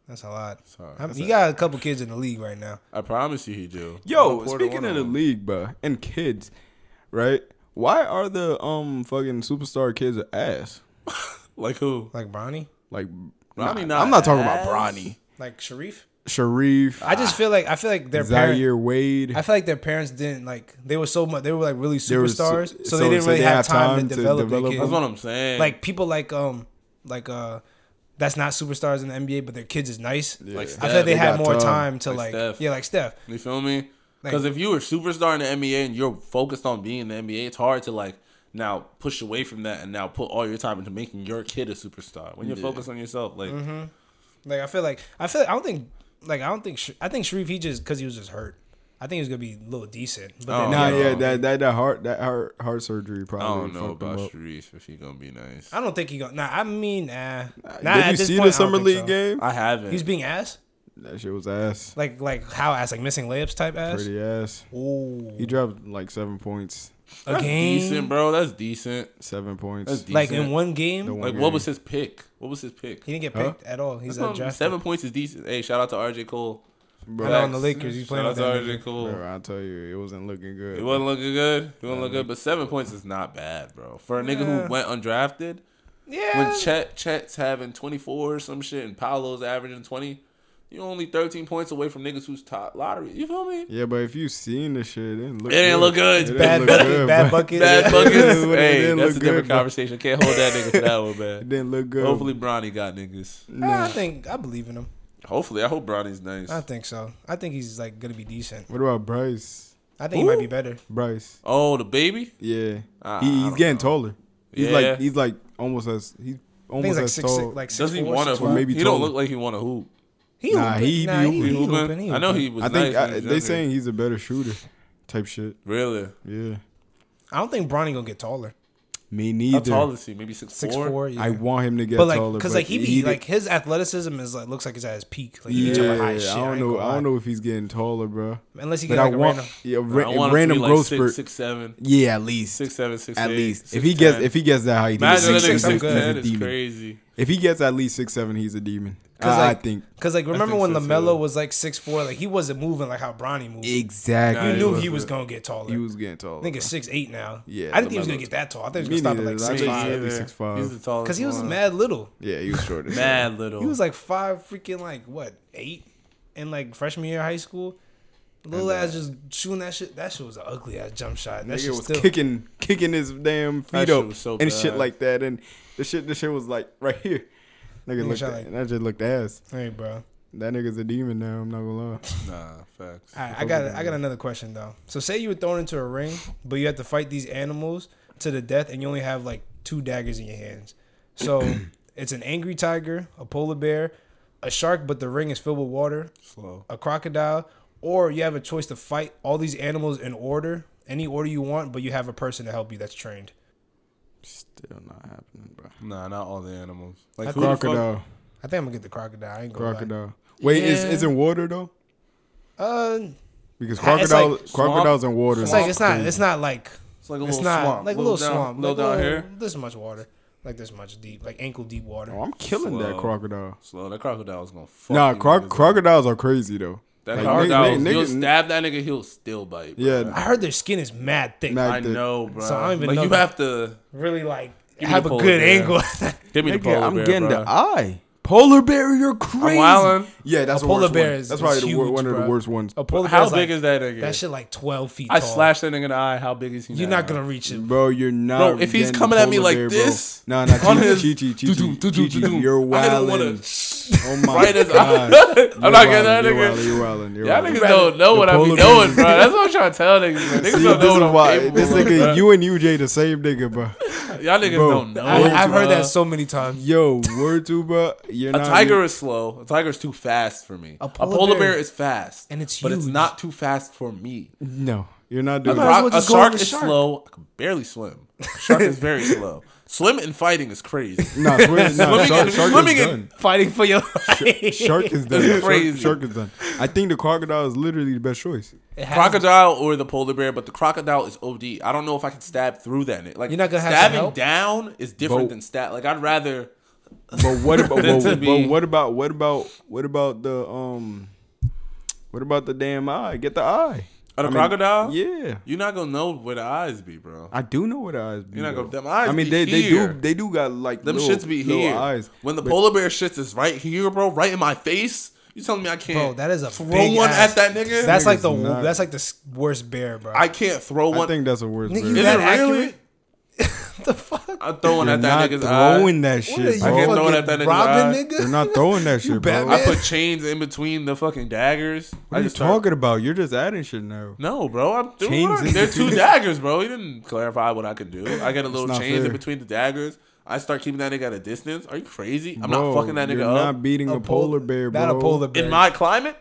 S2: That's a lot.
S1: Sorry.
S2: I mean, he got a couple kids in the league right now.
S1: I promise you, he do.
S3: yo,
S1: Otto Porter,
S3: speaking
S1: one
S3: of the
S1: them.
S3: league, bro, and kids, right? Why are the um fucking superstar kids ass?
S1: like who?
S2: Like Bronny,
S3: Like,
S1: Bronny
S3: nah,
S1: not
S3: I'm not talking about
S1: ass.
S3: Bronny.
S2: like Sharif.
S3: Sharif.
S2: I just feel like I feel like their parents.
S3: Zaire Wade.
S2: I feel like their parents didn't like they were so much. They were like really
S3: They were so-
S2: superstars, so,
S3: so-
S2: they didn't
S3: so
S2: really
S3: they
S2: have
S3: have
S2: time,
S3: time
S2: to
S3: to
S2: develop,
S3: develop
S2: their
S1: That's
S2: kids.
S1: what I'm saying.
S2: Like people like um like uh that's not superstars in the NBA, but their kids is nice.
S1: like
S2: I
S1: Steph,
S2: feel like they,
S3: They
S2: had
S3: got
S2: more
S3: time.
S2: time to
S1: Like
S2: like,
S1: Steph.
S2: yeah like Steph.
S1: You feel me?
S2: Like-
S1: Because if you were a superstar in the NBA and you're focused on being in the NBA, it's hard to like now push away from that and now put all your time into making your kid a superstar when you're focused on yourself. Like
S2: Mm-hmm. Like I feel like I feel like, I don't think like I don't think Sh- I think Sharif he just because he was just hurt. I think he was gonna be a little decent. But
S1: Oh,
S2: then,
S3: nah,
S1: no.
S3: yeah, that that that heart that heart heart surgery
S1: I
S3: probably.
S1: don't know
S3: fucked him
S1: about
S3: up.
S1: Sharif if he's gonna be nice.
S2: I don't think he gonna. Nah, I mean, nah. nah
S3: Did
S2: at
S3: you
S2: this point,
S3: see the
S2: I don't
S3: summer
S2: think
S3: league
S2: so.
S3: game?
S1: I haven't.
S2: He's being ass.
S3: That shit was ass.
S2: Like like how ass like missing layups type ass.
S3: Pretty ass.
S2: Ooh,
S3: He dropped like seven points.
S2: a
S1: That's
S2: game
S1: decent, bro. That's decent.
S3: Seven
S1: That's
S3: points.
S1: decent.
S2: like in one game
S3: The one
S1: Like
S3: game.
S1: what was his pick? What was his pick?
S2: he didn't get
S3: Huh?
S2: picked at all. He's
S1: That's what I'm-
S2: undrafted.
S1: seven points is decent. Hey, shout out to RJ Cole.
S2: I
S3: bro,
S2: know on the Lakers he's playing with
S1: Shout out
S2: that
S1: to RJ
S2: nigga.
S1: Cole.
S3: bro, I tell you, it wasn't looking good.
S1: It wasn't looking good. It wasn't looking good, but seven points is not bad, bro. For a nigga
S2: Yeah.
S1: who went undrafted,
S2: Yeah,
S1: when Chet Chet's having twenty four or some shit, and Paolo's averaging twenty, you only thirteen points away from niggas who's top lottery. You feel me?
S3: Yeah, but if you seen the shit, it didn't look.
S1: It didn't look good. It's
S3: It didn't
S2: bad
S3: look
S2: bucket,
S3: good,
S2: bad
S3: bro.
S2: bucket.
S1: Bad buckets.
S3: didn't
S1: hey,
S3: look
S1: that's a
S3: good,
S1: different
S3: bro.
S1: conversation. Can't hold that nigga for that one,
S3: It
S1: man.
S3: didn't look good.
S1: Hopefully Bronny got niggas.
S2: Nah, I think I believe in him.
S1: Hopefully, I hope Bronny's nice.
S2: I think so. I think he's like gonna be decent.
S3: What about Bryce?
S2: I think he might be better.
S3: Bryce.
S1: Oh, the baby.
S3: Yeah.
S1: Ah, I
S3: he, he's
S1: don't
S3: getting
S1: know.
S3: taller. He's
S1: Yeah.
S3: like he's like almost as he's
S2: I
S3: almost
S2: think he's like
S3: as
S2: six,
S3: tall.
S2: six, like six.
S1: Does he
S2: four,
S1: want
S2: six
S1: to
S2: five.
S1: hoop?
S3: maybe
S1: He don't
S3: taller.
S1: look like he want to hoop.
S2: He
S3: Nah,
S2: hooping.
S3: he-
S2: nah,
S3: he
S2: he,
S3: hooping.
S1: He
S2: he
S1: hooping?
S2: hooping. He
S1: I know
S2: hooping.
S1: he was.
S3: I
S1: nice
S3: think
S1: when
S3: I-
S1: he was
S3: they
S1: younger.
S3: saying he's a better shooter, type shit.
S1: really.
S3: Yeah.
S2: I don't think Bronny gonna get taller.
S3: Me
S1: How
S3: neither.
S1: tall is he? Maybe six,
S2: Six four. yeah.
S3: I want him to get
S2: but like,
S3: taller.
S2: cause
S3: but
S2: like he be
S3: did-
S2: like his athleticism is like looks like it's at his peak. Like he
S3: yeah,
S2: can jump high as shit.
S3: I don't
S2: ain't
S3: know.
S2: gonna
S3: I
S2: lie.
S3: don't know if he's getting taller, bro.
S2: Unless he
S3: But
S2: get
S3: I
S2: like a
S3: want
S2: random.
S3: yeah,
S1: I
S3: ra-
S1: want him to
S3: random
S1: be like
S3: growth
S1: six,
S3: spurt.
S1: six, seven.
S3: yeah, at least.
S1: Six seven, six
S3: at
S1: eight,
S3: least
S1: six
S3: if he gets
S1: ten.
S3: if he gets that height, he's a
S1: imagine
S3: six,
S1: that nigga
S3: six,
S1: six
S2: six,
S3: he's
S1: ten
S3: a
S1: is
S3: demon.
S1: crazy.
S3: If he gets at least six seven, he's a demon. I,
S2: 'Cause,
S3: I
S2: like-
S3: think
S2: Cause like remember
S1: think
S2: when
S1: so, too.
S2: Lamelo was like six four, like he wasn't moving like how Bronny moved.
S3: exactly.
S2: you
S1: he
S2: knew
S1: was
S2: he was gonna get taller.
S3: he was getting taller.
S2: Nigga six eight now.
S3: Yeah,
S2: I didn't think he was
S3: Lamelo-
S2: gonna get that tall. I thought he
S3: Me
S2: was gonna stop
S3: neither.
S2: at like
S3: That's
S2: six
S3: why-
S2: five.
S3: at least six five.
S1: He's the tallest.
S2: Cause he was
S1: one.
S2: mad little.
S3: Yeah, he was short. as shit.
S1: mad little.
S2: He was like five freaking like what eight in like freshman year of high school. Little ass just shooting that shit. That shit was an ugly ass jump shot. That
S3: Nigga
S2: shit
S3: was
S2: still.
S3: kicking, kicking his damn feet
S1: shit
S3: up
S1: was so
S3: and shit
S1: bad.
S3: like that, and the shit, the shit was like right here. Nigga, looked
S2: shot
S3: at,
S2: like-
S3: that just looked ass.
S2: Hey, bro.
S3: That nigga's a demon now. I'm not gonna lie.
S1: nah, facts.
S2: All right, I got I got another question though. So say you were thrown into a ring, but you have to fight these animals to the death, and you only have like two daggers in your hands. So it's an angry tiger, a polar bear, a shark, but the ring is filled with water,
S1: Slow.
S2: a crocodile, or you have a choice to fight all these animals in order, any order you want, but you have a person to help you that's trained.
S3: Still not happening, bro.
S1: Nah, not all the animals. Like who the fuck-
S3: Crocodile,
S2: I think I'm gonna get the crocodile. I ain't gonna crocodile.
S3: crocodile. Wait, is
S1: Yeah.
S3: it's in water though?
S2: Uh,
S3: Because
S2: Ha- it's
S3: crocodile,
S2: like
S3: crocodiles in water.
S2: it's
S3: is
S2: like it's not
S3: crazy.
S2: it's not like
S1: It's like a
S2: it's
S1: little
S2: not
S1: swamp.
S2: like a little
S1: down-
S2: swamp,
S1: Little
S2: like
S1: down
S2: little-
S1: here.
S2: this much water, like this much deep, like ankle deep water.
S3: Oh, I'm killing that
S1: Slow.
S3: crocodile.
S1: Slow. That crocodile's gonna fuck.
S3: Nah,
S1: you
S3: croc
S1: niggas up.
S3: crocodiles are crazy though.
S1: That
S3: Like,
S1: hard
S3: nigga-
S1: dollars.
S3: nigga-
S1: You'll
S3: nigga-
S1: stab that nigga, he'll still bite. bro.
S2: I
S3: Yeah,
S2: heard their skin is mad thick.
S3: Mad.
S1: I
S3: did.
S1: know, bro.
S2: So I don't even
S1: like
S2: know
S1: you
S2: that.
S1: have to
S2: Really like
S1: me
S2: have
S1: the
S2: a
S1: polar
S2: good
S1: bear.
S2: angle.
S1: give me the polar
S3: Nigga, I'm
S1: bear,
S3: getting
S1: bro.
S3: the eye. Polar bear, you're crazy.
S1: wildin'.
S3: Yeah, that's
S2: A
S3: the worst
S2: polar bear
S3: one.
S2: is-
S3: That's probably
S2: is
S3: the wor-
S2: huge,
S3: one of
S2: bruh.
S3: the worst ones.
S2: a polar
S1: How
S2: bear's
S1: big
S2: like,
S1: is that nigga?
S2: that shit? Like twelve feet.
S1: I
S2: tall.
S1: slashed that nigga in the eye. How big is he?
S2: You're
S1: now?
S2: not gonna reach it.
S3: Bro, you're not.
S1: Bro, if he's
S3: getting
S1: coming at me
S3: polar
S1: like
S3: bear, bro.
S1: this,
S3: nah, nah,
S1: on
S3: Chi-
S1: his-
S3: Chi- Chi- Chi-
S1: Doo-doo,
S3: Chi-
S1: doo-doo,
S3: Chi-
S1: doo-doo.
S3: you're
S1: I didn't wanna-
S3: wildin'. Oh my
S1: Right as-
S3: god,
S1: I'm not getting that
S3: You're wildin',
S1: nigga.
S3: You're wildin', you're
S1: Y'all
S3: wildin'.
S1: niggas don't know
S2: the
S1: what I be
S2: polar bear.
S1: doing, bro. That's what I'm trying to tell niggas. man. Niggas
S3: See,
S1: don't
S3: this
S1: know
S3: is
S1: what I'm
S3: why
S1: capable
S3: this
S1: of,
S3: nigga,
S1: bruh.
S3: you and UJ the same nigga, bro.
S1: Y'all niggas
S3: Bro,
S1: don't know.
S2: I, I've heard
S1: bruh.
S2: that so many times.
S3: Yo, word to bro, you're
S1: A
S3: not.
S1: tiger is slow. A tiger is too fast for me. A polar, bear, is fast,
S2: and it's
S1: but it's
S2: huge.
S1: not too fast for me.
S3: No, you're not
S1: A,
S3: doing.
S2: might as
S3: That.
S1: rock-
S2: well
S1: a
S2: just go
S1: shark
S2: with the
S1: is
S2: shark.
S1: slow. I can barely swim. A Shark is very slow. Swimming and fighting is crazy.
S3: Nah, swear, nah,
S1: Swimming
S3: shark,
S1: in-
S3: shark
S1: swimming
S3: is
S1: in-
S3: done.
S2: Fighting for your life.
S3: Shark is done.
S1: That's
S3: Shark-
S1: crazy.
S3: Shark is done. I think the crocodile is literally the best choice.
S2: It has-
S1: crocodile or the polar bear, but the crocodile is OD. I don't know if I can stab through that. ni- Like
S2: You're not gonna have some
S1: stabbing
S2: help?
S1: down is different
S3: Bo-
S1: than stab. Like I'd rather
S3: But what about
S1: Then to
S3: but, but
S1: be-
S3: what about what about what about the um what about the damn eye? Get the eye.
S1: a
S3: I mean,
S1: crocodile.
S3: Yeah.
S1: you're not gonna know where the eyes be, bro.
S3: I do know what the eyes be.
S1: You're not
S3: though.
S1: gonna- them eyes
S3: I mean
S1: be
S3: they they
S1: here.
S3: do they do got like
S1: Them
S3: little,
S1: shits be
S3: little
S1: here.
S3: eyes.
S1: When the
S3: But
S1: polar bear shits is right here, bro, right in my face. You telling me I can't?
S2: Bro, that is a
S1: throw
S2: big
S1: one
S2: ass-
S1: at that nigga.
S2: That's like the
S3: Niggas not-
S2: that's like the s- worst bear, bro.
S1: I can't throw
S3: I
S1: one.
S3: think that's the worst.
S2: Nigga,
S3: bear.
S2: you
S1: is
S2: that
S1: it really?
S2: accurate? the fuck?
S1: I'm throwing
S3: You're
S1: at that
S3: not
S1: nigga's eye.
S3: throwing that
S2: What are
S3: shit,
S2: you
S1: I can't throw
S3: bro.
S2: fucking
S1: it at that nigga's
S2: Robin,
S1: eye.
S2: nigga?
S3: You're not throwing that shit, bro.
S2: Batman?
S1: I
S3: What
S1: put chains in between the fucking daggers. I
S3: are you
S1: just start-
S3: talking about? You're just adding shit now.
S1: No, bro, I'm doing
S3: Chains
S1: what I-
S3: in
S1: They're two
S3: between.
S1: daggers, bro. He didn't clarify what I could do. I got a little
S3: not
S1: chains
S3: fair.
S1: in between the daggers. I start keeping that nigga at a distance. Are you crazy? I'm
S3: Bro,
S1: not fucking that nigga
S3: you're
S1: up.
S3: Not beating a,
S2: A pol-
S3: polar bear, bro.
S2: Not a polar bear.
S1: in my climate,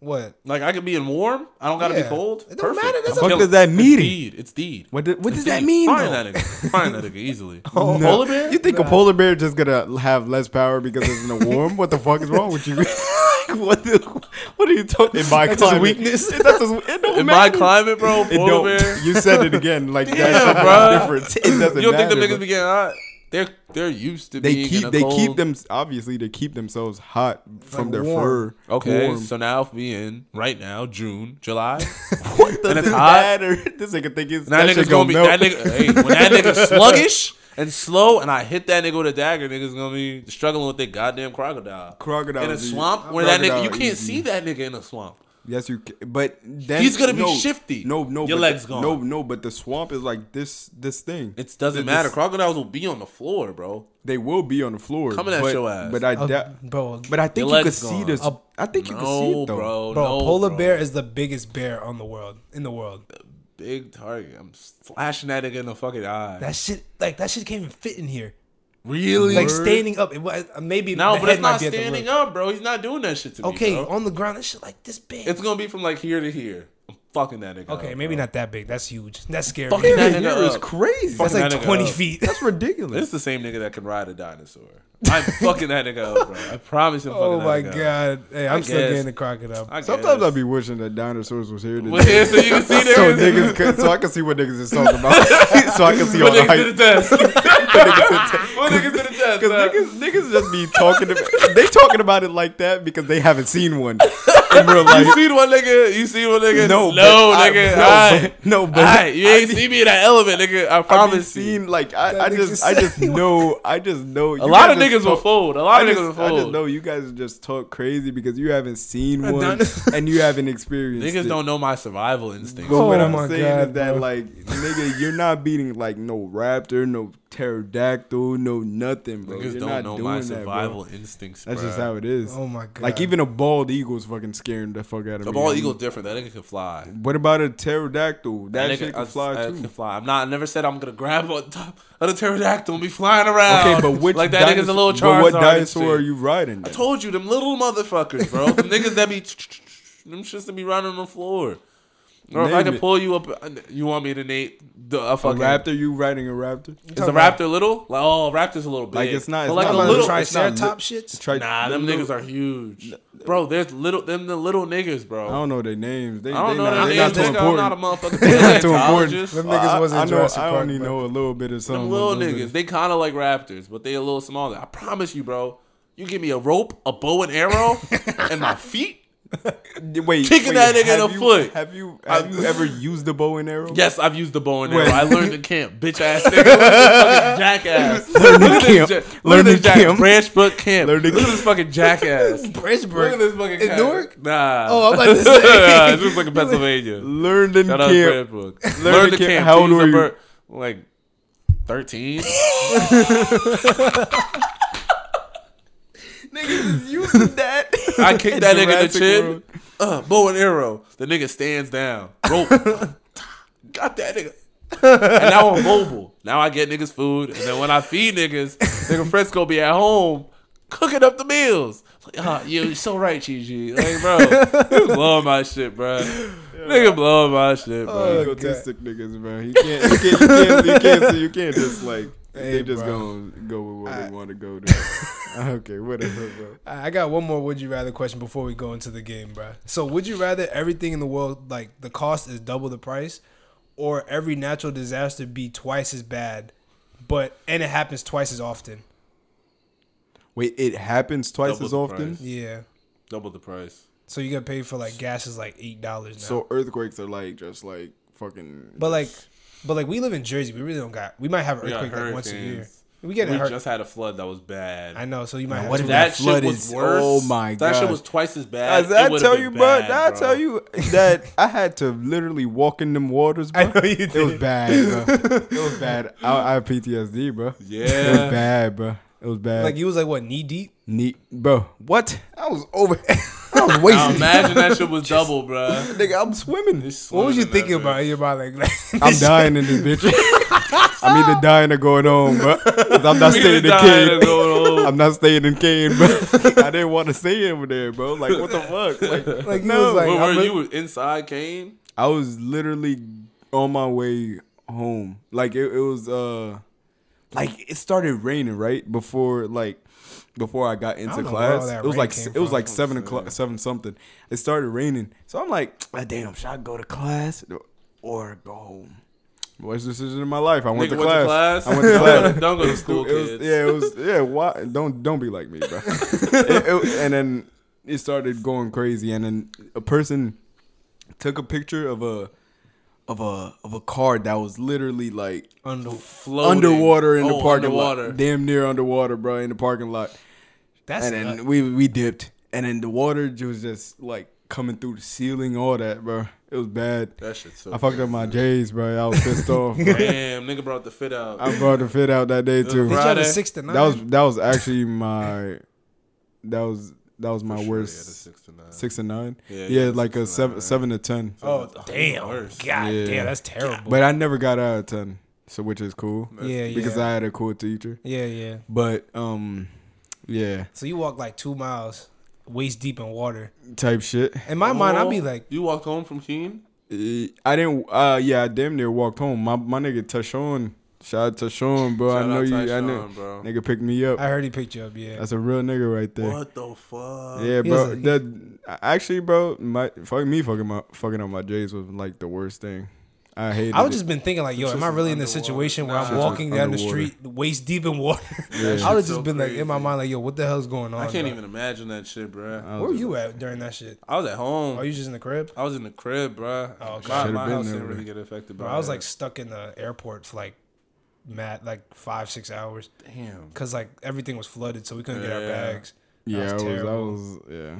S2: what?
S1: like I could be in warm. I don't gotta
S2: Yeah.
S1: be cold.
S2: It don't matter.
S1: I'm
S2: That's a-
S3: Fuck
S1: killing-
S3: does that mean?
S1: It's deed. It's deed.
S3: What, do- what does that
S1: Deed.
S3: mean?
S1: Find
S3: though?
S1: that nigga. Find that nigga easily.
S3: No.
S1: Polar bear?
S3: You think a polar bear just gonna have less power because it's in a warm? what the fuck is wrong with you?
S4: what the? What are you talking?
S3: In my
S4: That's his
S3: climate,
S4: weakness.
S3: That's his, it don't
S1: in my
S3: matter.
S1: climate, bro,
S3: It
S1: polar
S3: don't.
S1: bear.
S3: You said it again. Like
S1: Yeah,
S3: that's
S1: bro.
S3: the difference. It doesn't
S1: You don't
S3: matter,
S1: think them niggas
S3: but
S1: be getting hot? They're they're used to
S3: They
S1: being in
S3: keep
S1: a
S3: they
S1: cold.
S3: keep them obviously they keep themselves hot from
S2: like
S3: their
S2: warm.
S3: fur.
S1: Okay,
S3: Warm.
S1: so now if we in right now, June, July,
S3: what does
S1: and
S3: it
S1: it's hot.
S3: matter? This nigga think it's
S1: that,
S3: that shit
S1: nigga's gonna
S3: gonna
S1: be that
S3: melt.
S1: nigga. Hey, when that nigga's sluggish and slow, and I hit that nigga with a dagger, niggas gonna be struggling with their goddamn crocodile.
S3: Crocodile
S1: in a
S3: is easy.
S1: swamp where that nigga
S3: Crocodile
S1: you can't
S3: easy.
S1: see that nigga in a swamp.
S3: Yes, you. Can. But then
S1: He's gonna be
S3: no,
S1: shifty.
S3: No, no,
S1: Your
S3: but
S1: leg's
S3: the-
S1: gone.
S3: No, no, but the swamp is like this. This thing.
S1: It doesn't
S3: This-
S1: matter. Crocodiles will be on the floor, bro.
S3: They will be on the floor.
S1: Coming at
S3: but,
S1: your ass.
S3: But I.
S2: A-
S3: doubt-
S2: bro,
S3: but I think
S1: Your
S3: you could
S1: leg's
S3: see
S1: gone. Uh,
S3: this.
S2: A-
S3: I think you could see
S1: No,
S3: it though.
S1: bro.
S2: bro,
S1: no,
S2: polar
S1: bro.
S2: bear is the biggest bear on the world in the world.
S1: Big target. I'm slashing that nigga in the fucking eye.
S2: That shit, like that shit, can't even fit in here.
S1: really?
S2: Like standing up, it, wa- uh, maybe
S1: no,
S2: the
S1: but it's
S2: head might
S1: not
S2: be at the
S1: standing
S2: roof.
S1: up, bro. He's not doing that shit to
S2: Okay,
S1: me. bro.
S2: on the ground, that shit like this big.
S1: It's gonna be from like here to here. I'm fucking that nigga.
S2: okay,
S1: up,
S2: maybe
S1: bro.
S2: not that big. That's huge. That's scary.
S1: Fucking that
S3: That
S1: nigga
S3: nigga is
S1: up.
S3: crazy.
S1: Fuck
S2: That's
S3: That's,
S2: like
S1: that nigga
S2: twenty
S1: up.
S2: feet.
S3: that's ridiculous.
S1: It's the same nigga that can ride a dinosaur. I'm fucking that nigga up, bro. I promise him. Fucking
S2: Oh
S1: that
S2: my
S1: nigga Up.
S2: god! Hey, I'm still
S1: guess.
S2: getting the crocodile.
S1: I
S3: Sometimes
S1: guess.
S3: I'd be wishing that dinosaurs was here today.
S1: Well, yeah, so you can see there.
S3: so niggas, could, so I can see what niggas is talking about. so I can see all
S1: What
S3: the
S1: niggas to
S3: hype.
S1: the test? What niggas to the test?
S3: Cause
S1: bro?
S3: niggas, niggas just be talking. To, they talking about it like that because they haven't seen one in real life.
S1: You seen one nigga? You seen one nigga?
S3: No,
S1: no,
S3: but I-
S1: nigga.
S3: no,
S1: all right.
S3: but- no, but
S1: all right. you
S3: I
S1: ain't
S3: be-
S1: see me in that element, nigga. I
S3: I've been
S1: promise. you.
S3: seeing like I, I
S2: That nigga
S3: just I just
S2: said-
S3: know I just know
S1: A lot of niggas will fold. A lot
S3: I
S1: of niggas will
S3: just, I just
S1: fold.
S3: know you guys just talk crazy because you haven't seen one
S2: dinosaur-
S3: and you haven't experienced.
S1: Niggas
S3: it.
S1: don't know my survival instincts.
S3: But what
S2: Oh
S3: I'm
S2: my
S3: saying
S2: God,
S3: is that
S2: bro.
S3: like nigga, you're not beating like no raptor, no pterodactyl, no nothing, bro.
S1: Niggas
S3: you're
S1: don't
S3: not
S1: know
S3: doing
S1: my
S3: that, bro.
S1: survival instincts.
S3: That's
S1: bruh.
S3: just how it is.
S2: Oh my god!
S3: Like even a bald eagle's fucking scaring the fuck out of
S1: The
S3: me.
S1: bald
S3: I'm-
S1: eagle's different. That nigga can fly.
S3: What about a pterodactyl? That
S1: nigga-
S3: shit
S1: I-
S3: can fly
S1: I
S3: too.
S1: uh, can fly. I'm not. I never said I'm gonna grab on top of the pterodactyl and be flying around.
S3: Okay, but which
S1: Oh. like that nigga's a
S3: dinosaur-
S1: little
S3: but
S1: Charizard.
S3: what
S1: and
S3: dinosaur
S1: shit.
S3: are you riding?
S1: I
S3: then?
S1: told you them little motherfuckers, bro. the niggas that be them shits that be running on the floor. Or if I
S3: Name
S1: can
S3: it.
S1: pull you up, uh, you want me to nate the a
S3: a
S1: fucking
S3: raptor? You riding a raptor?
S1: Is the raptor little? Like oh, raptor's a little big.
S3: Like, it's not-
S1: But
S3: it's
S1: like
S3: not
S1: a
S3: like
S1: little.
S3: tri-
S2: triceratops shits.
S3: Tri-
S1: nah, them
S3: little-
S1: niggas are huge, bro. There's little them the little niggas, bro.
S3: I don't know their names. They,
S1: I don't
S3: they
S1: know that
S3: not,
S1: niggas.
S3: they not too
S1: nigga. I'm not a
S3: important.
S1: motherfucking
S3: They not too important.
S1: paleontologist.
S2: Them niggas
S3: I-
S2: wasn't
S3: I, know,
S2: Jurassic
S3: I
S2: Park,
S3: only
S2: bro.
S3: know a little bit of something.
S1: Them little
S3: a bit.
S1: niggas, they kind of like raptors, but they a little smaller. I promise you, bro. You give me a rope, a bow and arrow, and my feet.
S3: Wait,
S1: Kicking
S3: wait,
S1: that nigga in
S3: have
S1: the
S3: you-
S1: foot.
S3: Have you have you ever used the bow and arrow?
S1: Yes, I've used the bow and arrow.
S3: When?
S1: I learned in camp, bitch ass nigga, fucking jackass. Learn
S3: in camp. Learn in camp.
S1: Branch Brook camp.
S3: Learn in
S1: Look at this fucking jackass. Look at
S2: Bridgebrook.
S1: this fucking
S2: In
S1: cat.
S2: Newark?
S1: Nah.
S2: Oh, I'm about to say.
S1: nah, this was like in Pennsylvania.
S3: Learned in
S1: Shout out to Branch
S3: camp.
S1: Brook.
S3: Learn
S1: Learn
S3: in
S1: the
S3: camp.
S1: camp.
S3: How old
S1: Teens
S3: were
S1: are
S3: you?
S1: bur- Like thirteen.
S3: Niggas used that.
S1: I kicked that nigga in the
S3: Jurassic
S1: chin.
S3: World.
S1: Uh, bow and arrow. The nigga stands down. Rope. Got that nigga. and now I'm mobile. Now I get niggas food, and then when I feed niggas, nigga Frisco be at home cooking up the meals. Like, ah, yo, you're so right, Gigi. Like, bro, you blowing my shit, bro. Nigga blowing my shit, bro.
S3: Fuck autistic niggas, bro. You can't, you can't, you can't, you can't, so you can't just like
S2: Hey,
S3: they just
S2: bro.
S3: gonna go with what they want to go to. okay, whatever, bro.
S2: I I got one more would you rather question before we go into the game, bro. So, would you rather everything in the world, like the cost is double the price, or every natural disaster be twice as bad, but and it happens twice as often?
S3: Wait, it happens twice
S1: Double
S3: as
S1: the
S3: often.
S1: price.
S2: Yeah.
S1: Double the price.
S2: So you get paid for like gas is like eight dollars now.
S3: So earthquakes are like just like fucking.
S2: but like, but like we live in Jersey, we really don't got. We might have an
S1: We got
S2: earthquake like once a year.
S1: hurricanes.
S2: We get a
S1: we
S2: hurt.
S1: just had a flood that was bad.
S2: I know. So you might. Have
S3: what
S2: to-
S3: if
S1: that
S3: That
S1: shit
S3: flood
S1: was
S3: is-
S1: worse.
S3: oh my
S1: That shit
S3: God.
S1: was twice as bad.
S3: As
S1: It
S3: I
S1: would've
S3: tell
S1: been
S3: you, bro,
S1: bad,
S3: I
S1: bro.
S3: tell you that I had to literally walk in them waters, bro.
S2: I know you
S3: It was
S2: did.
S3: bad, bro. It was bad. I, I have PTSD, bro. It was
S1: Yeah.
S3: bad, bro. It was bad.
S2: Like you was like what knee deep?
S3: Neat, bro. What? I was over. I was
S1: Now
S3: wasted.
S1: Oh, imagine that shit was double, bruh.
S3: Nigga, I'm swimming.
S1: Just
S2: What was you
S1: swimming that
S2: thinking
S1: bitch.
S2: about in your mind? Like,
S3: I'm dying in this bitch. I'm either dying or going home, bro. 'Cause I'm not
S1: We
S3: staying in
S1: dying and
S3: Kane.
S1: going home.
S3: I'm not staying in Kane, bro. I didn't want to stay over there, bro. Like, what the fuck? Like,
S2: Like, you
S3: no.
S2: was like-
S1: Where
S2: I'm
S1: were
S2: a-
S1: you? Inside Kane?
S3: I was literally on my way home. Like, it, it was, uh, like it started raining right before, like, before I got into
S2: don't know where all
S3: class.
S2: that
S3: It was
S2: rain
S3: like
S2: came
S3: it was
S2: from.
S3: like seven o'clock, seven something. It started raining, so I'm like, ah, damn, should I go to class or go home? Worst decision in my life. I went,
S1: Nigga
S3: to, class. I went to
S1: Don't go-
S3: class.
S1: Don't go
S3: It
S1: to
S3: was
S1: school,
S3: stu- it was-
S1: kids.
S3: yeah, it was. Yeah, why? Don't don't be like me, bro. It- it- and then it started going crazy, and then a person took a picture of a of a of a car that was literally like
S2: under,
S1: Floating.
S3: underwater in the
S1: Oh,
S3: parking
S1: underwater.
S3: lot, damn near underwater, bro, in the parking lot.
S2: that's
S3: And then
S2: nuts.
S3: we we dipped, and then the water ju- was just like coming through the ceiling, all that, bro. It was bad.
S1: That shit so
S3: I fucked up my J's, bro. I was pissed off. bro.
S1: Damn, nigga brought the fit out.
S3: I brought the fit out that day too.
S2: Did you have a
S1: Friday.
S2: six to nine?
S3: That was that was actually my that was that was my worst
S1: six to nine.
S3: six and nine.
S1: Yeah,
S3: Yeah,
S1: yeah,
S3: like
S1: six
S3: a
S1: and
S3: seven
S1: nine.
S3: seven to ten.
S2: oh
S1: Oh,
S2: damn!
S1: worse.
S2: God
S3: Yeah.
S2: damn, that's terrible.
S3: But I never got out of ten, so which is cool
S2: yeah, yeah,
S3: because I had a cool teacher.
S2: yeah, yeah.
S3: But um, yeah,
S2: So you walk like two miles, waist deep in water.
S3: type shit.
S2: In my mind, I'd be like,
S1: Oh, you walked home from Keen?
S3: Eh, I didn't. Uh, yeah, I damn near walked home. My my nigga Tashon, shout out Tashon, bro. I
S1: Shout
S3: know
S1: out
S3: you. I
S1: Tyshawn,
S3: know.
S1: bro.
S3: Nigga picked me up.
S2: I heard he picked you up. Yeah,
S3: That's a real nigga right there.
S1: What the fuck?
S3: Yeah,
S2: He
S3: bro.
S2: was a- he-
S3: that actually, bro, my fuck me fucking my fucking up my J's was like the worst thing. I hated.
S2: I was
S3: it.
S2: just been thinking like, yo,
S1: It's
S2: am
S1: just
S2: I really in this
S1: underwater.
S2: situation where
S1: Nah.
S2: I'm
S1: It's just
S2: walking down the
S3: underwater.
S2: street waist deep in water?
S3: Yeah.
S2: I would
S1: shit's
S2: just
S1: so
S2: been like in my
S1: crazy.
S2: mind like, yo, what the hell's going on?
S1: I can't
S2: bro?
S1: even imagine that shit, bruh.
S3: I
S2: Where were
S3: was
S2: you at during that shit?
S1: I was at home.
S2: Are Oh, you just in the crib?
S1: I was in the crib, bruh.
S2: Oh, okay.
S1: My,
S3: Should've
S1: my
S3: been
S1: house
S3: there,
S1: didn't
S3: bro.
S1: really get affected by
S2: Bro, I was
S1: that.
S2: like stuck in the airport for like, mad like five six hours
S1: damn.
S2: because like everything was flooded, so we couldn't get our
S1: Yeah.
S2: bags.
S3: Yeah,
S2: That
S3: I
S2: was
S3: was. I
S2: terrible.
S3: was. Yeah.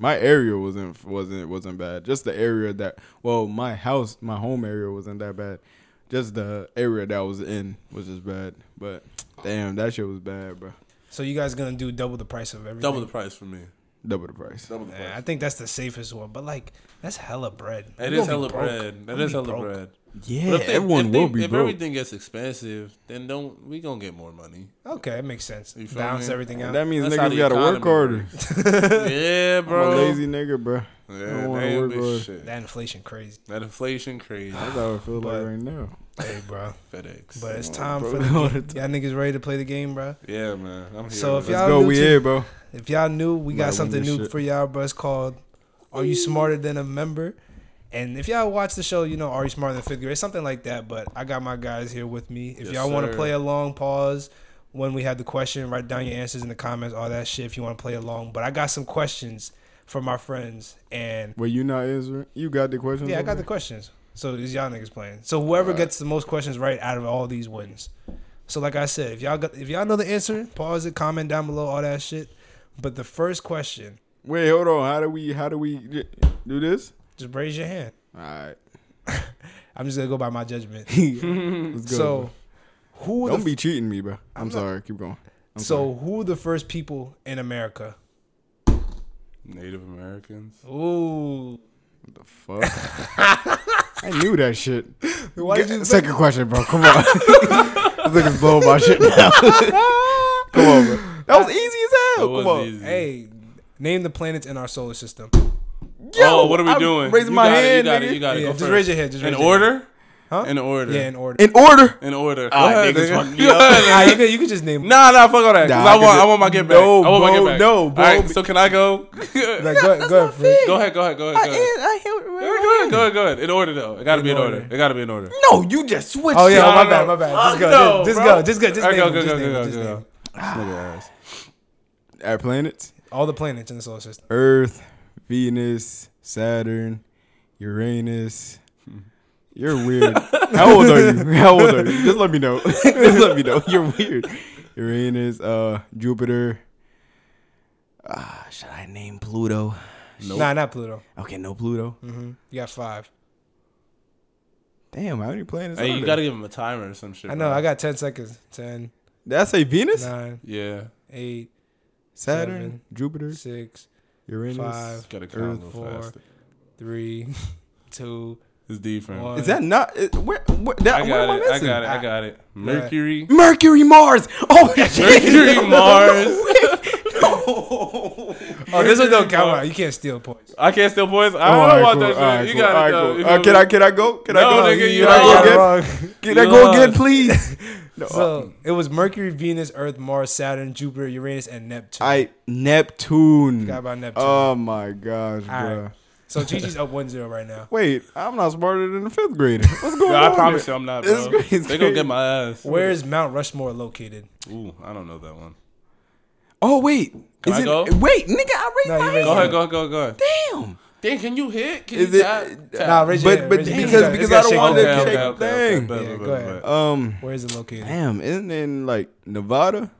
S3: My area wasn't wasn't wasn't bad. Just the area that well, my house, my home area wasn't that bad. Just the area that I was in was just bad. But damn, that shit was bad, bro.
S2: So you guys gonna do double the price of everything?
S1: Double the price for me.
S3: Double the price.
S1: Double the
S2: Yeah, I
S1: price.
S2: think that's the safest one. But like, that's hella bread.
S1: It
S2: We
S1: is
S2: gonna
S1: hella
S2: be broke.
S1: bread.
S2: We
S1: That
S2: gonna
S1: is
S2: be
S1: hella
S2: broke.
S1: bread.
S3: Yeah,
S1: But if they-
S3: everyone
S1: if
S3: will
S1: they-
S3: be
S1: If
S3: broke.
S1: everything gets expensive, then don't we gonna get more money?
S2: Okay, that makes sense.
S1: You feel
S2: Balance
S1: me?
S2: everything out.
S3: that means
S1: That's how
S3: niggas
S1: the
S3: gotta work
S1: economy
S3: harder.
S1: works. yeah, bro.
S3: I'm a lazy nigga, bro.
S1: Yeah,
S3: I don't wanna
S1: they
S3: work
S1: be
S3: hard.
S1: shit.
S2: that inflation crazy.
S1: That inflation crazy.
S3: That's how I feel
S2: But-
S3: like right now.
S2: Hey, bro.
S1: FedEx.
S2: But it's time
S3: Oh, bro.
S2: for the game. y'all niggas ready to play the game, bro.
S1: yeah, man. I'm here.
S2: So if
S1: with it.
S2: y'all
S3: Let's go.
S2: new
S3: We
S2: to-
S3: here, bro.
S2: If y'all new, we
S3: Might
S2: got
S3: win
S2: something
S3: this
S2: new
S3: shit.
S2: for y'all, bro. It's called "Are You Smarter Than a Member?" And if y'all watch the show, you know "Are You Smarter Than Fifth Grade?" Something like that. But I got my guys here with me. If
S1: Yes,
S2: y'all want to
S1: sir.
S2: play along, pause when we had the question. Write down your answers in the comments, all that shit. If you want to play along, but I got some questions from my friends, and
S3: Were you not answering? You got the question.
S2: yeah, I got the questions. So these y'all niggas playing. So whoever gets the most questions right out of all these wins. So like I said, if y'all got, if y'all know the answer, pause it, comment down below, all that shit. But the first question,
S3: Wait, hold on. How do we? How do we j- do this?
S2: just raise your hand.
S3: All right,
S2: I'm just gonna go by my judgment.
S3: let's go.
S2: so who are the
S3: don't be cheating me, bro. I'm, sorry. Keep going. I'm
S2: so who are the first people in America?
S1: Native Americans.
S2: Ooh,
S3: sorry. fuck. I knew that shit.
S2: why did you?
S3: Second question, bro. Come on. this nigga's blowing my shit now. Come on, bro. That was easy
S1: That
S3: as hell. Come
S1: was
S3: on.
S1: easy.
S2: Hey, name the planets in our solar system.
S1: oh, what are we
S3: I'm
S1: doing?
S3: raising
S1: You
S3: my
S1: got it, You
S3: hand,
S1: got it.
S3: nigga.
S1: You got it.
S2: Yeah,
S1: Go
S2: just
S1: first.
S2: raise your hand. Just
S1: In
S2: raise your
S1: order.
S2: Huh?
S1: In order.
S2: Yeah, in order.
S3: In order.
S1: In order.
S3: Ah,
S1: Go ahead,
S3: niggas
S1: nigga.
S3: fucked me up.
S2: Ah, you could you could just name.
S1: Nah, nah, fuck all that. 'cause
S3: Nah,
S1: I
S3: I
S1: want,
S3: could-
S1: I want my get back.
S3: No,
S1: I want my
S3: bro,
S1: get back.
S3: no,
S1: All
S3: bro.
S1: right, so can I go?
S2: Like, go, ahead, go ahead, Freak.
S1: go ahead, go ahead, go ahead, go ahead. Go ahead, go ahead, go ahead, go ahead. In order though, it gotta
S2: In
S1: be in order.
S2: order.
S1: It gotta be in order.
S3: No, you just switched.
S2: Oh yeah,
S1: No,
S2: my
S1: no,
S2: bad,
S1: no.
S2: my bad. Just
S1: Fuck
S2: go,
S1: no,
S2: just, just
S1: bro.
S2: go, just go, just
S1: All right,
S2: name,
S1: go,
S2: them,
S1: go,
S2: just
S1: go,
S2: name,
S1: go,
S2: them, just
S1: go,
S2: name.
S1: go.
S2: them.
S3: Our planets:
S2: All the planets in the solar system.
S3: Earth, Venus, Saturn, Uranus. You're weird. How old are you? How old are you? Just let me know. Just let me know. You're weird. Uranus, uh, Jupiter.
S4: Ah, should I name Pluto?
S2: Nah, not Pluto.
S4: Okay, no Pluto.
S2: hmm You got five.
S3: Damn, how many planets?
S1: Hey,
S3: are
S1: you
S3: there?
S1: gotta give him a timer or some shit.
S2: I know.
S1: bro.
S2: I got ten seconds. Ten,
S3: Did I say Venus?
S2: nine,
S1: Yeah,
S2: eight,
S3: Saturn,
S2: Seven.
S3: Jupiter,
S2: six,
S3: Uranus.
S2: Five.
S1: gotta count a little
S2: four.
S1: faster.
S2: three, two.
S1: It's different.
S2: One.
S3: Is that not? Is, where? Where, that,
S1: I got
S3: what am
S1: it.
S3: I
S1: I
S3: missing?
S1: got it. I got it. Mercury.
S3: Mercury, Mars. Oh shit!
S1: Mercury, Mars.
S2: Oh, this one don't count. You can't steal points.
S1: I can't steal points. I
S3: All
S1: don't
S3: right,
S1: want
S3: cool.
S1: that shit.
S3: All right,
S1: you
S3: cool.
S1: got it
S3: All right,
S1: though.
S3: cool.
S1: You
S3: Uh,
S1: feel
S3: can
S1: me?
S3: I? Can I go? Can I
S1: No,
S3: go?
S1: nigga, you
S3: can I
S1: lost.
S3: go again?
S2: wrong.
S3: Can
S1: You
S3: I go
S1: lost.
S3: again, please?
S2: So it was Mercury, Venus, Earth, Mars, Saturn, Jupiter, Uranus, and Neptune.
S3: I Neptune.
S2: Forgot about Neptune.
S3: Oh my gosh,
S2: All right.
S3: bro.
S2: so Gigi's up 1-0 right now.
S3: Wait, I'm not smarter than the fifth grader. What's going
S1: Yo,
S3: on?
S1: I promise you, I'm not,
S3: It's
S1: bro.
S3: great, it's
S1: They gonna
S3: great.
S1: get my ass.
S2: Where is Mount Rushmore located?
S1: Ooh, I don't know that one.
S3: Oh wait,
S1: Can
S3: is
S1: I
S3: it?
S1: go?
S3: Wait, nigga, I raised
S2: No, you
S3: my
S2: raised
S3: hand.
S1: Go ahead, go ahead, go ahead, go ahead.
S3: Damn.
S1: Damn, can you hit? Can
S3: Is
S1: you
S3: it?
S1: tap? Tap.
S2: Nah, raise your
S3: But
S2: hand,
S3: but
S2: raise your hand.
S3: because
S2: It's
S3: because
S2: gotta
S3: I don't
S2: shake
S3: want
S2: the
S3: to
S1: okay,
S2: hand.
S3: shake
S1: okay,
S3: the
S1: okay, okay,
S3: thing.
S1: Bet,
S2: Yeah,
S1: bet,
S2: go
S1: bet,
S2: ahead.
S1: bet.
S3: Um,
S2: Where is it located?
S3: damn, isn't it in like Nevada?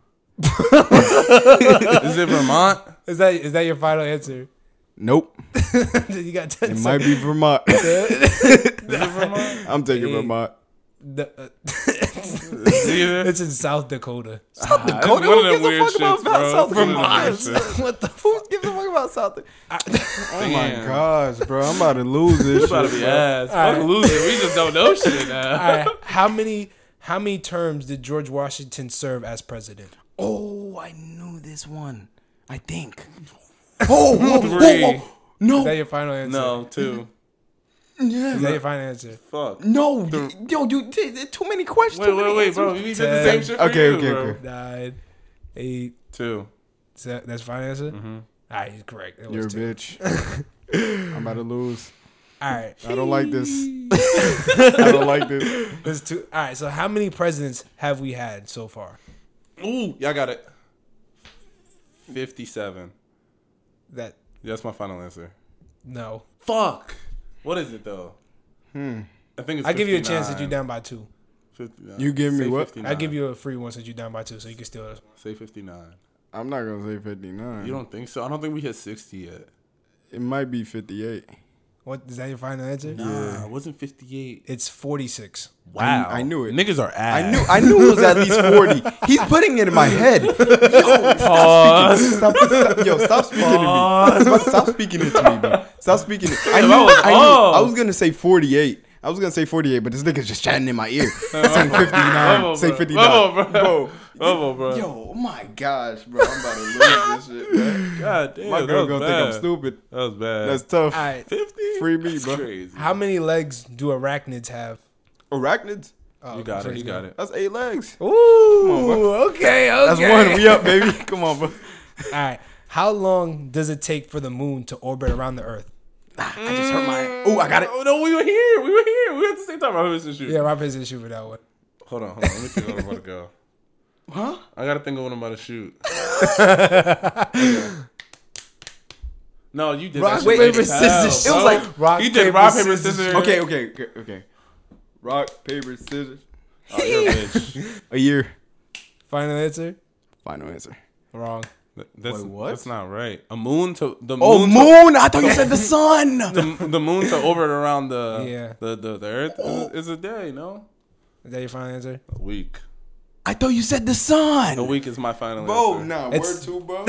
S1: Is it Vermont?
S2: Is that is that your final answer?
S3: Nope,
S2: you got ten
S3: it
S2: seconds.
S3: might be Vermont.
S1: Is it Vermont?
S3: I'm taking
S2: Hey.
S3: Vermont.
S2: The- uh,
S1: Either.
S2: it's in South Dakota.
S3: South
S1: one
S3: Dakota.
S1: of
S3: Who
S1: them
S3: gives a
S1: weird
S3: fuck about
S1: shits, bro.
S3: South
S1: One of them
S3: Dakota?
S1: weird shits.
S3: What the? Who gives a fuck about South Dakota? Oh my
S1: Damn.
S3: gosh, bro! I'm about to lose this.
S1: We about to
S3: shit,
S1: be
S3: bro.
S1: ass.
S2: All
S1: Fuck
S2: right.
S1: losing. We just don't know shit
S2: All
S1: now.
S2: right, how many how many terms did George Washington serve as president?
S4: Oh, I knew this one. I think.
S3: Oh, whoa, whoa, whoa.
S1: Three.
S2: Is that your final answer?
S1: No, two.
S2: Is that your final answer?
S1: Fuck.
S4: No, y- yo, you t- t- too many questions.
S1: Wait,
S4: too many
S1: wait, wait,
S4: answers.
S1: bro. You did the
S2: Ten.
S1: same shit for
S3: Okay,
S1: you,
S3: okay,
S1: bro.
S3: okay.
S2: Nine, eight.
S1: Two.
S2: Is that, that's your final answer. Mm-hmm. All right, he's correct. It was
S3: You're a
S2: two.
S3: bitch. I'm about to lose.
S2: All right,
S3: I don't like this. I don't like this.
S2: there's two. All right, so how many presidents have we had so far?
S1: Ooh, y'all got it. Fifty-seven.
S2: That
S1: That's my final answer.
S2: no.
S1: Fuck. What is it though? Hmm. I think it's.
S2: I give you a chance that you're
S1: 59.
S2: down by two.
S1: 59.
S3: You give me
S1: Say
S3: what?
S1: 59.
S2: I give you a free one since you're down by two, so you can steal this.
S1: Say fifty-nine.
S3: I'm not gonna say 59.
S1: You don't think so? I don't think we hit sixty yet.
S3: It might be 58.
S2: What is that your final answer?
S1: Nah, it wasn't fifty-eight.
S2: It's 46.
S1: Wow.
S3: I knew it.
S1: Niggas are ass.
S3: I knew. I knew it was at least 40. He's putting it in my head. Yo, stop speaking. Stop, stop, yo, stop speaking to me. Stop speaking it to me, bro. Stop speaking it. I knew.
S1: that was
S3: I, knew.
S1: all.
S3: I was gonna say 48. I was gonna say 48, but this nigga's just chatting in my ear. Saying 59. Say 59.
S1: Bro, bro. Bro, bro.
S3: Yo, oh my gosh, bro. I'm about to lose this shit, bro.
S1: God damn.
S3: My
S1: that
S3: girl
S1: was
S3: gonna
S1: bad.
S3: think I'm stupid.
S1: That was bad.
S3: That's tough.
S2: All right.
S1: fifty.
S3: Free me,
S1: That's
S3: bro.
S1: Crazy.
S2: How many legs do arachnids have?
S3: Arachnids?
S2: Oh,
S1: You got it. You got it.
S3: That's eight legs.
S2: Ooh, okay, okay.
S3: That's one. We up, baby. Come on, bro.
S2: All right. How long does it take for the moon to orbit around the Earth?
S4: I just hurt my.
S1: Oh, I got it. Oh, no, we were here. We were here. We were at the same time. I was shoot.
S2: Yeah, Rob has an issue with that one.
S1: Hold on, hold on. Let me think of what I'm about to go. Huh? I gotta think of what I'm about to shoot. Okay. No, you did.
S2: Rock,
S1: that shit
S3: Wait,
S1: big
S3: paper,
S1: as
S2: scissors.
S1: hell, bro.
S3: It was like-
S2: Rock,
S1: you did
S2: paper,
S1: rock paper
S2: scissors.
S1: scissors.
S3: Okay, okay, okay, okay. Rock, paper, scissors.
S1: Oh, you're a bitch.
S3: A year.
S2: Final answer.
S3: Final answer.
S2: Wrong.
S1: That's,
S3: Wait, what?
S1: That's not right. A moon to the moon.
S3: Oh,
S1: to-
S3: moon! I thought you said the sun.
S1: the, the moon to orbit around the
S2: Yeah.
S1: the, the, the earth is, is a day, no?
S2: Is that your final answer?
S1: A week.
S3: I thought you said the
S1: A
S3: sun.
S1: week is my final
S3: Bro,
S1: answer.
S3: nah,
S2: It's-
S3: word two, bro.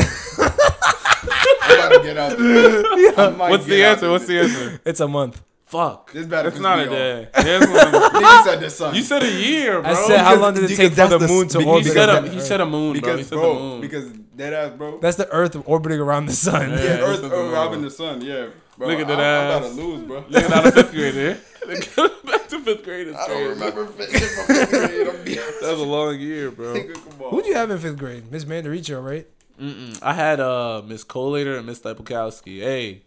S3: I gotta get out there. I might
S1: What's
S3: get
S1: the
S3: out
S1: answer?
S3: there.
S1: What's the answer?
S2: It's a month.
S1: Fuck.
S3: This better
S1: It's
S3: piss
S1: not
S3: me
S1: a
S3: off.
S1: day. Here's one.
S3: Nigga said the sun.
S1: You said a year, bro.
S2: I said how long did it
S3: because
S2: take for
S3: that's
S2: the,
S3: the
S2: moon to
S3: speed-
S1: he
S2: orbit?
S1: said
S2: around
S1: a
S2: the
S1: he
S2: Earth?
S1: said a moon, bro. He
S3: because
S1: said the
S3: bro,
S1: moon.
S3: because dead ass, bro.
S2: That's the Earth orbiting around the sun.
S1: Yeah.
S3: yeah,
S1: he
S3: Earth,
S1: said the
S3: Earth
S1: moon.
S3: robbing the sun. Yeah, bro.
S1: Look at that
S3: I, I'm
S1: ass.
S3: about to lose, bro.
S1: You're not a fifth eh? grader. Back to fifth grade is
S3: I
S1: crazy.
S3: don't remember. That's
S1: That was a long year, bro.
S2: Who'd you have in fifth grade? Miss Mandaricho, right?
S1: Mm-mm. I had uh, Miss Collator and Miss Stepakowski. Hey,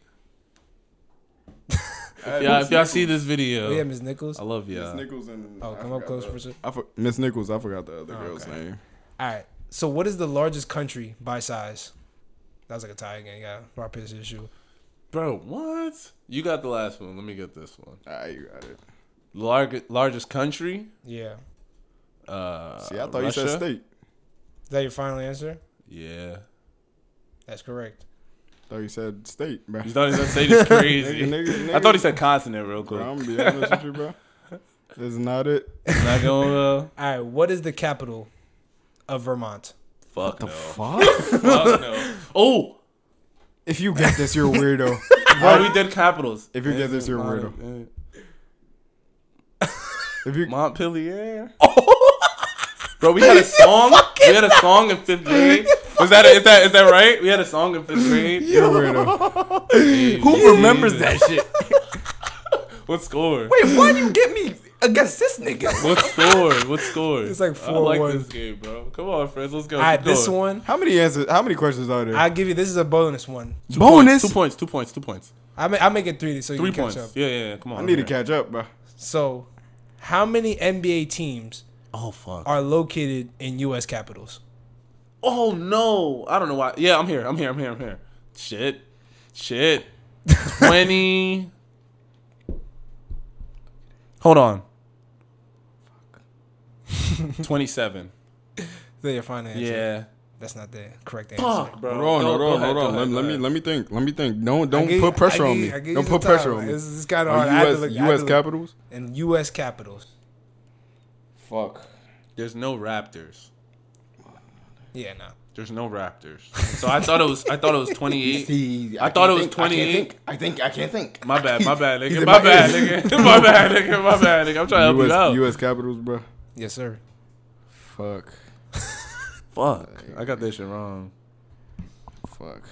S1: if y'all, if y'all see this video,
S4: Oh.
S2: We had Miss Nichols.
S1: I
S2: All
S1: love
S3: Miss
S1: y'all.
S3: Nichols and
S2: Oh,
S3: I
S2: come up
S3: forgot
S2: close
S3: the-
S2: for a sec.
S3: I for, Miss Nichols, I forgot the other girl's
S2: okay.
S3: name.
S1: Uh,
S2: right. So, what is the largest country by size? That was like a tie again. Yeah, rock paper scissors shoot.
S1: Bro, what? You got the last one. Let me get this one.
S3: All right, Ah, you got it.
S1: Larg- largest country?
S2: Yeah.
S1: Uh,
S3: See, I thought
S1: Russia?
S3: you said state.
S2: Is that your final answer?
S1: Yeah.
S2: That's correct.
S3: thought you said state, bro.
S1: You thought he said state is crazy.
S3: Nigga, nigga,
S1: I thought he
S3: nigga.
S1: said continent real quick.
S3: Bro, I'm gonna be honest with you, bro. That's not it.
S1: Not going well.
S2: All right. What is the capital of Vermont?
S1: Fuck no. Fuck?
S3: Fuck.
S1: no. Oh,
S3: if you get this, you're a weirdo.
S1: bro, we did capitals.
S3: If you get this, you're a weirdo.
S1: Mont-
S3: If you
S1: Montpellier. Oh. Bro, we had a song. We had a song in fifth grade. Was that is that is that right? We had a song in fifth grade.
S3: you're a weirdo.
S1: Who
S4: remembers that shit?
S1: What score?
S4: Wait, why do you get me against this nigga?
S1: What score? What score?
S2: It's like
S1: I like
S2: 4-1.
S1: this game, bro. Come on, friends. Let's go.
S2: All right.
S1: Keep
S2: This
S1: going.
S2: one,
S3: How many answers? How many questions are there?
S2: I'll give you. This is a bonus one.
S4: Bonus.
S1: Two points. Two points. Two points.
S2: I make, I make it three so you
S1: Three
S2: can
S1: points.
S2: catch up.
S1: Yeah, yeah, yeah. Come on.
S3: I need to
S1: man.
S3: catch up, bro.
S2: So, how many NBA teams
S1: Oh fuck.
S2: are located in U.S. capitals?
S1: Oh no. I don't know why. Yeah, I'm here. I'm here. I'm here. I'm here. Shit. Shit. Twenty. Hold on. Twenty-seven.
S2: There, your final answer.
S1: Yeah.
S2: That's not the correct answer.
S1: Fuck, bro.
S3: Hold on,
S1: Go-
S3: hold
S1: go
S3: on,
S1: ahead,
S3: hold
S1: go
S3: on. Let,
S1: ahead,
S3: let
S1: go
S3: me
S1: ahead.
S3: let me think. Let me think. Don't
S2: I
S3: don't
S2: gave-
S3: put pressure
S2: I
S3: on
S2: gave-
S3: me.
S2: I gave
S3: Don't
S2: you
S3: put
S2: some time.
S3: pressure on me.
S2: This is kind of hard. I had to
S3: Are
S2: look-
S3: U.S.
S2: I had to
S3: U.S.
S2: look.
S3: capitals?
S2: In U.S. capitals.
S3: Fuck.
S1: There's no Raptors.
S2: Yeah, no.
S1: There's no Raptors. So I thought it was. I thought it was twenty-eight.
S3: See,
S1: I thought it was 28.
S3: I think I can't think.
S1: My bad, my bad, nigga.
S3: in
S1: My
S3: my
S1: bad,
S3: ear.
S1: nigga. My bad, nigga. My bad, nigga. I'm trying to help you out.
S3: U.S. U.S. capitals, bro.
S2: Yes, sir.
S3: Fuck.
S1: Fuck. I got that shit wrong.
S3: Fuck.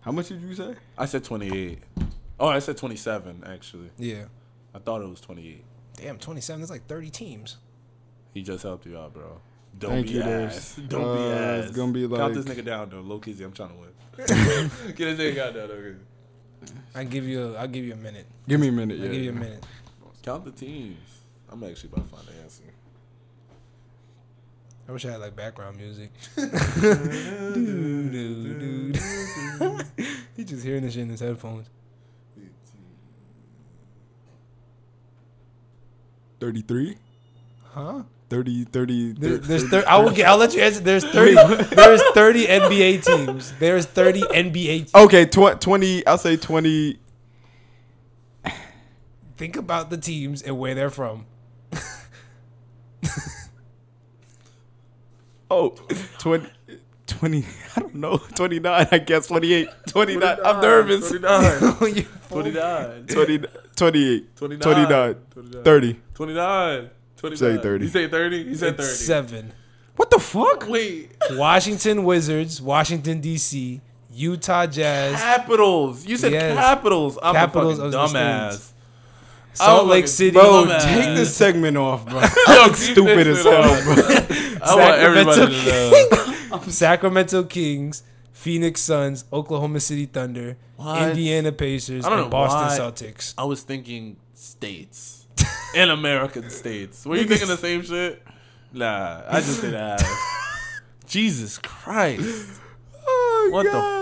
S3: How much did you say?
S1: I said 28. Oh, I said 27, actually.
S2: Yeah.
S1: I thought it was 28.
S2: Damn, 27. That's like 30 teams.
S1: He just helped you out, bro. Don't
S3: Thank
S1: be
S3: you,
S1: ass.
S3: Darius.
S1: Don't be
S3: Uh,
S1: ass.
S3: it's gonna be
S1: Count this
S3: like-
S1: nigga down, though. Low key, I'm trying to win. Get this nigga out there, though.
S2: I give you. A, I'll give you a minute.
S3: Give me a minute.
S2: I'll
S3: Yeah.
S2: give you a minute.
S1: Count the teams. I'm actually about to find the answer.
S2: I wish I had like background music. He's just hearing this shit in his headphones.
S3: Thirty-three.
S2: Huh?
S3: 30, 30,
S2: There,
S3: 30
S2: there's thir- I will get. I'll let you answer. There's thirty. there's thirty NBA teams. There's thirty NBA. Te-
S3: Okay, tw- 20, I'll say 20.
S2: Think about the teams and where they're from.
S3: Oh, 20, 20 I don't know. 29, I guess. 28, 29. I'm nervous.
S1: 29.
S2: On your phone.
S1: 29.
S3: 20, 28,
S1: 29.
S3: 29,
S1: 29.
S3: 30.
S1: 29. 29.
S3: Say 30.
S1: You say 30? He said
S2: It's
S1: 30.
S2: Seven.
S3: What the fuck?
S1: Wait.
S2: Washington Wizards, Washington D.C., Utah Jazz,
S1: Capitals. You said
S2: Yes.
S1: capitals. I'm capitals
S2: Capitals of
S1: a fucking
S2: the
S1: dumbass.
S2: states. Salt
S1: I'm
S2: Lake
S1: fucking
S2: City,
S3: Bro,
S1: Dumbass.
S3: take this segment off, bro.
S1: Yo, keep
S3: Stupid
S1: this
S3: as
S1: shit
S3: hell,
S1: on.
S3: bro.
S1: I want everybody to know.
S2: Sacramento Kings, Phoenix Suns, Oklahoma City Thunder,
S1: What?
S2: Indiana Pacers,
S1: I don't
S2: and
S1: know
S2: Boston
S1: why.
S2: Celtics.
S1: I was thinking states and American states. Were you thinking the same shit? Nah, I just did ass. Jesus Christ. What the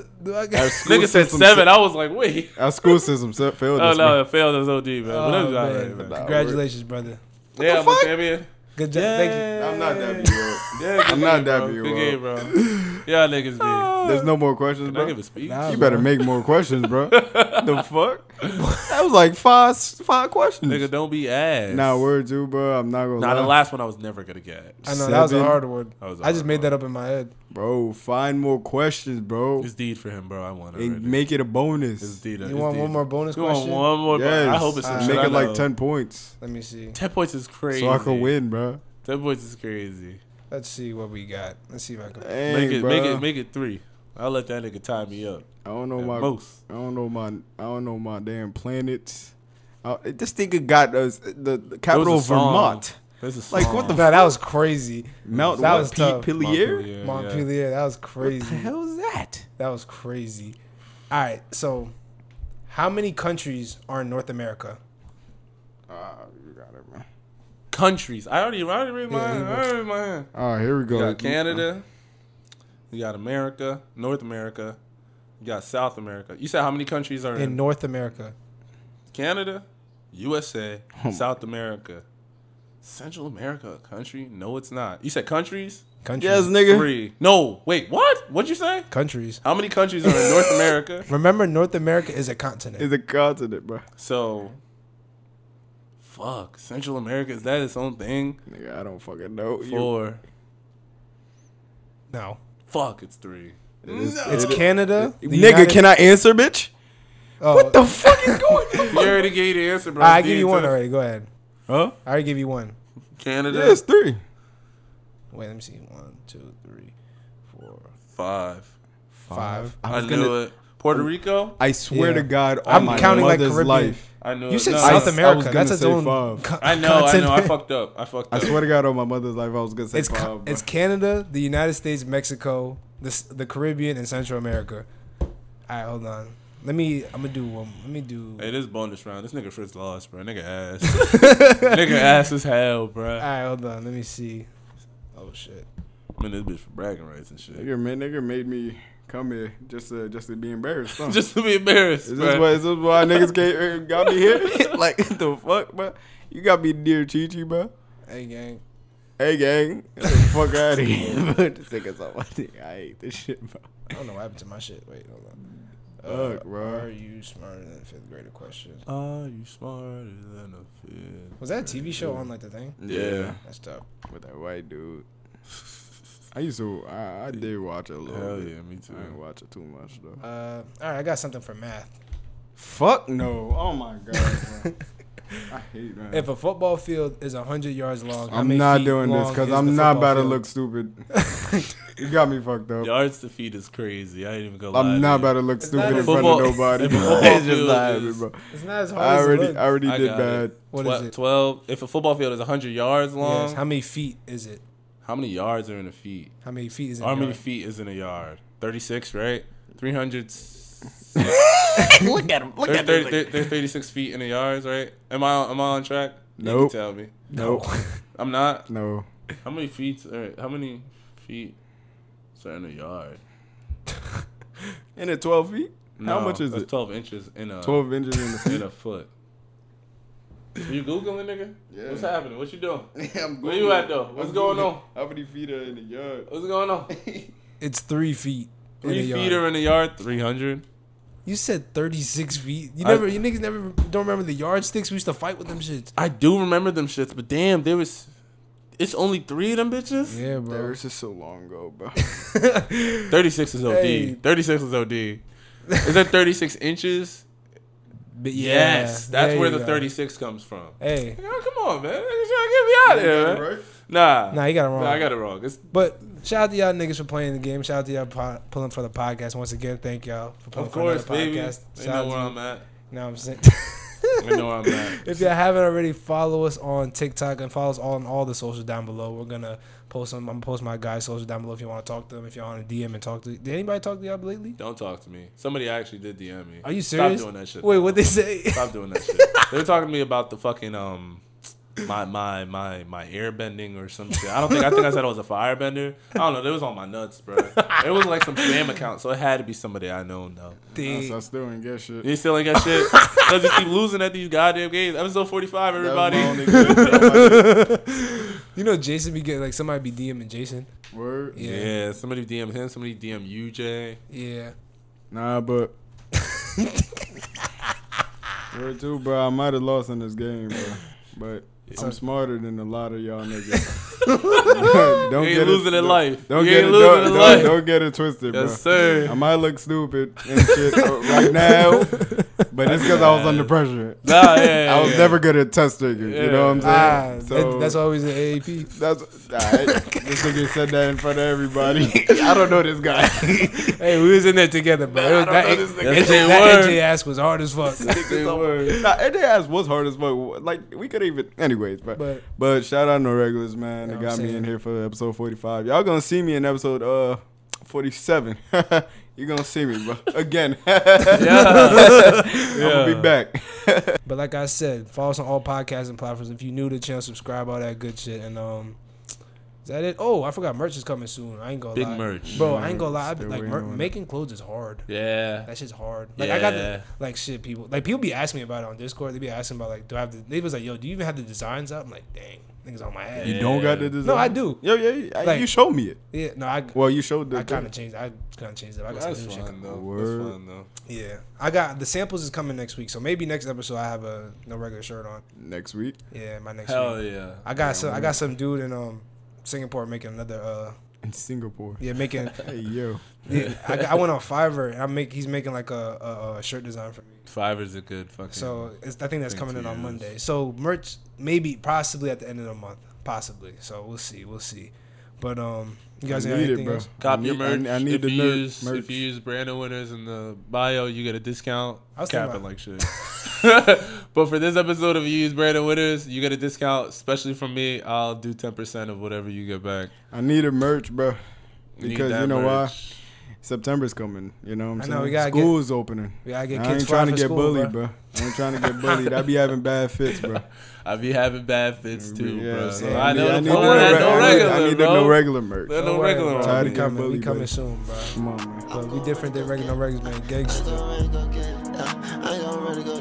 S1: fuck?
S2: Do I
S3: Our
S2: got?
S3: school
S1: Nigga said
S3: system
S1: seven.
S3: se-
S1: I was like, wait.
S3: Our school system se- failed
S1: Oh
S3: us. man.
S1: no, it failed us OD, man.
S2: Oh,
S1: but it was
S2: man.
S1: alright, man.
S2: Congratulations, brother.
S1: Yeah, I'm a champion.
S2: Good job. Thank you.
S3: I'm not that big, yo. I'm not that
S1: Bro,
S3: big,
S1: Good
S3: yo.
S1: game, bro. Y'all niggas be.
S3: There's no more questions,
S1: Can I
S3: bro.
S1: give a speech?
S2: Nah,
S3: You better make more questions, bro. the fuck? That was like five five questions.
S1: Nigga, don't be ass.
S3: Nah, word too, bro. I'm not gonna
S1: Nah, the
S3: lie.
S1: last one I was never gonna get.
S2: I know that was a
S3: Seven.
S2: hard one.
S1: That was a
S2: I just
S1: hard
S2: made
S1: one.
S2: that up in my head.
S3: Bro, find more questions, bro.
S1: It's deed for him, bro. I want it.
S3: And make it a
S1: It's
S3: bonus.
S1: deed.
S2: You want one more bonus
S1: You want
S2: question?
S1: one more? bro?
S3: Yes.
S1: I hope it's some
S2: Uh,
S1: shit
S3: make
S1: I
S3: it like
S1: know.
S3: ten points.
S2: Let me see.
S1: Ten points is crazy.
S3: So I could win, bro.
S1: Ten points is crazy.
S2: Let's see what we got. Let's see if I can.
S3: Dang,
S1: Make it,
S3: bro.
S1: make it, make it three. I'll let that nigga tie me up.
S3: I don't know
S1: at
S3: Oh my
S1: most.
S3: I don't know my I don't know my damn planets. I, this nigga got us uh, the, the
S1: That was a
S3: capital of
S1: song.
S3: Vermont.
S1: That's a
S3: Like, what
S1: song.
S3: the
S2: Nah, that was crazy.
S3: Mount
S2: That
S3: what?
S2: was
S3: Pe-
S2: tough.
S3: Pillier?
S1: Montpellier, yeah.
S2: Montpelier. That was crazy.
S3: The hell is that?
S2: That was crazy. All right. So, how many countries are in North America?
S3: Ah, you got it, bro.
S1: Countries. I already, I already read
S2: Yeah,
S1: mine.
S2: he
S1: I already read mine.
S3: All right, here we go.
S1: You got Canada. You got America, North America. You got South America. You said how many countries are
S3: Mm.
S2: In
S1: in
S2: North America.
S1: Canada, USA,
S2: Oh
S1: South America, Central America, a country? No, it's not. You said countries?
S2: Countries.
S3: Yes, nigga.
S1: Three. No, wait, what? What'd you say?
S2: Countries.
S1: How many countries are in North America?
S2: Remember, North America is a continent.
S3: It's a continent, bro.
S1: So, fuck. Central America, is that its own thing?
S3: Nigga, I don't fucking know. You-
S1: Four.
S2: No.
S1: Fuck, it's three.
S3: it is-
S2: It's
S3: it is-
S2: Canada. the
S3: Uh, Nigga,
S2: United-
S3: can I answer, bitch?
S2: Oh,
S3: What the fuck is going
S1: You
S3: on?
S1: already gave the answer, bro.
S2: I
S1: It's
S2: give you
S1: D2.
S2: one already. Go ahead.
S3: huh?
S2: I already give you one.
S1: Canada,
S3: Yeah, it's three.
S2: Wait, let me see. One, two, three, four,
S1: five.
S2: five.
S1: I,
S3: was
S1: knew
S3: gonna-
S1: it. Puerto Rico,
S3: I swear
S2: Yeah.
S3: to God, on
S2: I'm
S3: my
S2: counting like
S3: mother's
S2: Caribbean.
S3: life.
S1: I knew it.
S2: You said
S1: No, I-
S2: South
S3: Uh, I- I was
S2: America.
S3: gonna
S2: That's its
S3: say
S2: own.
S3: five.
S2: co-
S1: I know, I know. I
S2: continent.
S1: fucked up. I fucked
S3: I
S1: up.
S3: swear to God, on my mother's life, I was gonna say
S2: It's
S3: five.
S2: ca-
S3: bro.
S2: it's Canada, the United States, Mexico, the S- the Caribbean, and Central America. All right, hold on. Let me. I'm gonna do one. Let me do. All
S1: Hey, this bonus round. This nigga Fritz lost, bro. Nigga ass. nigga ass as hell, bro.
S2: right, hold on. Let me see. Oh shit.
S1: I'm in this bitch for bragging rights and shit.
S3: Nigga, man, nigga made me come here just to just to be embarrassed. Huh?
S1: Just to be embarrassed,
S3: is this
S1: bro.
S3: why is this why niggas came, got me here? like the fuck, bro? You got me near Chi Chi, bro.
S2: Hey gang.
S3: Hey gang, get the fuck out of here. bro. this nigga's on my dick. I hate this shit, bro.
S2: I don't know what happened to my shit. Wait, hold on.
S3: Fuck,
S2: Uh,
S3: bro.
S2: Are you smarter than fifth grader? Question.
S1: Are you smarter than a fifth?
S2: Was that a TV show on like the thing?
S1: Yeah.
S2: That's tough.
S3: with that white dude. I used to. I, I did watch it a little.
S1: Hell
S3: bit.
S1: yeah, me too.
S3: I didn't watch it too much though.
S2: Uh, all right, I got something for math.
S3: Fuck no! Oh my god, bro. I hate that.
S2: If a football field is 100 yards long, how
S3: I'm
S2: many
S3: not
S2: feet
S3: doing this
S2: long
S3: because
S2: is
S3: I'm
S2: the
S3: not
S2: football
S3: about to
S2: field?
S3: look stupid. you got me fucked up.
S1: Yards to feet is crazy. I ain't even gonna lie.
S3: I'm not
S1: to
S3: about to look
S2: not
S3: stupid in
S2: a
S3: front
S1: football-
S3: of nobody.
S1: If a
S3: bro.
S1: football
S3: It's just
S1: field
S3: not happening,
S1: is-
S3: bro.
S2: It's not as hard
S3: I
S2: as it
S3: already,
S2: looks.
S3: I already
S1: I
S3: did
S1: got
S3: bad.
S1: it.
S2: What
S1: Twe-
S2: is it?
S1: 12. If a football field is 100 yards long,
S2: Yes,
S1: how,
S2: How many feet is it?
S1: many yards are in a feet?
S2: How many feet is it?
S1: How many feet is in a yard? 36, right? 300. s-
S4: Look at him. Look
S1: There's,
S4: at him.
S1: 30, there- there's 36 feet in the yards, right? Am I am I on track? You can
S3: Nope.
S1: tell me.
S3: Nope.
S1: I'm not.
S3: No.
S1: How many feet? All right, how many feet are in a yard?
S3: And at 12 feet, how
S1: No,
S3: much is
S1: that's
S3: it?
S1: 12 inches in a
S3: 12 inches in the
S1: in
S3: feet.
S1: a foot. You googling, nigga?
S3: Yeah.
S1: What's happening? What you doing?
S3: I'm
S1: Where you at though? What's going on?
S3: How many feet are in the yard?
S1: What's going on?
S2: It's three feet. in a
S1: Three
S2: yard.
S1: feet are in a yard. Three hundred.
S2: You said 36 feet. You
S1: I-
S2: never, you niggas never don't remember the yardsticks. We used to fight with them shits.
S1: I do remember them shits, but damn, there was. It's only three of them bitches.
S2: Yeah,
S3: Bro,
S2: bro.
S3: it's just so long ago, bro.
S1: Thirty six is OD.
S2: Hey.
S1: Thirty six is OD. Is that thirty six inches?
S2: But yeah,
S1: Yes, that's
S2: there
S1: where
S2: you
S1: the
S2: go.
S1: thirty six comes from.
S2: Hey,
S1: Girl, come on, man. Niggas trying to get me out of here, man.
S3: Right?
S1: Nah,
S2: nah, you got it wrong.
S1: nah, I got it wrong. It's
S2: But shout out to y'all niggas for playing the game. Shout out to y'all po- pulling for the podcast once again. Thank y'all for pulling
S1: of course,
S2: for another
S1: baby.
S2: podcast.
S1: They
S2: Shout out
S1: know
S2: to
S1: where
S2: you.
S1: I'm at.
S2: You know what I'm saying.
S1: They know where I'm at.
S2: If you haven't already, follow us on TikTok and follow us on all the socials down below. We're gonna post them. I'm gonna post my guys' socials down below if you want to talk to them. If y'all want to DM and talk to, did anybody talk to y'all lately?
S1: Don't talk to me. Somebody actually did DM me.
S2: Are you serious?
S1: Stop doing that shit.
S2: Wait,
S1: though.
S2: what they say?
S1: Stop doing that shit. they were talking to me about the fucking um my my my my airbending or some shit. I don't think I think I said I was a firebender. I don't know. It was on my nuts, bro. It was like some spam account, so it had to be somebody I know though.
S2: Dang.
S3: I still didn't get shit.
S1: You still ain't got shit. Doesn't keep losing at these goddamn games. Episode forty five,
S3: That was
S1: everybody.
S3: my only good.
S2: You know, Jason be getting like somebody be DMing Jason.
S3: Word.
S1: Yeah. somebody DM him. Somebody DM UJ.
S2: Yeah.
S3: Nah, but. Word too, bro. I might have lost in this game, bro. But I'm smarter than a lot of y'all niggas. don't
S1: You ain't
S3: get
S1: losing
S3: it,
S1: in life.
S3: Don't
S1: you
S3: get
S1: ain't
S3: it.
S1: losing
S3: Don't,
S1: in
S3: don't-
S1: life.
S3: don't get it twisted, bro.
S1: yes, sir.
S3: I might look stupid and shit right now, but it's because I was under pressure.
S1: nah, yeah, yeah,
S3: I was
S1: yeah.
S3: never good at test figures. You know what I'm
S2: Ah,
S3: saying?
S2: that, that's always an AAP.
S3: That's all right. this nigga said that in front of everybody. I don't know this guy.
S2: hey, we was in there together, bro. It was- that
S3: know
S2: it-
S3: this nigga.
S2: that-
S1: Yes, it
S2: that
S1: was.
S2: NJ ass was hard as fuck.
S3: They were. Nah, and their ass was hard as fuck. Like we could even, anyways. But but,
S2: But-
S3: shout out no regulars, man. They
S2: Know what
S3: got
S2: I'm
S3: me in
S2: saying?
S3: here for episode forty five. Y'all gonna see me in episode uh forty seven. you gonna see me, bro. Again. I'm gonna be back.
S2: But like I said, follow us on all podcasting platforms. If you're new to the channel, subscribe, all that good shit. And um, is that it? Oh, I forgot merch is coming soon. I ain't gonna
S1: Big
S2: lie,
S1: merch.
S2: bro. I ain't gonna lie. I've been,
S3: Still
S2: like
S3: waiting
S2: mer-
S3: on it.
S2: making clothes is hard.
S1: Yeah.
S2: That shit's hard. Like I got
S1: Yeah.
S2: the like shit. People like people be asking me about it on Discord. They be asking about like, do I have? The, they was like, yo, do you even have the designs out? I'm like, dang, niggas on my head.
S3: You don't got the
S1: Yeah.
S3: design.
S2: No, I do.
S3: Yo, yeah, I-
S2: Like-
S3: you showed me it.
S2: Yeah, no, I
S3: Well, you showed the.
S2: I kind of changed. I kind of changed it. I got some
S1: That's
S2: new shit.
S1: fun though.
S3: Word.
S1: That's fun though.
S2: Yeah, I got the samples is coming next week, so maybe next episode I have a no regular shirt on.
S3: next week.
S2: Yeah, my next. week.
S1: Hell yeah.
S2: I got some. I got some dude in um Singapore making another. uh
S3: in Singapore.
S2: Yeah, making.
S3: Hey yo,
S2: yeah, I, got- I went on Fiverr. And I make. He's making like a, a, a shirt design for me.
S1: Fiver's a good fucking.
S2: So it's, I think that's
S1: Thing
S2: coming
S1: to
S2: in on
S1: use.
S2: Monday. So merch, maybe, possibly at the end of the month, possibly. So we'll see. We'll see. But um, you guys
S3: I
S2: got
S3: need it,
S2: anything
S3: bro.
S2: else?
S1: Cop
S3: I
S1: your
S3: need- I-
S1: merch.
S3: I need
S1: if
S3: the
S1: you
S3: ner-
S1: use
S3: merch.
S1: if you use brand of winners in the bio, you get a discount.
S2: I was thinking
S1: Capping
S2: about-
S1: like shit. but for this episode, if you use brand of winners, you get a discount, especially from me. I'll do ten percent of whatever you get back.
S3: I need a merch, bro.
S1: Need
S3: Because
S1: that
S3: you know why?
S1: merch.
S3: September's coming. You know what I'm
S2: I
S3: saying?
S2: know, we gotta
S3: School is opening.
S2: We gotta get
S3: I
S2: kids
S3: ain't trying
S2: fly for
S3: to get
S2: school,
S3: bullied,
S2: bro.
S3: bro. I ain't trying to get bullied. I be having bad fits, bro.
S1: I be having bad fits too,
S3: Yeah,
S1: bro.
S3: so
S1: So I know
S3: I
S1: the
S3: need,
S1: no,
S3: the reg-
S1: no
S3: I need,
S1: regular,
S3: I need the
S1: bro.
S3: no regular merch.
S1: There
S2: Don't
S1: no
S2: worry,
S1: regular.
S2: bro.
S1: on
S3: Tired
S2: We
S3: of
S1: me.
S3: getting
S2: coming. We
S3: bullied,
S2: coming
S3: baby.
S2: soon, bro.
S3: Come on, man.
S2: But we different than regular regulars, man. Gangsta.
S5: I ain't gonna really go